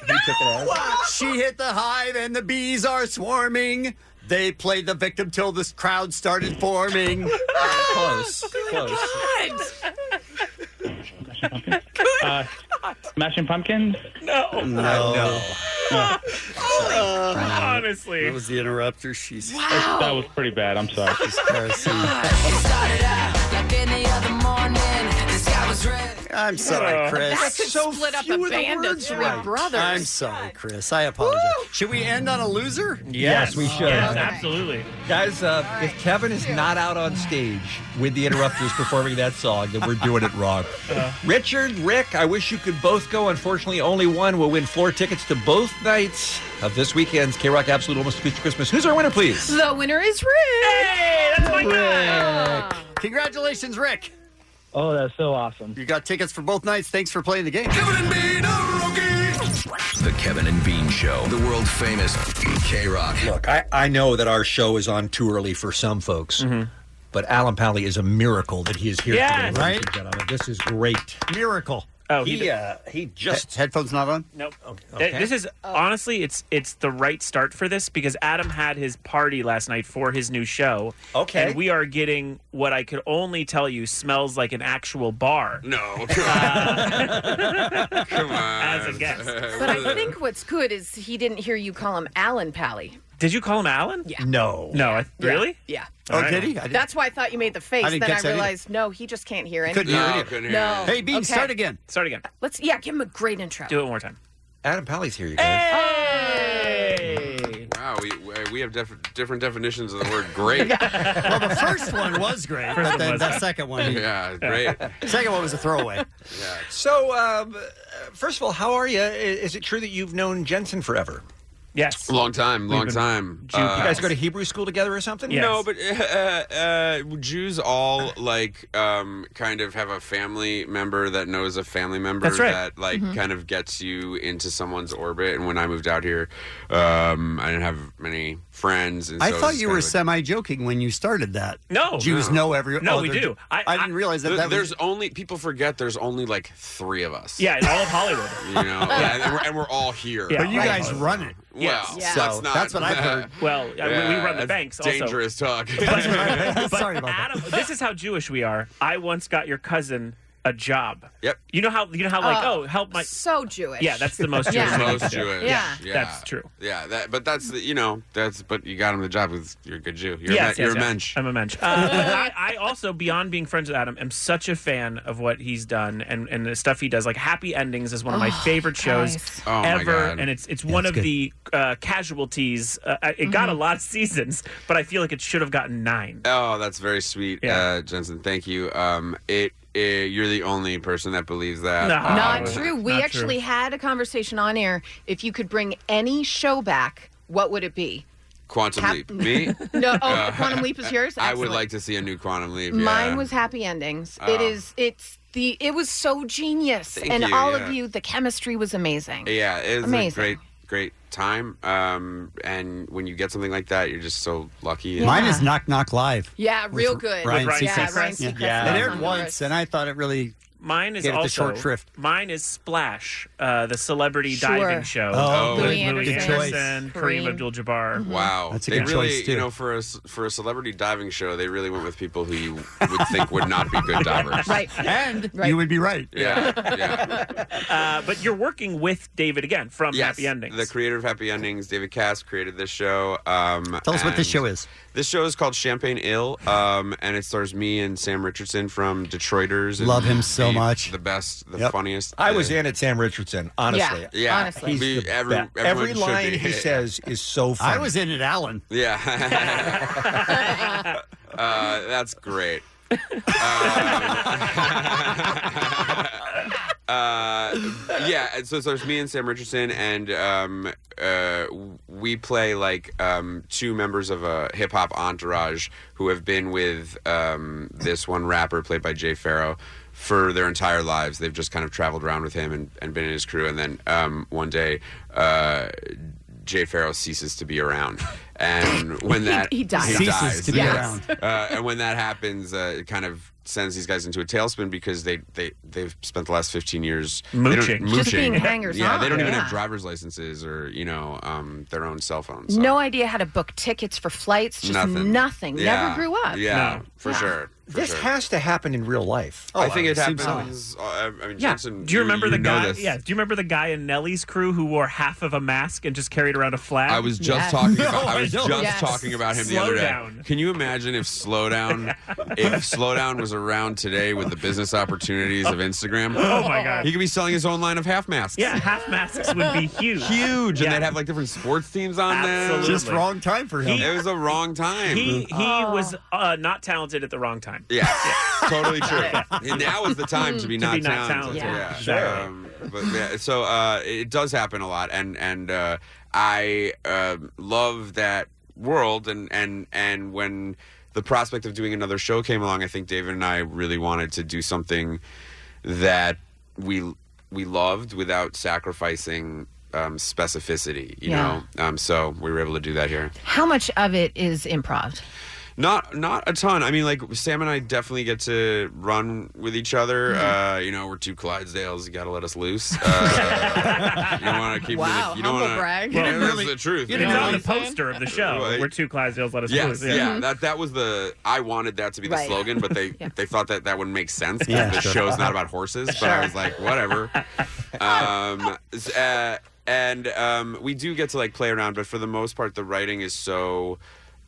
Speaker 7: She hit the hive and the bees are swarming. They played the victim till this crowd started forming.
Speaker 11: Close. Close.
Speaker 23: Uh, Smashing Pumpkins?
Speaker 8: No.
Speaker 7: No.
Speaker 17: Ah.
Speaker 8: Honestly.
Speaker 7: That was the interrupter. She's
Speaker 23: That was pretty bad. I'm sorry.
Speaker 10: Oh.
Speaker 7: I'm sorry, Chris.
Speaker 10: That could split up a band of three brothers.
Speaker 7: I'm sorry, Chris. I apologize. Should we end on a loser?
Speaker 11: Yes, we should.
Speaker 8: Yes, absolutely.
Speaker 11: Guys, uh, if Kevin is not out on stage with the interrupters performing that song, then we're doing it wrong. Richard, Rick, I wish you could both go. Unfortunately, only one will win floor tickets to both nights of this weekend's K Rock Absolute Almost Acoustic Christmas. Who's our winner, please?
Speaker 10: The winner is Rick.
Speaker 8: Hey, that's my
Speaker 7: Rick. Congratulations, Rick.
Speaker 18: Oh, that's so awesome.
Speaker 7: You got tickets for both nights. Thanks for playing the game.
Speaker 14: The Kevin and Bean Show, the world famous K Rock.
Speaker 11: Look, I, I know that our show is on too early for some folks, but Alan Pally is a miracle that he is here
Speaker 8: Yes.
Speaker 11: today.
Speaker 7: Right?
Speaker 11: ladies and gentlemen. This is great.
Speaker 7: Miracle.
Speaker 8: Oh, he
Speaker 11: He,
Speaker 8: did-
Speaker 11: uh, he just.
Speaker 7: Headphones not on?
Speaker 8: Nope.
Speaker 11: okay.
Speaker 8: This is
Speaker 10: Oh.
Speaker 8: honestly, it's it's the right start for this because Adam had his party last night for his new show.
Speaker 11: Okay.
Speaker 8: and we are getting what I could only tell you smells like an actual bar Uh,
Speaker 31: No, come on. come on.
Speaker 8: as a guest.
Speaker 10: But I think what's good is he didn't hear you call him Alan Pally.
Speaker 8: Did you call him Alan?
Speaker 10: Yeah.
Speaker 11: No.
Speaker 8: No, I, really?
Speaker 10: Yeah.
Speaker 7: Oh,
Speaker 8: All right.
Speaker 7: did he? I didn't-
Speaker 10: That's why I thought you made the face.
Speaker 7: I didn't
Speaker 10: then
Speaker 7: catch
Speaker 10: I
Speaker 7: that either.
Speaker 10: realized, no, he just can't hear anything.
Speaker 7: Couldn't hear
Speaker 31: No,
Speaker 7: it.
Speaker 31: couldn't hear
Speaker 10: No.
Speaker 7: Hey, Bean,
Speaker 10: Okay.
Speaker 7: start again.
Speaker 8: Start again.
Speaker 10: Let's, yeah, give him a great intro.
Speaker 8: Do it one more time.
Speaker 11: Adam Pally's here, you guys.
Speaker 8: Hey!
Speaker 31: you. Wow, we, we- we have def- different definitions of the word great.
Speaker 7: Well, the first one was great,
Speaker 8: First
Speaker 7: but
Speaker 8: one
Speaker 7: then
Speaker 8: was
Speaker 7: that
Speaker 8: great.
Speaker 7: second one,
Speaker 31: yeah, great.
Speaker 7: second one was a throwaway.
Speaker 11: So, um, uh, first of all, how are you? Is it true that you've known Jensen forever?
Speaker 8: Yes.
Speaker 31: Long time, long time. Uh,
Speaker 11: you guys go to Hebrew school together or something?
Speaker 31: No, but uh, uh, Jews all like um, kind of have a family member that knows a family member
Speaker 8: That's right.
Speaker 31: that like
Speaker 7: Mm-hmm.
Speaker 8: Mhm.
Speaker 31: kind of gets you into someone's orbit. And when I moved out here, um, I didn't have many friends. And
Speaker 7: I
Speaker 31: so it
Speaker 7: thought
Speaker 31: was
Speaker 7: you
Speaker 31: kind
Speaker 7: were
Speaker 31: of a-
Speaker 7: semi joking when you started that.
Speaker 31: No.
Speaker 7: Jews
Speaker 31: No.
Speaker 7: know every.
Speaker 31: No,
Speaker 7: oh,
Speaker 31: we
Speaker 7: they're-
Speaker 31: do.
Speaker 7: I, didn't realize that.
Speaker 31: Th-
Speaker 7: that was,
Speaker 31: there's only people forget there's only like three of us.
Speaker 8: Yeah, in all of Hollywood.
Speaker 31: you know, yeah, and, we're, and we're all here.
Speaker 8: Yeah. But you
Speaker 7: guys run it.
Speaker 31: Well,
Speaker 8: Yes. Yeah.
Speaker 31: that's
Speaker 8: So,
Speaker 31: not.
Speaker 8: that's what I've heard. Well, I- we- we run
Speaker 31: that's
Speaker 8: the banks also.
Speaker 31: Dangerous talk.
Speaker 8: Sorry about Adam, this is how Jewish we are. I once got your cousin a job.
Speaker 31: Yep.
Speaker 8: You know how you know how like
Speaker 10: Uh,
Speaker 8: oh help my
Speaker 10: So Jewish.
Speaker 8: yeah that's the most Jewish
Speaker 10: Yeah.
Speaker 8: thing I
Speaker 31: Most
Speaker 8: could do.
Speaker 31: Jewish.
Speaker 10: Yeah.
Speaker 8: That's true.
Speaker 31: Yeah, that, but that's the, you know that's but you got him the job because you're a good Jew. You're
Speaker 8: Yes, yes,
Speaker 31: a, men- you're
Speaker 8: yes.
Speaker 31: a mensch.
Speaker 8: I'm a mensch. Uh, but I, I also, beyond being friends with Adam, am such a fan of what he's done and, and the stuff he does. Like Happy Endings is one of my
Speaker 26: Oh,
Speaker 8: favorite shows
Speaker 26: guys.
Speaker 31: Oh, my
Speaker 8: ever,
Speaker 31: God.
Speaker 8: and it's it's one of the uh, casualties. Uh, it got a lot of seasons, but I feel like it should have gotten nine.
Speaker 31: Oh, that's very sweet, uh, Jensen. Thank you. Um, it, eh, you're the only person that believes that.
Speaker 8: No.
Speaker 31: Um,
Speaker 10: Not true. We actually had a conversation on air. If you could bring any show back, what would it be?
Speaker 31: Quantum
Speaker 10: Cap-
Speaker 31: Leap. Me?
Speaker 10: No, oh,
Speaker 31: Uh,
Speaker 10: Quantum Leap is yours?
Speaker 31: I would
Speaker 10: Excellent.
Speaker 31: like to see a new Quantum Leap.
Speaker 10: Mine
Speaker 31: yeah.
Speaker 10: was happy endings.
Speaker 31: Oh.
Speaker 10: It is. It's the. It was so genius,
Speaker 31: Thank
Speaker 10: and
Speaker 31: you,
Speaker 10: all
Speaker 31: yeah.
Speaker 10: of you. The chemistry was amazing.
Speaker 31: Yeah, it was a
Speaker 10: Amazing.
Speaker 31: great, great time. Um, and when you get something like that, you're just so lucky. and-
Speaker 7: Mine is Knock Knock Live.
Speaker 10: Yeah, real good.
Speaker 7: Ryan
Speaker 10: With Ryan
Speaker 7: Seacrest.
Speaker 10: Seacrest. Yeah, Ryan Seacrest
Speaker 7: Yeah.
Speaker 10: is
Speaker 7: It aired
Speaker 10: on the
Speaker 7: once, and I thought it really.
Speaker 8: Mine is
Speaker 7: gave it
Speaker 8: also
Speaker 7: the short shrift.
Speaker 8: Mine is Splash, uh, the celebrity
Speaker 7: Sure.
Speaker 8: diving show.
Speaker 7: Oh,
Speaker 8: with
Speaker 7: Louis
Speaker 8: Louis
Speaker 7: Anderson,
Speaker 8: Anderson,
Speaker 7: Kareem.
Speaker 8: Kareem Abdul-Jabbar.
Speaker 31: Wow,
Speaker 7: That's a
Speaker 31: they
Speaker 7: good
Speaker 31: really,
Speaker 7: choice, too.
Speaker 31: you know, for a s- for a celebrity diving show, they really went with people who you would think would not be good divers.
Speaker 7: And you would be right.
Speaker 31: Yeah,
Speaker 8: Uh, but you're working with David again from
Speaker 31: yes,
Speaker 8: Happy Endings.
Speaker 31: The creator of Happy Endings, David Cass, created this show. Um,
Speaker 7: Tell us what
Speaker 31: and
Speaker 7: this show is.
Speaker 31: This show is called Champagne Ill, um, and it stars me and Sam Richardson from Detroiters. and
Speaker 7: Love him so
Speaker 31: the-
Speaker 7: much.
Speaker 31: The best, the funniest.
Speaker 11: I was in at Sam Richardson, honestly.
Speaker 31: Yeah, yeah. honestly.
Speaker 11: He's
Speaker 31: We-
Speaker 11: the
Speaker 31: every-
Speaker 11: best.
Speaker 31: everyone
Speaker 11: Every
Speaker 31: should
Speaker 11: line
Speaker 31: be.
Speaker 11: he says is so funny.
Speaker 7: I was in at Allen.
Speaker 31: Yeah. uh, that's great. Um, uh, yeah, and so, so it's me and Sam Richardson, and um, uh, we play like um, two members of a hip hop entourage who have been with um, this one rapper played by Jay Farrow for their entire lives. They've just kind of traveled around with him and, and been in his crew, and then um, one day. Uh, Jay Farrow ceases to be around, and when
Speaker 10: He-
Speaker 31: that
Speaker 10: he dies.
Speaker 7: Ceases to be
Speaker 31: yeah.
Speaker 7: around.
Speaker 31: Uh, and when that happens, uh, it kind of sends these guys into a tailspin because they they they've spent the last fifteen years they don't-
Speaker 8: Mooching. Just being hangers
Speaker 31: Yeah, they
Speaker 10: on,
Speaker 31: don't even have
Speaker 10: yeah.
Speaker 31: driver's licenses or you know um, their own cell phones.
Speaker 10: No idea how to book tickets for flights. Just
Speaker 31: Nothing.
Speaker 10: nothing.
Speaker 31: Yeah.
Speaker 10: Never grew up.
Speaker 31: Yeah, for
Speaker 10: Yeah.
Speaker 31: sure. For
Speaker 11: This
Speaker 31: sure. Oh,
Speaker 11: has to happen in real life.
Speaker 31: I think it
Speaker 11: seems
Speaker 31: happens. uh, I mean,
Speaker 8: Yeah.
Speaker 31: Jensen,
Speaker 8: do you remember the
Speaker 31: know
Speaker 8: guy?
Speaker 31: this.
Speaker 8: Yeah. Do you remember the guy in Nelly's crew who wore half of a mask and just carried around a flag?
Speaker 31: I was just talking about I was just talking about him the
Speaker 8: Slow
Speaker 31: other day.
Speaker 8: down.
Speaker 31: Can you imagine if slowdown if slowdown was around today with the business opportunities of Instagram?
Speaker 8: Oh, my God.
Speaker 31: He could be selling his own line of half masks.
Speaker 8: Yeah, half masks would be huge.
Speaker 31: Huge,
Speaker 8: Yeah.
Speaker 31: and they'd have like different sports teams on
Speaker 8: Absolutely.
Speaker 31: them.
Speaker 8: Just wrong
Speaker 7: time for
Speaker 8: him. He-
Speaker 31: it was the wrong time.
Speaker 8: He he was uh, not talented at the wrong time.
Speaker 31: yeah, totally true. And now is the time to be
Speaker 8: To
Speaker 31: not
Speaker 8: be not
Speaker 31: talented.
Speaker 8: talented. Yeah.
Speaker 31: Sure. Um, but yeah, so uh, it does happen a lot, and and uh, I um love that world, and and and when the prospect of doing another show came along, I think David and I really wanted to do something that we we loved without sacrificing um, specificity. You
Speaker 10: Yeah.
Speaker 31: know, um, so we were able to do that here.
Speaker 10: How much of it is improv?
Speaker 31: Not not a ton. I mean, like Sam and I definitely get to run with each other.
Speaker 10: Mm-hmm.
Speaker 31: Uh, you know, we're two Clydesdales. You got to let us loose. Uh, you don't want to keep.
Speaker 10: Wow,
Speaker 31: me, you don't
Speaker 10: humble
Speaker 31: wanna,
Speaker 10: brag.
Speaker 31: Well,
Speaker 10: You didn't
Speaker 31: that's
Speaker 10: really-
Speaker 31: the truth. You
Speaker 8: It's
Speaker 31: know,
Speaker 8: on the
Speaker 31: like-
Speaker 8: poster of the show.
Speaker 31: Right.
Speaker 8: We're two Clydesdales. Let us
Speaker 31: Yes,
Speaker 8: lose.
Speaker 31: yeah. That that was the I wanted that to be the
Speaker 8: Mm-hmm. Right.
Speaker 31: slogan, but they they thought that that wouldn't make sense because
Speaker 8: Yeah,
Speaker 31: the
Speaker 8: sure.
Speaker 31: show's not about horses. But I
Speaker 8: Sure.
Speaker 31: was like, whatever. um, s- uh, and um, we do get to like play around, but for the most part, the writing is so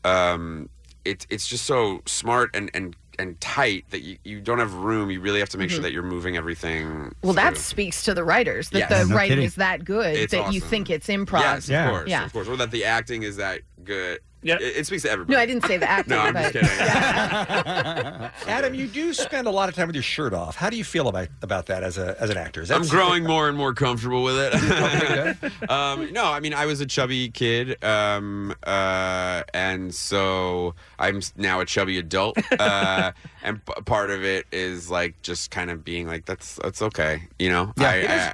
Speaker 31: um, it's it's just so smart and and and tight that you, you don't have room. You really have to make sure
Speaker 8: Mm-hmm.
Speaker 10: Mhm.
Speaker 31: that you're moving everything.
Speaker 10: Well, that speaks to the writers
Speaker 31: Yes.
Speaker 10: that the
Speaker 31: No
Speaker 10: writing
Speaker 31: kidding.
Speaker 10: is that good
Speaker 31: It's
Speaker 10: that you
Speaker 31: awesome.
Speaker 10: think it's improv.
Speaker 31: Yes, of course, of course. Or that the acting is that good It, it speaks to everybody.
Speaker 10: No, I didn't say the acting.
Speaker 31: No, I'm
Speaker 10: but
Speaker 31: just kidding.
Speaker 11: Adam, you do spend a lot of time with your shirt off. How do you feel about about that as a as an actor? Is that
Speaker 31: I'm growing more and more comfortable with it. um, no, I mean, I was a chubby kid, um, uh, and so I'm s- now a chubby adult. Uh, and p- part of it is like just kind of being like, that's that's okay, you know.
Speaker 11: Yeah, it is.
Speaker 31: I, I,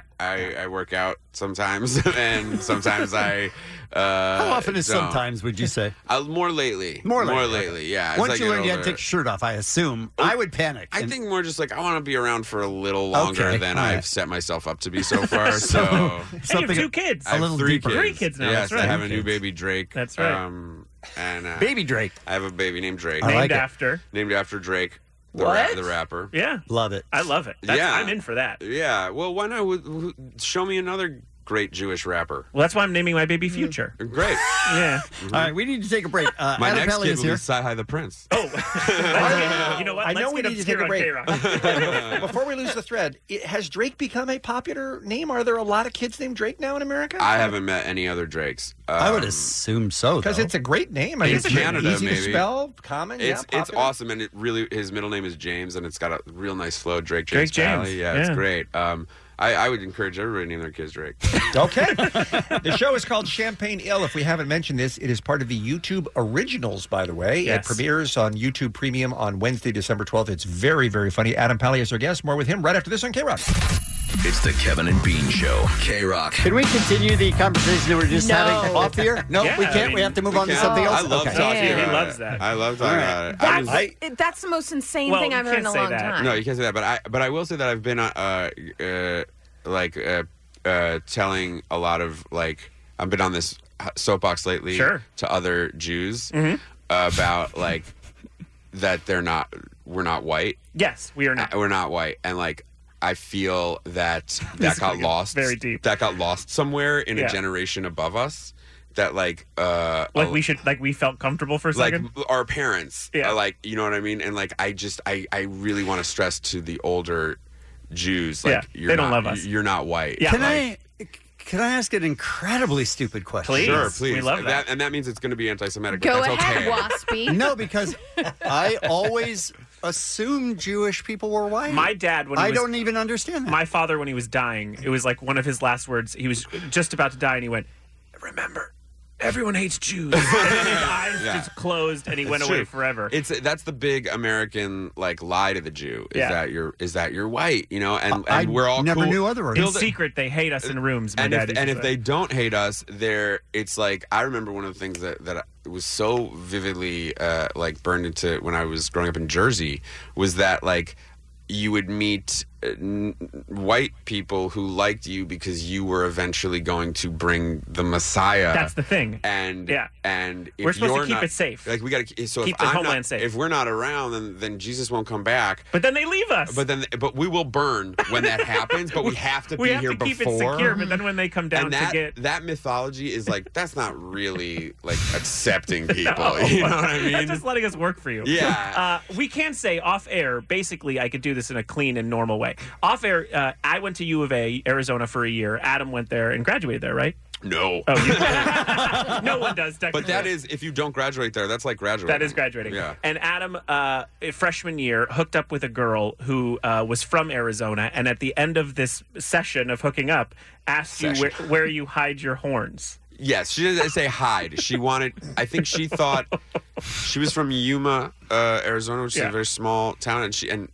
Speaker 31: I I work out sometimes, and sometimes I. Uh,
Speaker 7: How often is
Speaker 31: don't.
Speaker 7: sometimes, would you say?
Speaker 31: Uh, more lately.
Speaker 7: More lately.
Speaker 31: More
Speaker 7: okay.
Speaker 31: lately. Yeah. as I
Speaker 7: Once you
Speaker 31: get
Speaker 7: learned you had
Speaker 31: older.
Speaker 7: to
Speaker 31: Oh,
Speaker 7: take your shirt off, I assume, I would panic.
Speaker 31: I
Speaker 7: and-
Speaker 31: think more just like I want to be around for a little longer
Speaker 7: Okay,
Speaker 31: than
Speaker 7: all
Speaker 31: I've
Speaker 7: right.
Speaker 31: set myself up to be so far. so,
Speaker 8: And you have two kids.
Speaker 31: I have three kids.
Speaker 8: Three kids now.
Speaker 31: Yes,
Speaker 8: that's right.
Speaker 31: I have a new baby Drake.
Speaker 8: That's right.
Speaker 31: Um, and uh,
Speaker 7: Baby Drake.
Speaker 31: I have a baby named Drake.
Speaker 8: Named after.
Speaker 31: Named after Drake, the,
Speaker 8: What?
Speaker 31: the rapper.
Speaker 8: Yeah.
Speaker 7: Love it.
Speaker 8: I love it. That's,
Speaker 31: Yeah.
Speaker 8: I'm in for that.
Speaker 31: Yeah. Well, why not? Wh- wh- Show me another great Jewish rapper.
Speaker 8: Well, that's why I'm naming my baby Future.
Speaker 31: Great.
Speaker 8: yeah.
Speaker 7: Mm. All right, we need to take a break. Uh,
Speaker 31: My
Speaker 7: Adam
Speaker 31: next
Speaker 7: Pally
Speaker 31: kid
Speaker 7: is
Speaker 31: will be
Speaker 7: here.
Speaker 31: Sci High the Prince.
Speaker 8: you know what?
Speaker 11: I know
Speaker 8: Let's
Speaker 11: we
Speaker 8: get
Speaker 11: need to take
Speaker 8: obscure
Speaker 11: a
Speaker 8: on
Speaker 11: break.
Speaker 8: K-Rock.
Speaker 11: Before we lose the thread, it, has Drake become a popular name? Are there a lot of kids named Drake now in America?
Speaker 31: I haven't met any other Drakes.
Speaker 7: I would
Speaker 31: Um,
Speaker 7: assume so.
Speaker 11: because
Speaker 7: though.
Speaker 11: it's a great name. I mean,
Speaker 31: It's
Speaker 11: it's
Speaker 31: Canada,
Speaker 11: easy
Speaker 31: maybe.
Speaker 11: to spell, common.
Speaker 31: It's
Speaker 11: yeah,
Speaker 31: it's awesome, and it really his middle name is James, and it's got a real nice flow. Drake James.
Speaker 8: Drake James,
Speaker 31: Pally. Yeah, it's
Speaker 8: yeah.
Speaker 31: great. Um, I, I would encourage everybody to name their kids Drake.
Speaker 11: Okay. the show is called Champagne Ill. If we haven't mentioned this, it is part of the YouTube Originals, by the way.
Speaker 8: Yes.
Speaker 11: It premieres on YouTube Premium on Wednesday, December 12th. It's very, very funny. Adam Pally is our guest. More with him right after this on K Rock.
Speaker 14: It's the Kevin and Bean Show. K Rock.
Speaker 7: Can we continue the conversation that we are just
Speaker 14: No.
Speaker 7: having off here? No,
Speaker 14: Yeah,
Speaker 7: we
Speaker 14: I
Speaker 7: can't.
Speaker 14: mean,
Speaker 7: we have to move
Speaker 14: we
Speaker 7: on to
Speaker 14: can.
Speaker 7: something else.
Speaker 31: I love
Speaker 7: okay.
Speaker 31: talking about it.
Speaker 8: that.
Speaker 31: I love talking
Speaker 7: All right.
Speaker 31: about it. I
Speaker 10: that's,
Speaker 31: was-
Speaker 10: it- that's the most insane
Speaker 8: Well,
Speaker 10: thing
Speaker 8: you
Speaker 10: I've heard in
Speaker 8: can't
Speaker 10: a
Speaker 8: say
Speaker 10: long
Speaker 8: that.
Speaker 10: time.
Speaker 31: no, you can't say that. But I but I will say that I've been uh, uh like uh, uh telling a lot of like I've been on this soapbox lately
Speaker 8: Sure.
Speaker 31: to other Jews about like that they're not we're not white.
Speaker 8: Yes, we are not.
Speaker 31: Uh, We're not white, and like I feel that
Speaker 8: This
Speaker 31: that
Speaker 8: is
Speaker 31: got
Speaker 8: gonna get
Speaker 31: lost
Speaker 8: very deep.
Speaker 31: That got lost somewhere in
Speaker 8: Yeah.
Speaker 31: a generation above us. That like uh
Speaker 8: Like
Speaker 31: a-
Speaker 8: we should. Like we felt comfortable for a
Speaker 31: like
Speaker 8: second.
Speaker 31: our parents
Speaker 8: Yeah.
Speaker 31: uh, like you know what i mean and like i just i i really want to stress to the older jews like
Speaker 8: Yeah,
Speaker 31: you're
Speaker 8: they don't
Speaker 31: not,
Speaker 8: love us.
Speaker 31: you're not white
Speaker 7: Can
Speaker 31: Like,
Speaker 7: I can I ask an incredibly stupid question?
Speaker 31: sure please that. and that means it's going to be anti-semitic
Speaker 10: Go
Speaker 31: but that's
Speaker 10: ahead,
Speaker 31: okay
Speaker 10: Waspy.
Speaker 7: No, because I always assumed Jewish people were white.
Speaker 8: My dad when he
Speaker 7: I
Speaker 8: was-
Speaker 7: don't even understand that.
Speaker 8: My father, when he was dying, it was like one of his last words. He was just about to die, and he went, "Remember, everyone hates Jews." and then his eyes
Speaker 31: Yeah.
Speaker 8: just closed, and he
Speaker 31: It's
Speaker 8: went away
Speaker 31: true.
Speaker 8: forever.
Speaker 31: it's that's the big american like lie to the jew is
Speaker 8: Yeah.
Speaker 31: that you're is that you're white you know and, and
Speaker 7: I
Speaker 31: we're all
Speaker 7: never
Speaker 31: cool.
Speaker 7: knew otherwise.
Speaker 8: in
Speaker 31: Build it-
Speaker 8: secret, they hate us in rooms. My
Speaker 31: and
Speaker 8: dad
Speaker 31: if,
Speaker 8: used
Speaker 31: and
Speaker 8: to
Speaker 31: if
Speaker 8: say.
Speaker 31: they don't hate us, there it's like I remember one of the things that that was so vividly uh, like burned into when I was growing up in Jersey was that like you would meet uh, n- white people who liked you because you were eventually going to bring the Messiah.
Speaker 8: that's the thing.
Speaker 31: and
Speaker 8: Yeah.
Speaker 31: and uh, if
Speaker 8: We're supposed to
Speaker 31: you're
Speaker 8: keep
Speaker 31: not-
Speaker 8: it safe.
Speaker 31: Like we got to so
Speaker 8: Keep
Speaker 31: if
Speaker 8: the
Speaker 31: I'm
Speaker 8: homeland
Speaker 31: not,
Speaker 8: safe.
Speaker 31: If we're not around, then then Jesus won't come back.
Speaker 8: But then they leave us.
Speaker 31: But then, but we will burn when that happens. But we have to
Speaker 8: we
Speaker 31: be
Speaker 8: have
Speaker 31: here
Speaker 8: to keep
Speaker 31: before
Speaker 8: it secure. But then when they come down
Speaker 31: and that
Speaker 8: to get
Speaker 31: that mythology is like that's not really like accepting people.
Speaker 8: No.
Speaker 31: You know what I mean?
Speaker 8: That's just letting us work for you.
Speaker 31: Yeah.
Speaker 8: Uh, we can say off air, basically, I could do this in a clean and normal way. Off air, uh, I went to U of A, Arizona for a year. Adam went there and graduated there, right?
Speaker 31: no.
Speaker 8: Oh, you, no one does. Technically.
Speaker 31: but that is if you don't graduate there, that's like graduating.
Speaker 8: That is graduating.
Speaker 31: Yeah.
Speaker 8: And Adam, uh, freshman year, hooked up with a girl who uh, was from Arizona, and at the end of this session of hooking up, asked you
Speaker 31: Session.
Speaker 8: where, where you hide your horns.
Speaker 31: Yes, she didn't say hide. She wanted. I think she thought she was from Yuma, uh, Arizona, which is
Speaker 8: Yeah.
Speaker 31: a very small town, and she and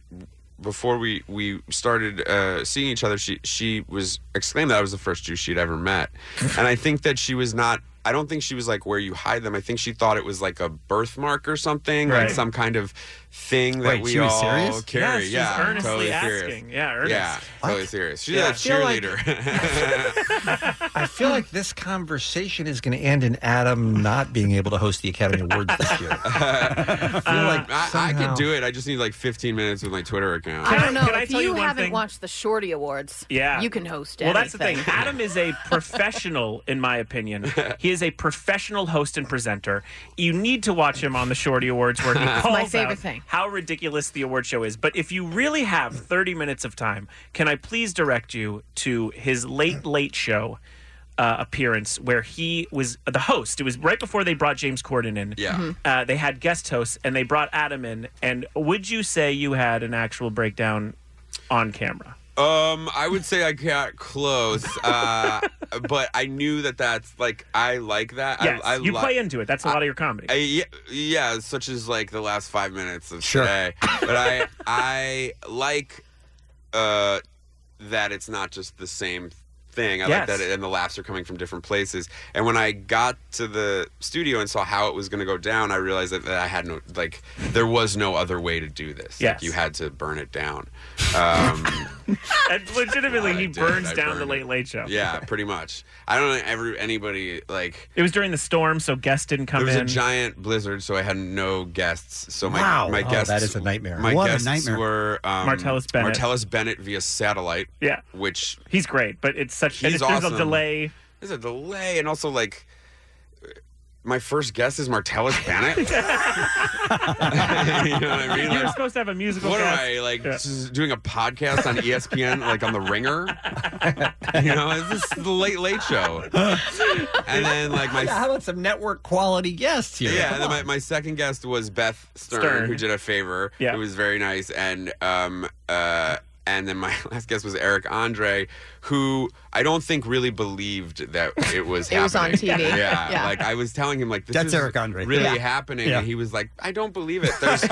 Speaker 31: before we we started uh, seeing each other, she she was exclaimed that I was the first Jew she'd ever met, and I think that she was not. I don't think she was like where you hide them. I think she thought it was like a birthmark or something,
Speaker 8: Right.
Speaker 31: like some kind of thing that
Speaker 7: Wait,
Speaker 31: we
Speaker 7: she was
Speaker 31: all
Speaker 7: serious?
Speaker 31: carry.
Speaker 8: Yes, she's
Speaker 31: yeah,
Speaker 8: earnestly
Speaker 31: totally
Speaker 8: asking.
Speaker 31: serious.
Speaker 8: Yeah, earnest.
Speaker 31: yeah, totally serious. She's
Speaker 8: Yeah.
Speaker 31: a
Speaker 8: I feel like-
Speaker 31: cheerleader.
Speaker 11: I feel like this conversation is going to end in Adam not being able to host the Academy Awards this year.
Speaker 31: I,
Speaker 11: like
Speaker 31: I,
Speaker 11: somehow-
Speaker 31: could do it. I just need like 15 minutes with my Twitter account.
Speaker 10: I don't know.
Speaker 8: Can I
Speaker 10: if
Speaker 8: tell you
Speaker 10: you,
Speaker 8: one
Speaker 10: haven't
Speaker 8: thing?
Speaker 10: watched the Shorty Awards,
Speaker 8: Yeah.
Speaker 10: you can host it.
Speaker 8: Well, that's the thing. Adam is a professional, in my opinion. He is a professional host and presenter. You need to watch him on the Shorty Awards, where he calls
Speaker 10: my favorite
Speaker 8: out
Speaker 10: thing.
Speaker 8: how ridiculous the award show is. But if you really have 30 minutes of time, can I please direct you to his Late Late Show? uh, appearance where he was the host. It was right before they brought James Corden in.
Speaker 31: Yeah. Mhm.
Speaker 8: Uh, they had guest hosts and they brought Adam in. And would you say you had an actual breakdown on camera?
Speaker 31: Um, I would say I got close, uh, but I knew that that's like I like that.
Speaker 8: Yes.
Speaker 31: I, I
Speaker 8: you
Speaker 31: li-
Speaker 8: play into it. That's a lot of your comedy.
Speaker 31: I- yeah, yeah, such as like the last five minutes of today. But I I like uh, that it's not just the same thing. I
Speaker 8: Yes.
Speaker 31: like that, it, and the laughs are coming from different places. And when I got to the studio and saw how it was going to go down, I realized that, that I had no like there was no other way to do this.
Speaker 8: Yes.
Speaker 31: Like, you had to burn it down. Um,
Speaker 8: and legitimately, he burns
Speaker 31: I
Speaker 8: down the
Speaker 31: burned
Speaker 8: Late Late Show.
Speaker 31: yeah, pretty much. I don't know every anybody like.
Speaker 8: It was during the storm, so guests didn't come
Speaker 31: There was
Speaker 8: in.
Speaker 31: a giant blizzard, so I had no guests. So my
Speaker 8: Wow.
Speaker 31: my
Speaker 8: Oh,
Speaker 31: guests
Speaker 8: that is a nightmare.
Speaker 31: My
Speaker 8: What a
Speaker 31: guests
Speaker 8: nightmare.
Speaker 31: were um,
Speaker 8: Martellus Bennett.
Speaker 31: Martellus Bennett via satellite.
Speaker 8: Yeah.
Speaker 31: which
Speaker 8: he's great, but it's such and
Speaker 31: He's
Speaker 8: it's- there's
Speaker 31: awesome.
Speaker 8: a delay.
Speaker 31: There's a delay, and also like my first guest is Martellus Bennett. you know what I mean?
Speaker 8: you were
Speaker 31: Like,
Speaker 8: supposed to have a musical.
Speaker 31: what am
Speaker 8: guest.
Speaker 31: I like s- doing a podcast on E ESPN, like on the Ringer? you know, is this the Late Late Show? And then like my
Speaker 11: how about some network quality guests here?
Speaker 31: Yeah,
Speaker 11: Come
Speaker 31: and then
Speaker 11: on.
Speaker 31: my, my second guest was Beth Stern,
Speaker 11: Stern.
Speaker 31: who did a favor.
Speaker 11: Yeah.
Speaker 31: It was very nice. And um uh and then my last guest was Eric Andre, who I don't think really believed that it was
Speaker 10: It was on
Speaker 31: happening.
Speaker 10: TV.
Speaker 31: Yeah.
Speaker 10: Yeah.
Speaker 31: Like I was telling him like this
Speaker 7: That's
Speaker 31: is
Speaker 7: Eric Andre.
Speaker 31: really
Speaker 7: Yeah.
Speaker 31: happening.
Speaker 7: Yeah.
Speaker 31: And he was like, I don't believe it. There's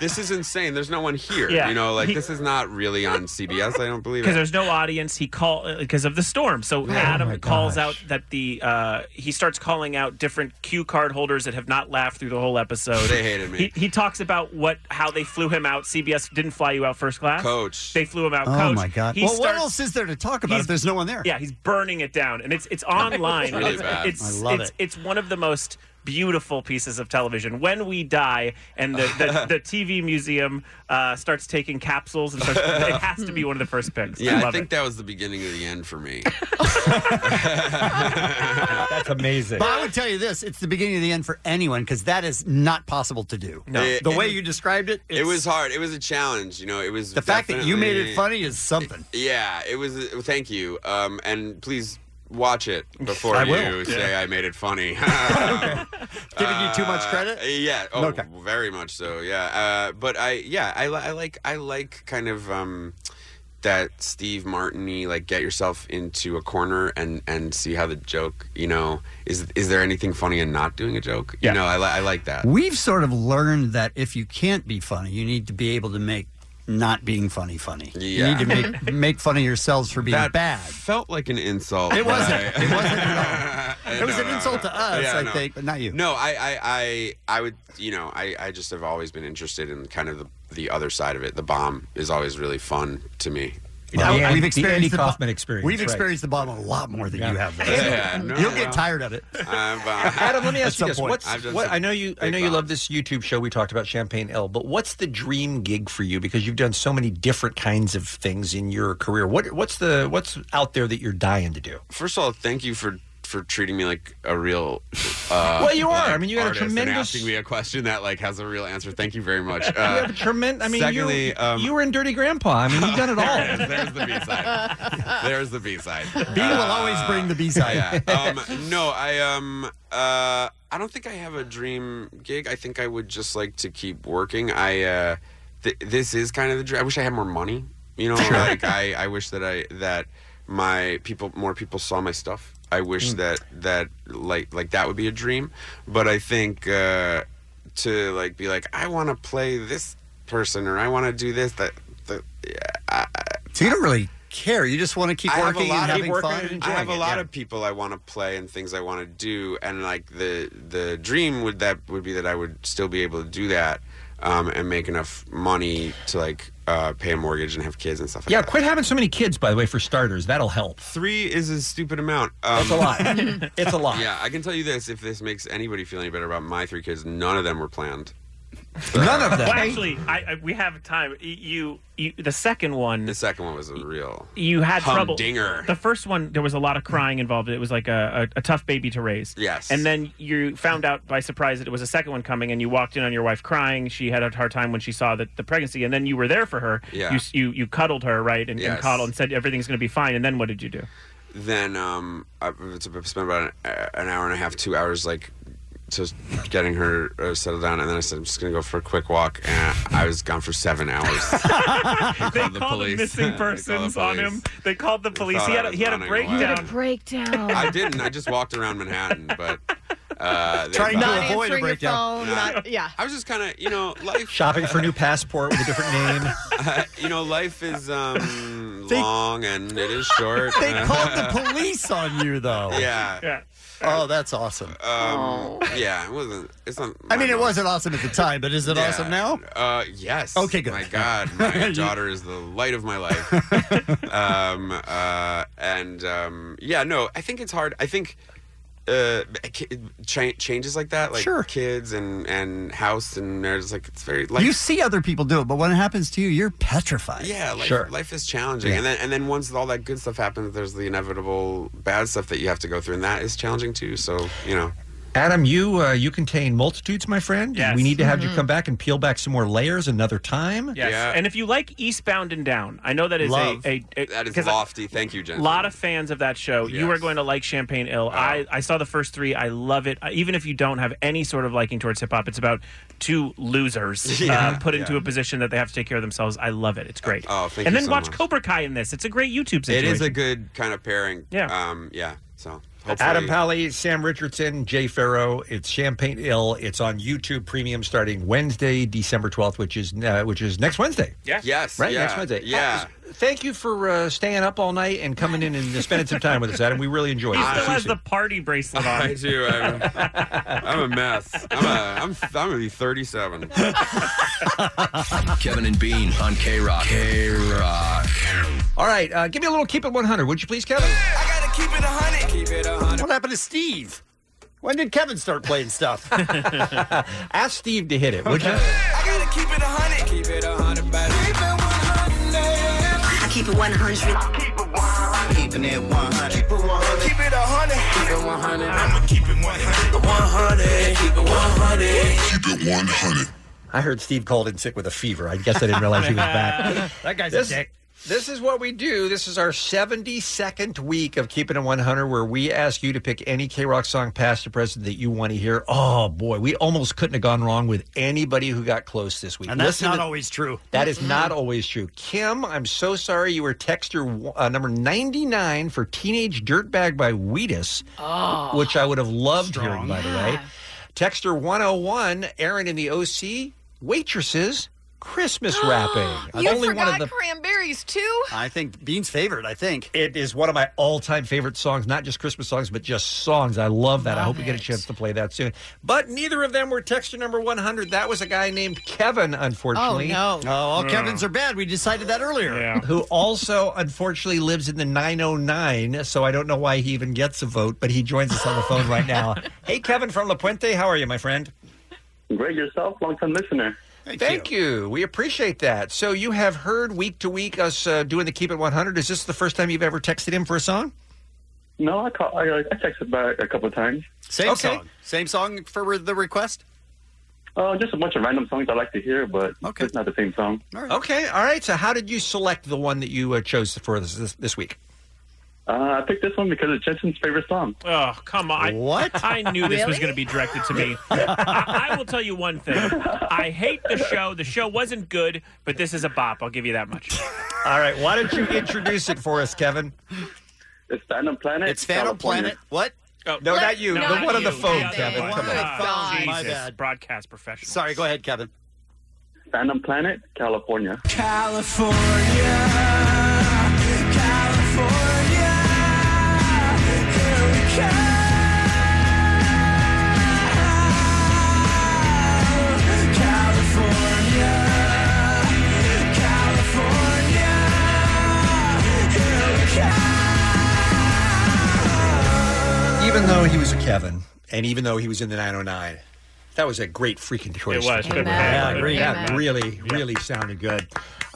Speaker 31: this is insane. There's no one here.
Speaker 8: Yeah.
Speaker 31: You know, like
Speaker 8: He-
Speaker 31: this is not really on CBS. I don't believe
Speaker 8: because
Speaker 31: it.
Speaker 8: there's no audience. He call because of the storm.
Speaker 7: Oh
Speaker 8: So Adam calls out that the uh, he starts calling out different cue card holders that have not laughed through the whole episode.
Speaker 31: They hated me.
Speaker 8: He, he talks about what how they flew him out. CBS didn't fly you out first class.
Speaker 31: Coach,
Speaker 8: they flew him out.
Speaker 7: Oh
Speaker 8: coach.
Speaker 7: my God!
Speaker 8: He
Speaker 7: well, what
Speaker 8: starts-
Speaker 7: else is there to talk about
Speaker 8: he's-
Speaker 7: if there's no one there?
Speaker 8: Yeah, he's burning it down, and it's it's online.
Speaker 7: It's really
Speaker 8: it's,
Speaker 7: bad.
Speaker 8: it's-
Speaker 7: I love
Speaker 8: it's-
Speaker 7: it.
Speaker 8: It's one of the most beautiful pieces of television. When we die, and the the, the TV museum uh, starts taking capsules, and starts, it has to be one of the first picks. I
Speaker 31: yeah, I,
Speaker 8: love
Speaker 31: think
Speaker 8: it.
Speaker 31: that was the beginning of the end for me.
Speaker 11: That's amazing.
Speaker 7: But I would tell you this: it's the beginning of the end for anyone because that is not possible to do.
Speaker 31: It-
Speaker 7: the way you described it,
Speaker 31: it was hard. It was a challenge. You know, it was
Speaker 7: the fact that you made
Speaker 31: definitely-
Speaker 7: it funny is something.
Speaker 31: Yeah, it was. Thank you. Um, and please watch it before
Speaker 7: I
Speaker 31: you
Speaker 7: will.
Speaker 31: say
Speaker 7: Yeah.
Speaker 31: I made it funny.
Speaker 7: Giving you too much credit?
Speaker 31: Uh, yeah. Oh,
Speaker 7: Okay.
Speaker 31: very much so. Yeah. Uh, but I, yeah, I, li- I like, I like kind of um, that Steve Martini, like get yourself into a corner and and see how the joke. You know, is is there anything funny in not doing a joke? You know, I, li- I like that.
Speaker 7: We've sort of learned that if you can't be funny, you need to be able to make not being funny funny.
Speaker 31: Yeah.
Speaker 7: You need to make make fun of yourselves for being
Speaker 31: That
Speaker 7: bad.
Speaker 31: Felt like an insult.
Speaker 7: It
Speaker 31: but
Speaker 7: wasn't.
Speaker 31: I-
Speaker 7: It wasn't at all.
Speaker 31: Uh,
Speaker 7: It was
Speaker 31: no,
Speaker 7: an
Speaker 31: no,
Speaker 7: insult
Speaker 31: no.
Speaker 7: to us,
Speaker 31: Yeah,
Speaker 7: I
Speaker 31: no.
Speaker 7: think, but not you.
Speaker 31: No, I, I, I, I would, you know, I, I just have always been interested in kind of the, the other side of it. The bomb is always really fun to me.
Speaker 7: Now,
Speaker 11: Oh, Yeah,
Speaker 7: we've
Speaker 11: the
Speaker 7: experienced
Speaker 11: Andy
Speaker 7: the bo-
Speaker 11: Kaufman experience,
Speaker 7: We've
Speaker 11: right.
Speaker 7: experienced the bottom a lot more than you have.
Speaker 31: Yeah, no,
Speaker 7: You'll get
Speaker 31: well.
Speaker 7: tired of it.
Speaker 31: I'm, uh,
Speaker 11: Adam, let me
Speaker 7: At
Speaker 11: ask you
Speaker 7: some
Speaker 11: this:
Speaker 7: point. I've
Speaker 11: What's
Speaker 7: done
Speaker 11: what?
Speaker 7: some
Speaker 11: I know you. I
Speaker 7: big
Speaker 11: know you love this YouTube show we talked about, Champagne L. But what's the dream gig for you? Because you've done so many different kinds of things in your career. What What's the What's out there that you're dying to do?
Speaker 31: First of all, thank you for for treating me like a real. Uh,
Speaker 11: Well, you are.
Speaker 31: like,
Speaker 11: I mean, you got a
Speaker 31: artist and
Speaker 11: tremendous-
Speaker 31: asking me a question that like has a real answer. Thank you very much.
Speaker 11: you have a tremendous. I mean,
Speaker 31: Uh, secondly,
Speaker 11: you,
Speaker 31: um,
Speaker 11: you were in Dirty Grandpa. I mean, you've done it all.
Speaker 31: There it is. There's the B side. There's the B side.
Speaker 7: B will always bring the B side.
Speaker 31: Yeah. Um, no, I um uh I don't think I have a dream gig. I think I would just like to keep working. I uh th- this is kind of the dream. I wish I had more money. You know, like I I wish that I that my people more people saw my stuff. I wish
Speaker 7: Hmm.
Speaker 26: Mm.
Speaker 31: that that like like that would be a dream, but I think uh to like be like I want to play this person or I want to do this that, that
Speaker 7: So you don't really care. You just want to keep
Speaker 31: I have a
Speaker 7: working
Speaker 31: lot
Speaker 7: and
Speaker 31: of-
Speaker 7: having
Speaker 31: I
Speaker 7: fun.
Speaker 31: have a lot of people I want to play and things I want to do, and like the the dream would that would be that I would still be able to do that um, and make enough money to like uh, pay a mortgage and have kids and stuff. like
Speaker 11: Yeah, quit having so many kids. By the way, for starters, that'll help.
Speaker 31: Three is a stupid amount. Um,
Speaker 11: That's a lot. it's a lot.
Speaker 31: Yeah, I can tell you this: if this makes anybody feel any better about my three kids, none of them were planned.
Speaker 11: None
Speaker 8: Well, actually, I, I, we have time. Y- You, you, the second one. The
Speaker 31: second one was a real.
Speaker 8: You had trouble.
Speaker 31: Humdinger.
Speaker 8: The first one, there was a lot of crying involved. It was like a, a, a tough baby to raise.
Speaker 31: Yes.
Speaker 8: And then you found out by surprise that it was a second one coming, and you walked in on your wife crying. She had a hard time when she saw the, the pregnancy, and then you were there for her.
Speaker 31: Yeah.
Speaker 8: You, s- you, you cuddled her, right? And, and
Speaker 31: Yes.
Speaker 8: coddled and said everything's going to be fine. And then what did you do?
Speaker 31: then um, I it's- I spent about an, an hour and a half, two hours, like just getting her uh, settled down, and then I said I'm just gonna go for a quick walk, and I was gone for seven hours.
Speaker 8: they called,
Speaker 31: the
Speaker 8: the
Speaker 31: police. They
Speaker 8: missing
Speaker 31: called the
Speaker 8: persons on him. They called the police.
Speaker 31: thought
Speaker 8: He had
Speaker 31: I
Speaker 8: a,
Speaker 31: was
Speaker 8: he had a
Speaker 31: running away. He had a
Speaker 8: breakdown.
Speaker 10: breakdown.
Speaker 31: I didn't. I just walked around Manhattan, but uh, they
Speaker 10: Trying
Speaker 31: found-
Speaker 10: to Not avoid a answering your breakdown. phone,
Speaker 31: Nah.
Speaker 10: not- yeah.
Speaker 31: I was just kind of, you know, life.
Speaker 11: Shopping for a new passport with a different name.
Speaker 31: Uh, you know, life is um, long and it is short. uh,
Speaker 7: They called the police on you, though.
Speaker 31: Yeah. Yeah.
Speaker 7: Oh, that's awesome.
Speaker 10: Oh.
Speaker 31: Um, yeah, it wasn't. It's not.
Speaker 7: I mean, it wasn't awesome at the time, but is it
Speaker 31: Yeah.
Speaker 7: awesome now?
Speaker 31: Uh, yes.
Speaker 7: Okay, good.
Speaker 31: My God, my daughter is the light of my life. um, uh, and um, yeah, no, I think it's hard. I think uh, ki- cha- changes like that, like kids and and house and marriage, like it's very like
Speaker 7: you see other people do it, but when it happens to you, you're petrified.
Speaker 31: yeah, life, life is challenging,
Speaker 7: Yeah.
Speaker 31: and then and then once all that good stuff happens, there's the inevitable bad stuff that you have to go through, and that is challenging too. So you know,
Speaker 11: Adam, you uh, you contain multitudes, my friend.
Speaker 8: Yes.
Speaker 11: We need to have
Speaker 8: Mhm.
Speaker 11: you come back and peel back some more layers another time.
Speaker 8: Yes. And if you like Eastbound and Down, I know that is
Speaker 11: Love.
Speaker 8: a, a, a
Speaker 31: that is
Speaker 8: 'cause I-
Speaker 31: lofty. Thank you,
Speaker 8: A
Speaker 31: Jen.
Speaker 8: lot of fans of that show. You are going to like Champagne Ill. I, I saw the first three. I love it. Uh, Even if you don't have any sort of liking towards hip hop, it's about two losers
Speaker 31: Yeah,
Speaker 8: uh, put
Speaker 31: yeah.
Speaker 8: into a position that they have to take care of themselves. I love it. It's great.
Speaker 31: oh, thank
Speaker 8: And
Speaker 31: you
Speaker 8: then
Speaker 31: so
Speaker 8: watch
Speaker 31: much.
Speaker 8: Cobra Kai in this. It's a great YouTube
Speaker 31: It
Speaker 8: situation.
Speaker 31: is a good kind of pairing. Yeah. Um, yeah. So hopefully.
Speaker 11: Adam Pally, Sam Richardson, Jay Farrow. It's Champagne Ill. It's on YouTube Premium starting Wednesday, December twelfth, which is uh, which is next Wednesday.
Speaker 31: Yes. Yes.
Speaker 11: Right,
Speaker 31: yeah,
Speaker 11: next Wednesday.
Speaker 31: Yeah.
Speaker 11: Thank you for uh, staying up all night and coming in and spending some time with us, Adam. We really enjoyed
Speaker 8: He
Speaker 11: it.
Speaker 8: still has the party bracelet on.
Speaker 31: I do. I'm, I'm a mess. I'm a, I'm, I'm gonna be 37.
Speaker 14: Kevin and Bean on K Rock. K Rock.
Speaker 11: All right, uh, give me a little keep it one hundred, would you please, Kevin?
Speaker 7: Keep it 100. Keep it 100. What happened to Steve? When did Kevin start playing stuff?
Speaker 11: Ask Steve to hit it, would you?
Speaker 5: Keep it a hundred. Keep it a hundred, baby. Keep it one hundred. I keep it one hundred. Keep it one hundred. Keeping it one hundred. Keep it one hundred. Keep it a hundred. Keep it one hundred. I'ma keep it one hundred. One hundred. Keep it one hundred.
Speaker 11: Keep it one hundred. I heard Steve called in sick with a fever. I guess I didn't realize he was back.
Speaker 7: that guy's
Speaker 11: This-
Speaker 7: a dick.
Speaker 11: This is what we do. This is our 72nd week of Keeping It 100, where we ask you to pick any K Rock song, past or present, that you want to hear. Oh, boy. We almost couldn't have gone wrong with anybody who got close this week.
Speaker 7: And that's
Speaker 11: Listen
Speaker 7: not
Speaker 11: to-
Speaker 7: always true.
Speaker 11: That is not always true. Kim, I'm so sorry you were texter uh, number 99 for Teenage Dirtbag by Wheatus,
Speaker 5: Oh.
Speaker 11: which I would have loved hearing, by the way.
Speaker 5: Yeah.
Speaker 11: Texter 101, Aaron in the OC, Waitresses, Christmas Wrapping.
Speaker 10: you
Speaker 11: Only
Speaker 10: forgot
Speaker 11: one of the
Speaker 10: cranberries too.
Speaker 7: I think Bean's favorite. I think
Speaker 11: it is one of my all-time favorite songs. Not just Christmas songs, but just songs. I love that. I hope we get a chance to play that soon. But neither of them were texture number one hundred. That was a guy named Kevin, unfortunately. Mm.
Speaker 7: Oh, no. Oh, all Kevins are bad. We decided that earlier.
Speaker 11: Who also unfortunately lives in the 909, so I don't know why he even gets a vote, but he joins us on the phone right now. Hey, Kevin from La Puente, how are you, my friend?
Speaker 26: Great yourself, long-time listener.
Speaker 11: Thank, you. We appreciate that. So you have heard week to week us uh, doing the Keep It 100. Is this the first time you've ever texted him for a song?
Speaker 26: No, I call, I, I texted back a couple of times.
Speaker 7: Same song. Same song for the request.
Speaker 26: Uh, just a bunch of random songs I like to hear, but it's not the same song.
Speaker 11: Okay, all right. So, how did you select the one that you uh, chose for this, this this week?
Speaker 26: Uh, I picked this one because it's Jensen's favorite song.
Speaker 8: Oh, come on.
Speaker 11: What?
Speaker 8: I knew this was
Speaker 26: Really?
Speaker 8: going to be directed to me. I, I will tell you one thing. I hate the show. The show wasn't good, but this is a bop. I'll give you that much.
Speaker 11: All right, why don't you introduce it for us, Kevin?
Speaker 26: It's Phantom Planet.
Speaker 7: It's Phantom Planet. What?
Speaker 8: Oh,
Speaker 11: No, not you. the one on the phone,
Speaker 8: Yeah,
Speaker 11: Kevin.
Speaker 8: the
Speaker 11: Come
Speaker 8: one
Speaker 11: on.
Speaker 8: on the phone.
Speaker 7: My
Speaker 8: Jesus,
Speaker 7: bad.
Speaker 8: Broadcast professional.
Speaker 7: Sorry, go ahead, Kevin.
Speaker 26: Phantom Planet, California.
Speaker 5: California, California, here we come. California, California, here we
Speaker 11: Even though he was a Kevin, and even though he was in the 909, that was a great freaking choice.
Speaker 8: It was. Good Amen.
Speaker 11: Yeah,
Speaker 8: pick.
Speaker 11: really-
Speaker 8: Amen.
Speaker 11: that really, really sounded good.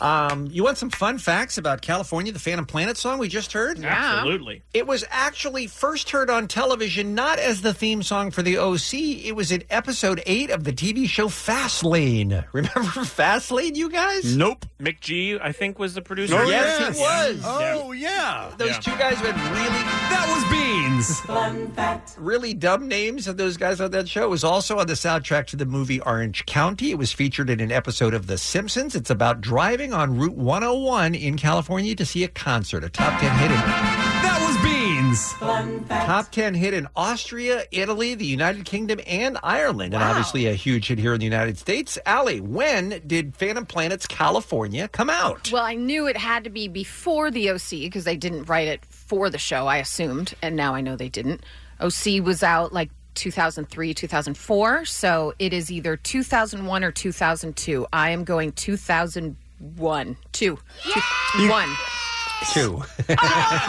Speaker 11: Um, you want some fun facts about California, the Phantom Planet song we just heard?
Speaker 8: Absolutely.
Speaker 11: It was actually first heard on television not as the theme song for the OC. It was in episode 8 of the TV show Fastlane. Remember Fastlane, you guys?
Speaker 7: Nope.
Speaker 8: Mick G, I think, was the producer.
Speaker 11: Oh, yes, he was.
Speaker 8: Yeah.
Speaker 7: Oh yeah. Yeah.
Speaker 11: Those two guys who had really
Speaker 7: that was Beans.
Speaker 11: Fun fact. Really dumb names of those guys on that show. It was also on the soundtrack to the movie Orange County. It was featured in an episode of The Simpsons. It's about driving on Route 101 in California to see a concert. A top ten hit. In-
Speaker 7: that was Beans.
Speaker 11: Top 10 hit in Austria, Italy, the United Kingdom, and Ireland. And obviously a huge hit here in the United States. Allie, when did Phantom Planet's California come out?
Speaker 10: Well, I knew it had to be before the OC because they didn't write it for the show, I assumed. And now I know they didn't. OC was out like 2003, 2004. So it is either 2001 or 2002. I am going 2001. Two. Two- One.
Speaker 11: Two.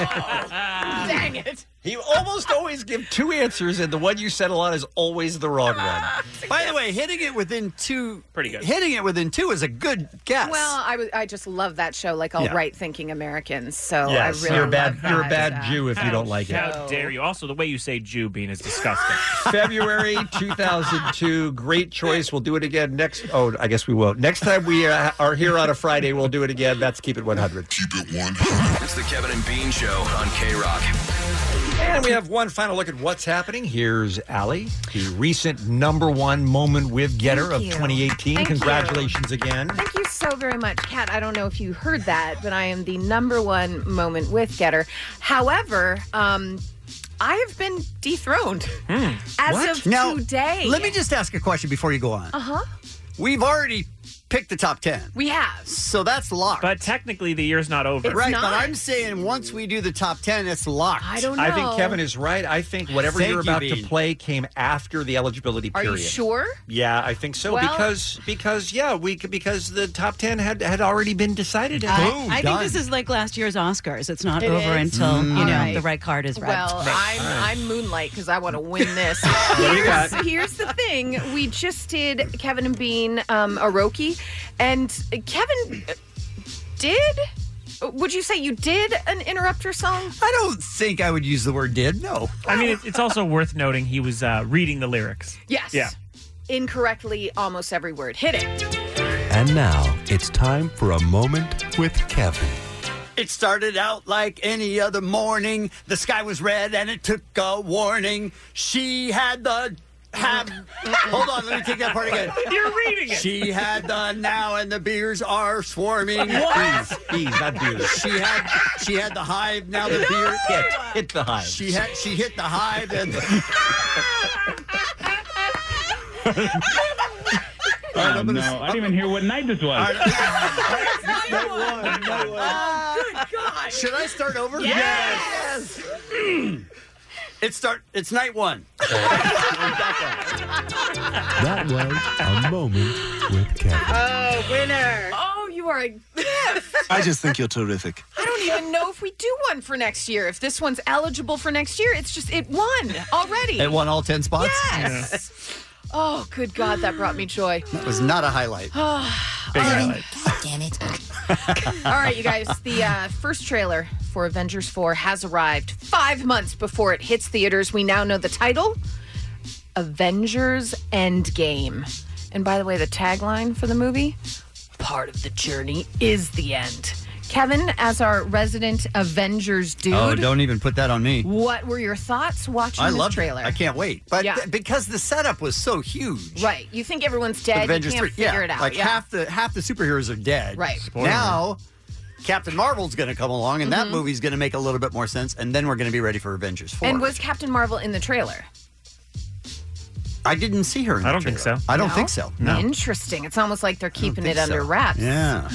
Speaker 10: Dang it.
Speaker 11: You almost always give two answers, and the one you settle on is always the wrong one.
Speaker 7: By the way, hitting it within two,
Speaker 11: pretty
Speaker 7: Hitting it within two is a good guess.
Speaker 10: Well, I, w- I just love that show, like all
Speaker 7: Yeah.
Speaker 10: thinking Americans. So
Speaker 11: Yes,
Speaker 10: I really
Speaker 11: you're a bad-
Speaker 10: love that.
Speaker 11: you're a bad Jew if you don't like it.
Speaker 8: How dare you? Also, the way you say Jew bean is disgusting.
Speaker 11: February 2002. Great choice. We'll do it again next. Oh, I guess we won't. Next time we uh, are here on a Friday, we'll do it again. That's Keep It 100. Keep It 100.
Speaker 14: It's the Kevin and Bean Show on K Rock.
Speaker 11: And we have one final look at what's happening. Here's Allie, the recent number one moment with getter
Speaker 10: Thank
Speaker 11: of
Speaker 10: you.
Speaker 11: 2018.
Speaker 10: Thank you.
Speaker 11: Congratulations again.
Speaker 10: Thank you so very much, Kat. I don't know if you heard that, but I am the number one moment with getter. However, um, I have been dethroned as of
Speaker 7: now,
Speaker 10: today.
Speaker 7: Let me just ask a question before you go on.
Speaker 10: Uh
Speaker 2: Uh-huh.
Speaker 10: huh.
Speaker 7: We've already picked the top 10.
Speaker 10: We have.
Speaker 7: So that's locked.
Speaker 8: But technically, the year's not over.
Speaker 7: right, but I'm saying once we do the top 10, it's locked. I
Speaker 10: don't
Speaker 11: I think Kevin is right. I think whatever
Speaker 7: Thank
Speaker 11: you're
Speaker 7: you,
Speaker 11: about
Speaker 7: Bean.
Speaker 11: to play came after the eligibility
Speaker 10: Are
Speaker 11: period.
Speaker 10: you sure?
Speaker 11: Yeah, I think so
Speaker 10: Well-
Speaker 11: because because yeah, we could- because the top 10 had had already been decided. and-
Speaker 2: I, I think this is like last year's Oscars. It's not
Speaker 10: It
Speaker 2: over
Speaker 10: is.
Speaker 2: until
Speaker 11: Mm.
Speaker 2: you
Speaker 10: All
Speaker 2: know
Speaker 10: right.
Speaker 2: the right card is read.
Speaker 10: Well, I'm I'm Moonlight because I want to win this. here's, here's the thing: we just did Kevin and Bean um, Aroki, and Kevin uh, did. Would you say you did an interrupter song?
Speaker 7: I don't think I would use the word did. No.
Speaker 8: I mean, it, it's also worth noting he was uh, reading the lyrics.
Speaker 10: Yes.
Speaker 8: Yeah.
Speaker 10: Incorrectly, almost every word. Hit it.
Speaker 27: And now it's time for a moment with Kevin.
Speaker 7: It started out like any other morning. The sky was red and it took a warning. She had the. Have, hold on, let me take that part again.
Speaker 5: You're reading it.
Speaker 7: She had the now, and the beers are swarming.
Speaker 5: What?
Speaker 11: Bees, bees, not beers.
Speaker 7: She had she had the hive. Now the beer
Speaker 11: hit hit the hive.
Speaker 7: She had she hit the hive and.
Speaker 23: Oh, no, I didn't even hear what night this was.
Speaker 7: Should I start over?
Speaker 5: Yes!
Speaker 7: Mm. it start. It's night one.
Speaker 27: That was a moment with Kevin.
Speaker 10: Oh, winner! Oh, you are a gift.
Speaker 27: I just think you're terrific.
Speaker 10: I don't even know if we do one for next year. If this one's eligible for next year, it's just it won already.
Speaker 7: It won all ten spots.
Speaker 10: Yes. Oh, good God, that brought me joy.
Speaker 7: That was not a highlight. Big highlight.
Speaker 10: Damn it. All right, you guys. The uh, first trailer for Avengers 4 has arrived five months before it hits theaters. We now know the title Avengers Endgame. And by the way, the tagline for the movie Part of the Journey is the End. Kevin, as our resident Avengers dude,
Speaker 7: Oh, don't even put that on me.
Speaker 10: what were your thoughts watching
Speaker 7: I
Speaker 10: this
Speaker 7: love
Speaker 10: trailer?
Speaker 7: It. I can't wait. But
Speaker 10: Yeah.
Speaker 7: th- because the setup was so huge.
Speaker 10: Right. You think everyone's dead.
Speaker 7: Avengers
Speaker 10: you can't
Speaker 7: 3.
Speaker 10: figure
Speaker 7: yeah,
Speaker 10: it out.
Speaker 7: Like
Speaker 10: yeah.
Speaker 7: half the half the superheroes are dead.
Speaker 10: Right. Spoiler.
Speaker 7: Now Captain Marvel's going to come along and
Speaker 10: Mhm.
Speaker 7: that movie's going to make a little bit more sense and then we're going to be ready for Avengers 4.
Speaker 10: And was Captain Marvel in the trailer?
Speaker 7: I didn't see her in I don't think so. I don't
Speaker 10: No?
Speaker 7: think so. No.
Speaker 10: Interesting. It's almost like they're keeping it
Speaker 7: think
Speaker 10: under
Speaker 7: so.
Speaker 10: wraps.
Speaker 7: Yeah.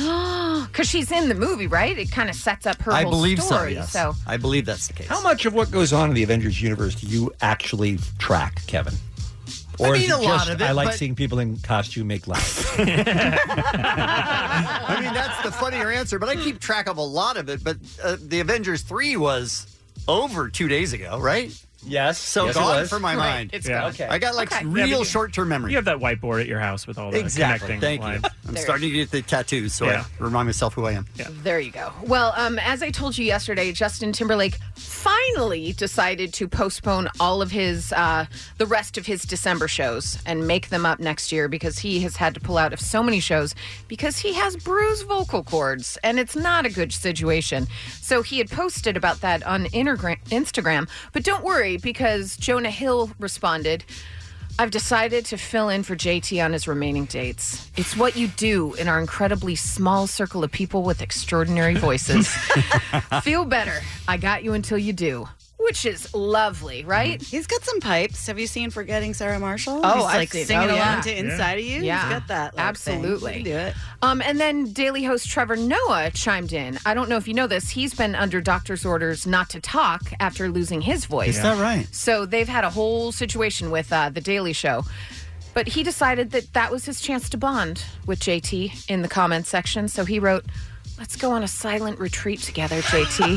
Speaker 10: Because she's in the movie, right? It kind of sets up her
Speaker 11: I
Speaker 10: whole
Speaker 11: believe so,
Speaker 10: story.
Speaker 11: yes.
Speaker 7: I believe that's the case.
Speaker 11: How much of what goes on in the Avengers universe do you actually track, Kevin?
Speaker 7: I
Speaker 11: Or
Speaker 7: mean,
Speaker 11: is it
Speaker 7: a lot
Speaker 11: just,
Speaker 7: of it,
Speaker 11: I like
Speaker 7: but-
Speaker 11: seeing people in costume make loud.
Speaker 7: I mean, that's the funnier answer, but I keep track of a lot of it. But uh, the Avengers 3 was over two days ago, right?
Speaker 11: Yes.
Speaker 7: So
Speaker 8: Yes, it
Speaker 7: gone
Speaker 8: was.
Speaker 7: from my
Speaker 8: Right.
Speaker 7: mind.
Speaker 8: It's Yeah. gone. Okay.
Speaker 7: I got like
Speaker 8: Okay. Yeah, but
Speaker 7: real
Speaker 8: you-
Speaker 7: short term memory.
Speaker 8: You have that whiteboard at your house with all the
Speaker 7: Exactly.
Speaker 8: connecting
Speaker 7: Thank you.
Speaker 8: lines.
Speaker 7: I'm
Speaker 10: There.
Speaker 7: starting to get the tattoos, so
Speaker 10: Yeah.
Speaker 7: I remind myself who I am.
Speaker 10: There you go. Well, um, as I told you yesterday, Justin Timberlake finally decided to postpone all of his, uh, the rest of his December shows and make them up next year because he has had to pull out of so many shows because he has bruised vocal cords and it's not a good situation. So he had posted about that on Intergra- Instagram. But don't worry because Jonah Hill responded. I've decided to fill in for JT on his remaining dates. It's what you do in our incredibly small circle of people with extraordinary voices. Feel better. I got you until you do, which is lovely,
Speaker 2: Mm-hmm.
Speaker 10: right?
Speaker 2: He's got some pipes. Have you seen "Forgetting Sarah Marshall"?
Speaker 10: Oh,
Speaker 2: He's
Speaker 10: I've
Speaker 2: like
Speaker 10: seen-
Speaker 2: singing
Speaker 10: oh, yeah.
Speaker 2: along to "Inside of You."
Speaker 10: Yeah.
Speaker 2: He's got that. like, thing.
Speaker 10: Absolutely.
Speaker 2: You can do it.
Speaker 10: Um, and then Daily host Trevor Noah chimed in. I don't know if you know this. He's been under doctor's orders not to talk after losing his voice.
Speaker 7: Is that right?
Speaker 10: So they've had a whole situation with uh, The Daily Show. But he decided that that was his chance to bond with JT in the comment section. So he wrote, Let's go on a silent retreat together, JT.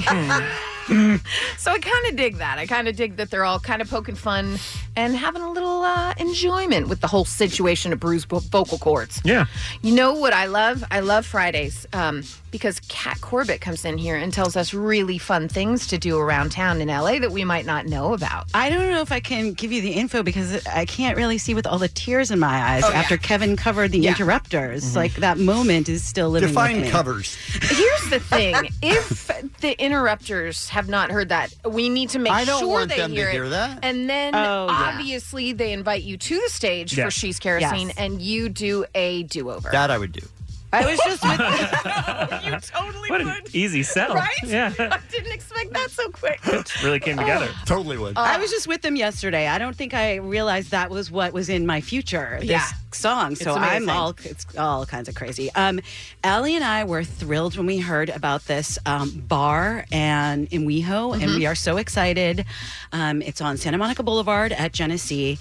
Speaker 10: so I kind of dig that. I kind of dig that they're all kind of poking fun and having a little uh, enjoyment with the whole situation of bruised vo- vocal cords.
Speaker 8: Yeah.
Speaker 10: You know what I love? I love Fridays um, because Kat Corbett comes in here and tells us really fun things to do around town in LA that we might not know about. Uh,
Speaker 2: I don't know if I can give you the info because I can't really see with all the tears in my
Speaker 10: Oh,
Speaker 2: eyes after Kevin covered the interrupters.
Speaker 10: Mhm.
Speaker 2: Like that moment is still living. with me.
Speaker 10: Here's the thing: if the interrupters have not heard that, we need to make
Speaker 2: I don't
Speaker 10: sure
Speaker 2: want
Speaker 10: they
Speaker 2: them to
Speaker 10: hear,
Speaker 2: hear
Speaker 10: it.
Speaker 2: that.
Speaker 10: And then,
Speaker 2: Oh, yeah.
Speaker 10: obviously, they invite you to the stage for
Speaker 7: Yes.
Speaker 10: She's Kerosene,
Speaker 7: Yes.
Speaker 10: and you do a do-over.
Speaker 7: That I would do.
Speaker 10: I was just with
Speaker 8: you totally what an easy sell.
Speaker 2: Right?
Speaker 8: Yeah.
Speaker 10: I didn't expect that so quick.
Speaker 8: really came together.
Speaker 7: Totally would.
Speaker 10: Oh.
Speaker 2: I was just with them yesterday. I don't think I realized that was what was in my future. This
Speaker 10: Yeah.
Speaker 2: song. So
Speaker 10: It's
Speaker 2: I'm
Speaker 10: amazing.
Speaker 2: all it's all kinds of crazy. Um, Allie and I were thrilled when we heard about this um, bar and in WeHo, and
Speaker 28: Mhm.
Speaker 10: Mm-hmm.
Speaker 2: we are so excited. Um, it's on Santa Monica Boulevard at Genesee.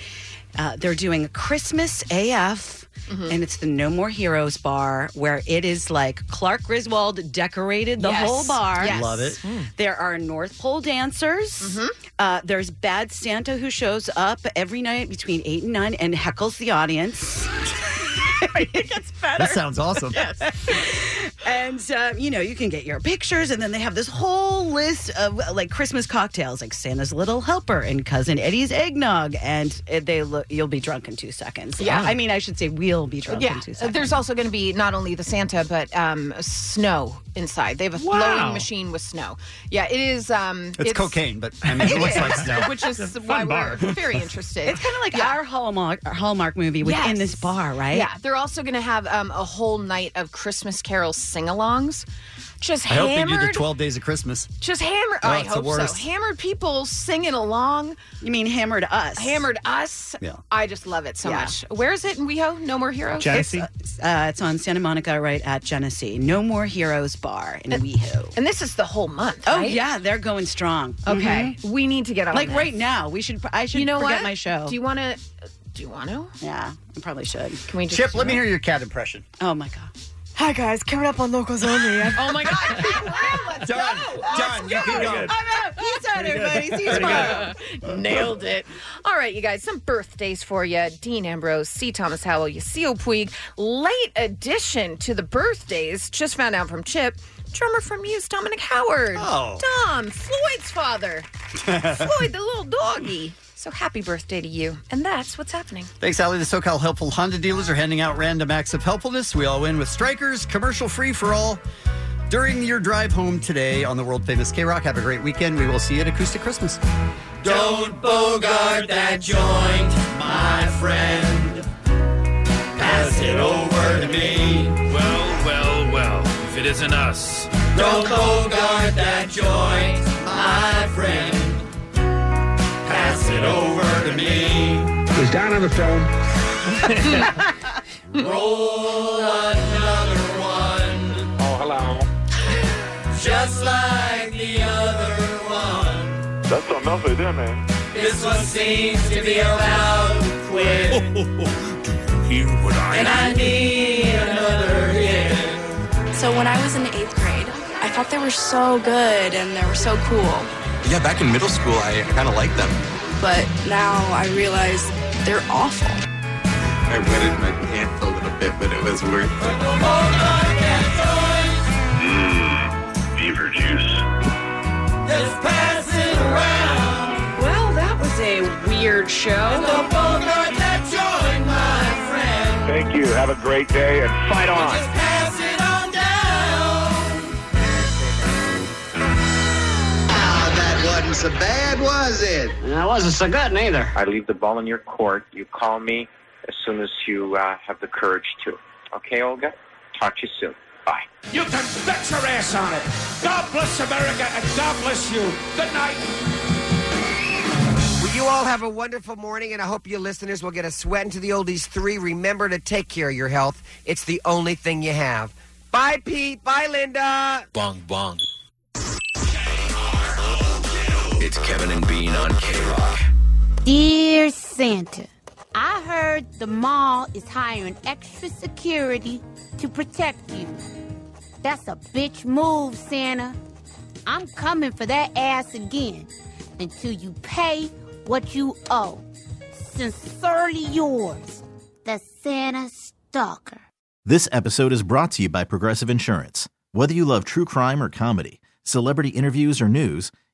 Speaker 2: Uh, they're doing a Christmas AF.
Speaker 10: Mm-hmm.
Speaker 2: And it's the No More Heroes bar where it is like Clark Griswold decorated the
Speaker 28: Yes.
Speaker 2: whole bar.
Speaker 28: Yes. Love it. Mm.
Speaker 2: There are North Pole dancers. Uh, there's Bad Santa who shows up every night between eight and nine and heckles the audience. it gets better.
Speaker 7: That sounds awesome.
Speaker 2: Yes. And uh, you know you can get your pictures, and then they have this whole list of uh, like Christmas cocktails, like Santa's Little Helper and Cousin Eddie's eggnog, and uh, they look you'll be drunk in two seconds.
Speaker 10: Yeah.
Speaker 2: I mean I should say we'll be drunk in two seconds.
Speaker 10: uh, There's also going to be not only the Santa, but um, snow inside. They have a
Speaker 2: Wow.
Speaker 10: flowing machine with snow. Yeah, it is. Um,
Speaker 7: It's, cocaine, but I mean, it looks like snow.
Speaker 10: Which is why we're very interested.
Speaker 2: It's kind of like our Hallmark our Hallmark movie within
Speaker 10: Yes.
Speaker 2: this bar, right?
Speaker 10: Yeah, they're also going to have um, a whole night of Christmas Carol sing-alongs. Just
Speaker 7: I hope they do the
Speaker 10: hammered,
Speaker 7: 12 days of Christmas.
Speaker 10: just hammered.
Speaker 7: Oh,
Speaker 10: I
Speaker 7: it's the
Speaker 10: hope so.
Speaker 7: worst.
Speaker 10: Hammered people singing along.
Speaker 2: You mean hammered us?
Speaker 10: Hammered us.
Speaker 7: Yeah.
Speaker 10: I just love it so
Speaker 2: Yeah.
Speaker 10: much. Where is it in WeHo? No more heroes.
Speaker 2: It's, uh, it's on Santa Monica, right at Genesee. No More Heroes Bar in WeHo.
Speaker 10: And this is the whole month. Uh,
Speaker 2: Oh
Speaker 10: right?
Speaker 2: yeah, they're going strong. Mm-hmm.
Speaker 10: Okay, we need to get on.
Speaker 2: Like
Speaker 10: this.
Speaker 2: right now, we should. I should
Speaker 10: you know
Speaker 2: forget
Speaker 10: what?
Speaker 2: my show.
Speaker 10: Do you want to? Do you want to?
Speaker 2: Yeah, I probably should.
Speaker 10: Can we just
Speaker 7: Chip,
Speaker 10: do
Speaker 7: let me
Speaker 10: it?
Speaker 7: hear your cat impression.
Speaker 2: Oh my god.
Speaker 24: Hi guys, coming up on Locals Only.
Speaker 10: oh my god.
Speaker 7: Done. Done. You can go.
Speaker 2: out. Peace out, everybody. See you tomorrow.
Speaker 10: Nailed it. All right, you guys, some birthdays for you. Dean Ambrose, C. Thomas Howell, Yasiel Puig. Late addition to the birthdays, just found out from Chip. Drummer from Muse, Dominic Howard.
Speaker 5: Oh.
Speaker 10: Dom, Floyd's father. Floyd, the little doggy. So happy birthday to you. And that's what's happening.
Speaker 7: Thanks, Allie. The SoCal Helpful Honda dealers are handing out random acts of helpfulness. We all win with Strikers, commercial free for all. During your drive home today on the world famous K Rock, have a great weekend. We will see you at Acoustic Christmas.
Speaker 5: Don't bogart that joint, my friend. Pass it over to me.
Speaker 16: Well, well, well. If it isn't us.
Speaker 5: Don't bogart that joint, my friend. Pass it over to me.
Speaker 6: Is Don on the phone?
Speaker 5: Roll another one,
Speaker 6: Oh, hello.
Speaker 5: just like the other one.
Speaker 6: That's enough right there, man.
Speaker 5: This one seems to be about to quit.
Speaker 6: Hear what I
Speaker 5: And I need another hit.
Speaker 29: So when I was in eighth grade, I thought they were so good and they were so cool.
Speaker 31: Yeah, back in middle school, I kind of liked them.
Speaker 29: But now I realize they're awful.
Speaker 31: I wetted my pants a little
Speaker 19: it, but it was worth it. Mmm, beaver juice.
Speaker 32: Well, that was a weird show.
Speaker 17: Thank you. Have a great day and fight on.
Speaker 19: Ah, that wasn't so bad, was it? That wasn't so good neither.
Speaker 22: I leave the ball in your court. You call me as soon as you uh, have the courage to. Okay, Olga? Talk to you soon. Bye.
Speaker 17: You can bet your ass on it. God bless America and God bless you. Good night.
Speaker 5: Well, you all have a wonderful morning, and I hope you listeners will get a sweat into the oldies three. Remember to take care of your health, it's the only thing you have. Bye, Pete. Bye, Linda.
Speaker 14: Bong bong. It's Kevin and Bean on K Rock.
Speaker 9: Dear Santa, I heard the mall is hiring extra security to protect you. That's a bitch move, Santa. I'm coming for that ass again until you pay what you owe. Sincerely yours, the Santa Stalker.
Speaker 1: This episode is brought to you by Progressive Insurance. Whether you love true crime or comedy, celebrity interviews or news,